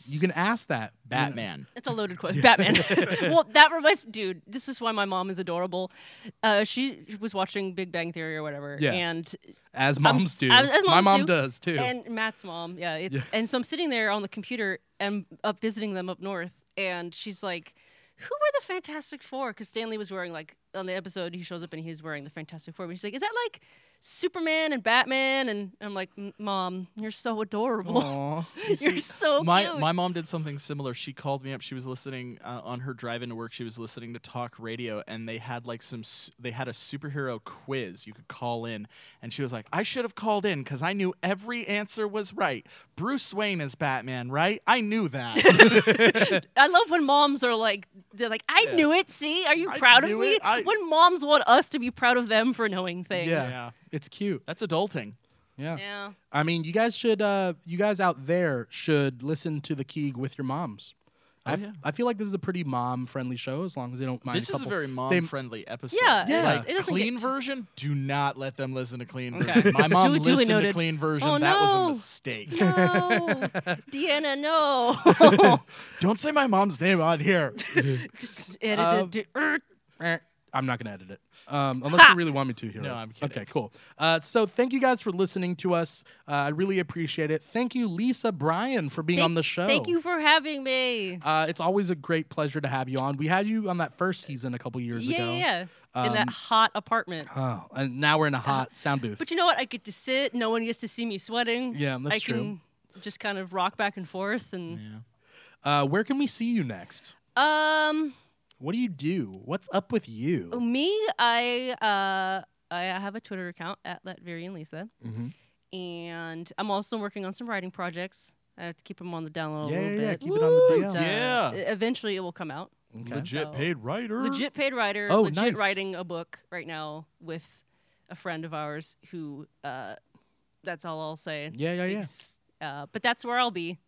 Speaker 1: You can ask that. You know-
Speaker 3: Batman.
Speaker 4: It's a loaded question. Batman. well, that reminds dude, this is why my mom is adorable. Uh, she was watching Big Bang Theory or whatever.
Speaker 1: Yeah.
Speaker 4: And
Speaker 1: as moms
Speaker 4: s-
Speaker 1: do.
Speaker 4: as- as
Speaker 1: My
Speaker 4: moms
Speaker 1: mom
Speaker 4: do.
Speaker 1: does too.
Speaker 4: and Matt's mom. Yeah, it's and so I'm sitting there on the computer and up visiting them up north, and she's like, "Who were the Fantastic Four? Because Stanley was wearing like on the episode he shows up and he's wearing the Fantastic Four. But she's like, "Is that like Superman and Batman?" And I'm like, "M- "Mom, you're so adorable.
Speaker 1: Aw.
Speaker 4: you're so
Speaker 3: my
Speaker 4: cute."
Speaker 3: my mom did something similar. She called me up. She was listening uh, on her drive into work. She was listening to talk radio, and they had like some. s- They had a superhero quiz you could call in, and she was like, "I should have called in because I knew every answer was right. Bruce Wayne is Batman, right? I knew that.
Speaker 4: I love when moms are like, "They're like, I
Speaker 3: Yeah.
Speaker 4: knew it. See, are you
Speaker 3: I
Speaker 4: proud of
Speaker 3: knew
Speaker 4: me?"
Speaker 3: it. I-
Speaker 4: When moms want us to be proud of them for knowing things.
Speaker 1: Yeah. It's cute.
Speaker 3: that's adulting.
Speaker 1: Yeah.
Speaker 4: Yeah.
Speaker 1: I mean, you guys should, uh, you guys out there should listen to the Keeg with your moms. I,
Speaker 3: yeah.
Speaker 1: I feel like this is a pretty mom-friendly show, as long as they don't mind.
Speaker 3: This is a
Speaker 1: couple-
Speaker 3: very
Speaker 1: they-
Speaker 3: mom-friendly episode.
Speaker 4: Yeah,
Speaker 1: Yeah.
Speaker 3: Like,
Speaker 1: does-
Speaker 4: it doesn't
Speaker 3: clean
Speaker 4: get-
Speaker 3: version. Do not let them listen to clean
Speaker 4: Okay.
Speaker 3: version. My mom
Speaker 4: Duly- duly
Speaker 3: listened to
Speaker 4: noted.
Speaker 3: clean version.
Speaker 4: Oh,
Speaker 3: that was a
Speaker 4: no.
Speaker 3: mistake.
Speaker 4: No, Deanna, no.
Speaker 3: Don't say my mom's name on here.
Speaker 4: Just edit
Speaker 1: Um,
Speaker 4: it. to- er,
Speaker 1: Eh, I'm not going to edit it. Um, unless
Speaker 4: Ha!
Speaker 1: you really want me to, Hero.
Speaker 3: No, I'm kidding.
Speaker 1: Okay, cool. Uh, so thank you guys for listening to us. Uh, I really appreciate it. Thank you, Lisa Bryan, for being
Speaker 4: Thank-
Speaker 1: on the show.
Speaker 4: Thank you for having me.
Speaker 1: Uh, it's always a great pleasure to have you on. We had you on that first season a couple years
Speaker 4: Yeah,
Speaker 1: ago.
Speaker 4: yeah, yeah. In
Speaker 1: Um,
Speaker 4: that hot apartment.
Speaker 1: Oh, and now we're in a hot sound booth.
Speaker 4: But you know what? I get to sit. No one gets to see me sweating.
Speaker 1: Yeah, that's
Speaker 4: I can
Speaker 1: true.
Speaker 4: just kind of rock back and forth and
Speaker 1: uh, where can we see you next?
Speaker 4: um
Speaker 1: What do you do? What's up with you?
Speaker 4: me I uh I have a Twitter account at Latverian Lisa
Speaker 1: Mhm.
Speaker 4: and I'm also working on some writing projects. I have to keep them on the down low
Speaker 1: Yeah,
Speaker 4: a little
Speaker 1: yeah, yeah,
Speaker 4: bit.
Speaker 1: keep it on the
Speaker 4: Woo,
Speaker 1: DL.
Speaker 4: uh,
Speaker 3: Yeah.
Speaker 4: Eventually it will come out.
Speaker 1: Okay.
Speaker 3: Legit
Speaker 4: So-
Speaker 3: paid writer.
Speaker 4: legit paid writer
Speaker 1: Oh,
Speaker 4: legit
Speaker 1: nice.
Speaker 4: writing a book right now with a friend of ours who uh that's all i'll say
Speaker 1: Yeah, yeah, yeah.
Speaker 4: Ex- uh, but that's where i'll be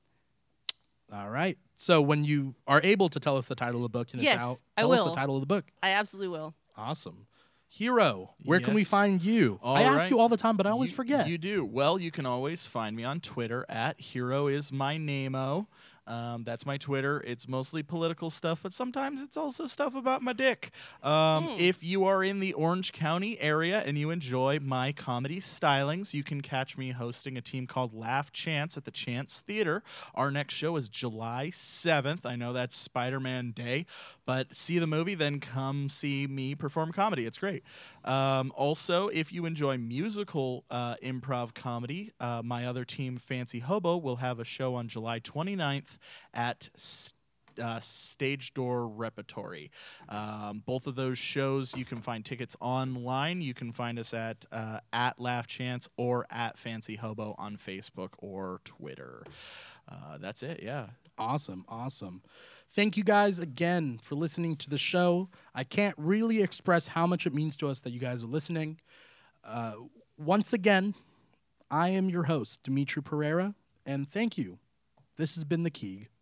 Speaker 1: All right. So when you are able to tell us the title of the book and
Speaker 4: Yes,
Speaker 1: it's out,
Speaker 4: I
Speaker 1: tell us the
Speaker 4: will.
Speaker 1: title of the book.
Speaker 4: i absolutely will
Speaker 1: Awesome. Hero, where can we
Speaker 3: Yes.
Speaker 1: find you?
Speaker 3: All
Speaker 1: I ask
Speaker 3: right.
Speaker 1: you all the time, but I always
Speaker 3: You-
Speaker 1: forget.
Speaker 3: You do. Well, you can always find me on Twitter at Hero is my name-o. Um, that's my Twitter. It's mostly political stuff, but sometimes it's also stuff about my dick. Um,
Speaker 4: Mm.
Speaker 3: If you are in the Orange County area and you enjoy my comedy stylings, you can catch me hosting a team called Laugh Chance at the Chance Theater. Our next show is July 7th. I know that's Spider Man Day, but see the movie, then come see me perform comedy. It's great. Um, also, if you enjoy musical uh, improv comedy, uh, my other team, Fancy Hobo, will have a show on July 29th at S- uh, Stage Door Repertory. Um, both of those shows, you can find tickets online. You can find us at uh, at Laugh Chance or at Fancy Hobo on Facebook or Twitter. Uh, that's it. Yeah.
Speaker 1: Awesome. Awesome. Thank you guys again for listening to the show. I can't really express how much it means to us that you guys are listening. Uh, once again, I am your host, Dimitri Pereira, and thank you. This has been The Keeg.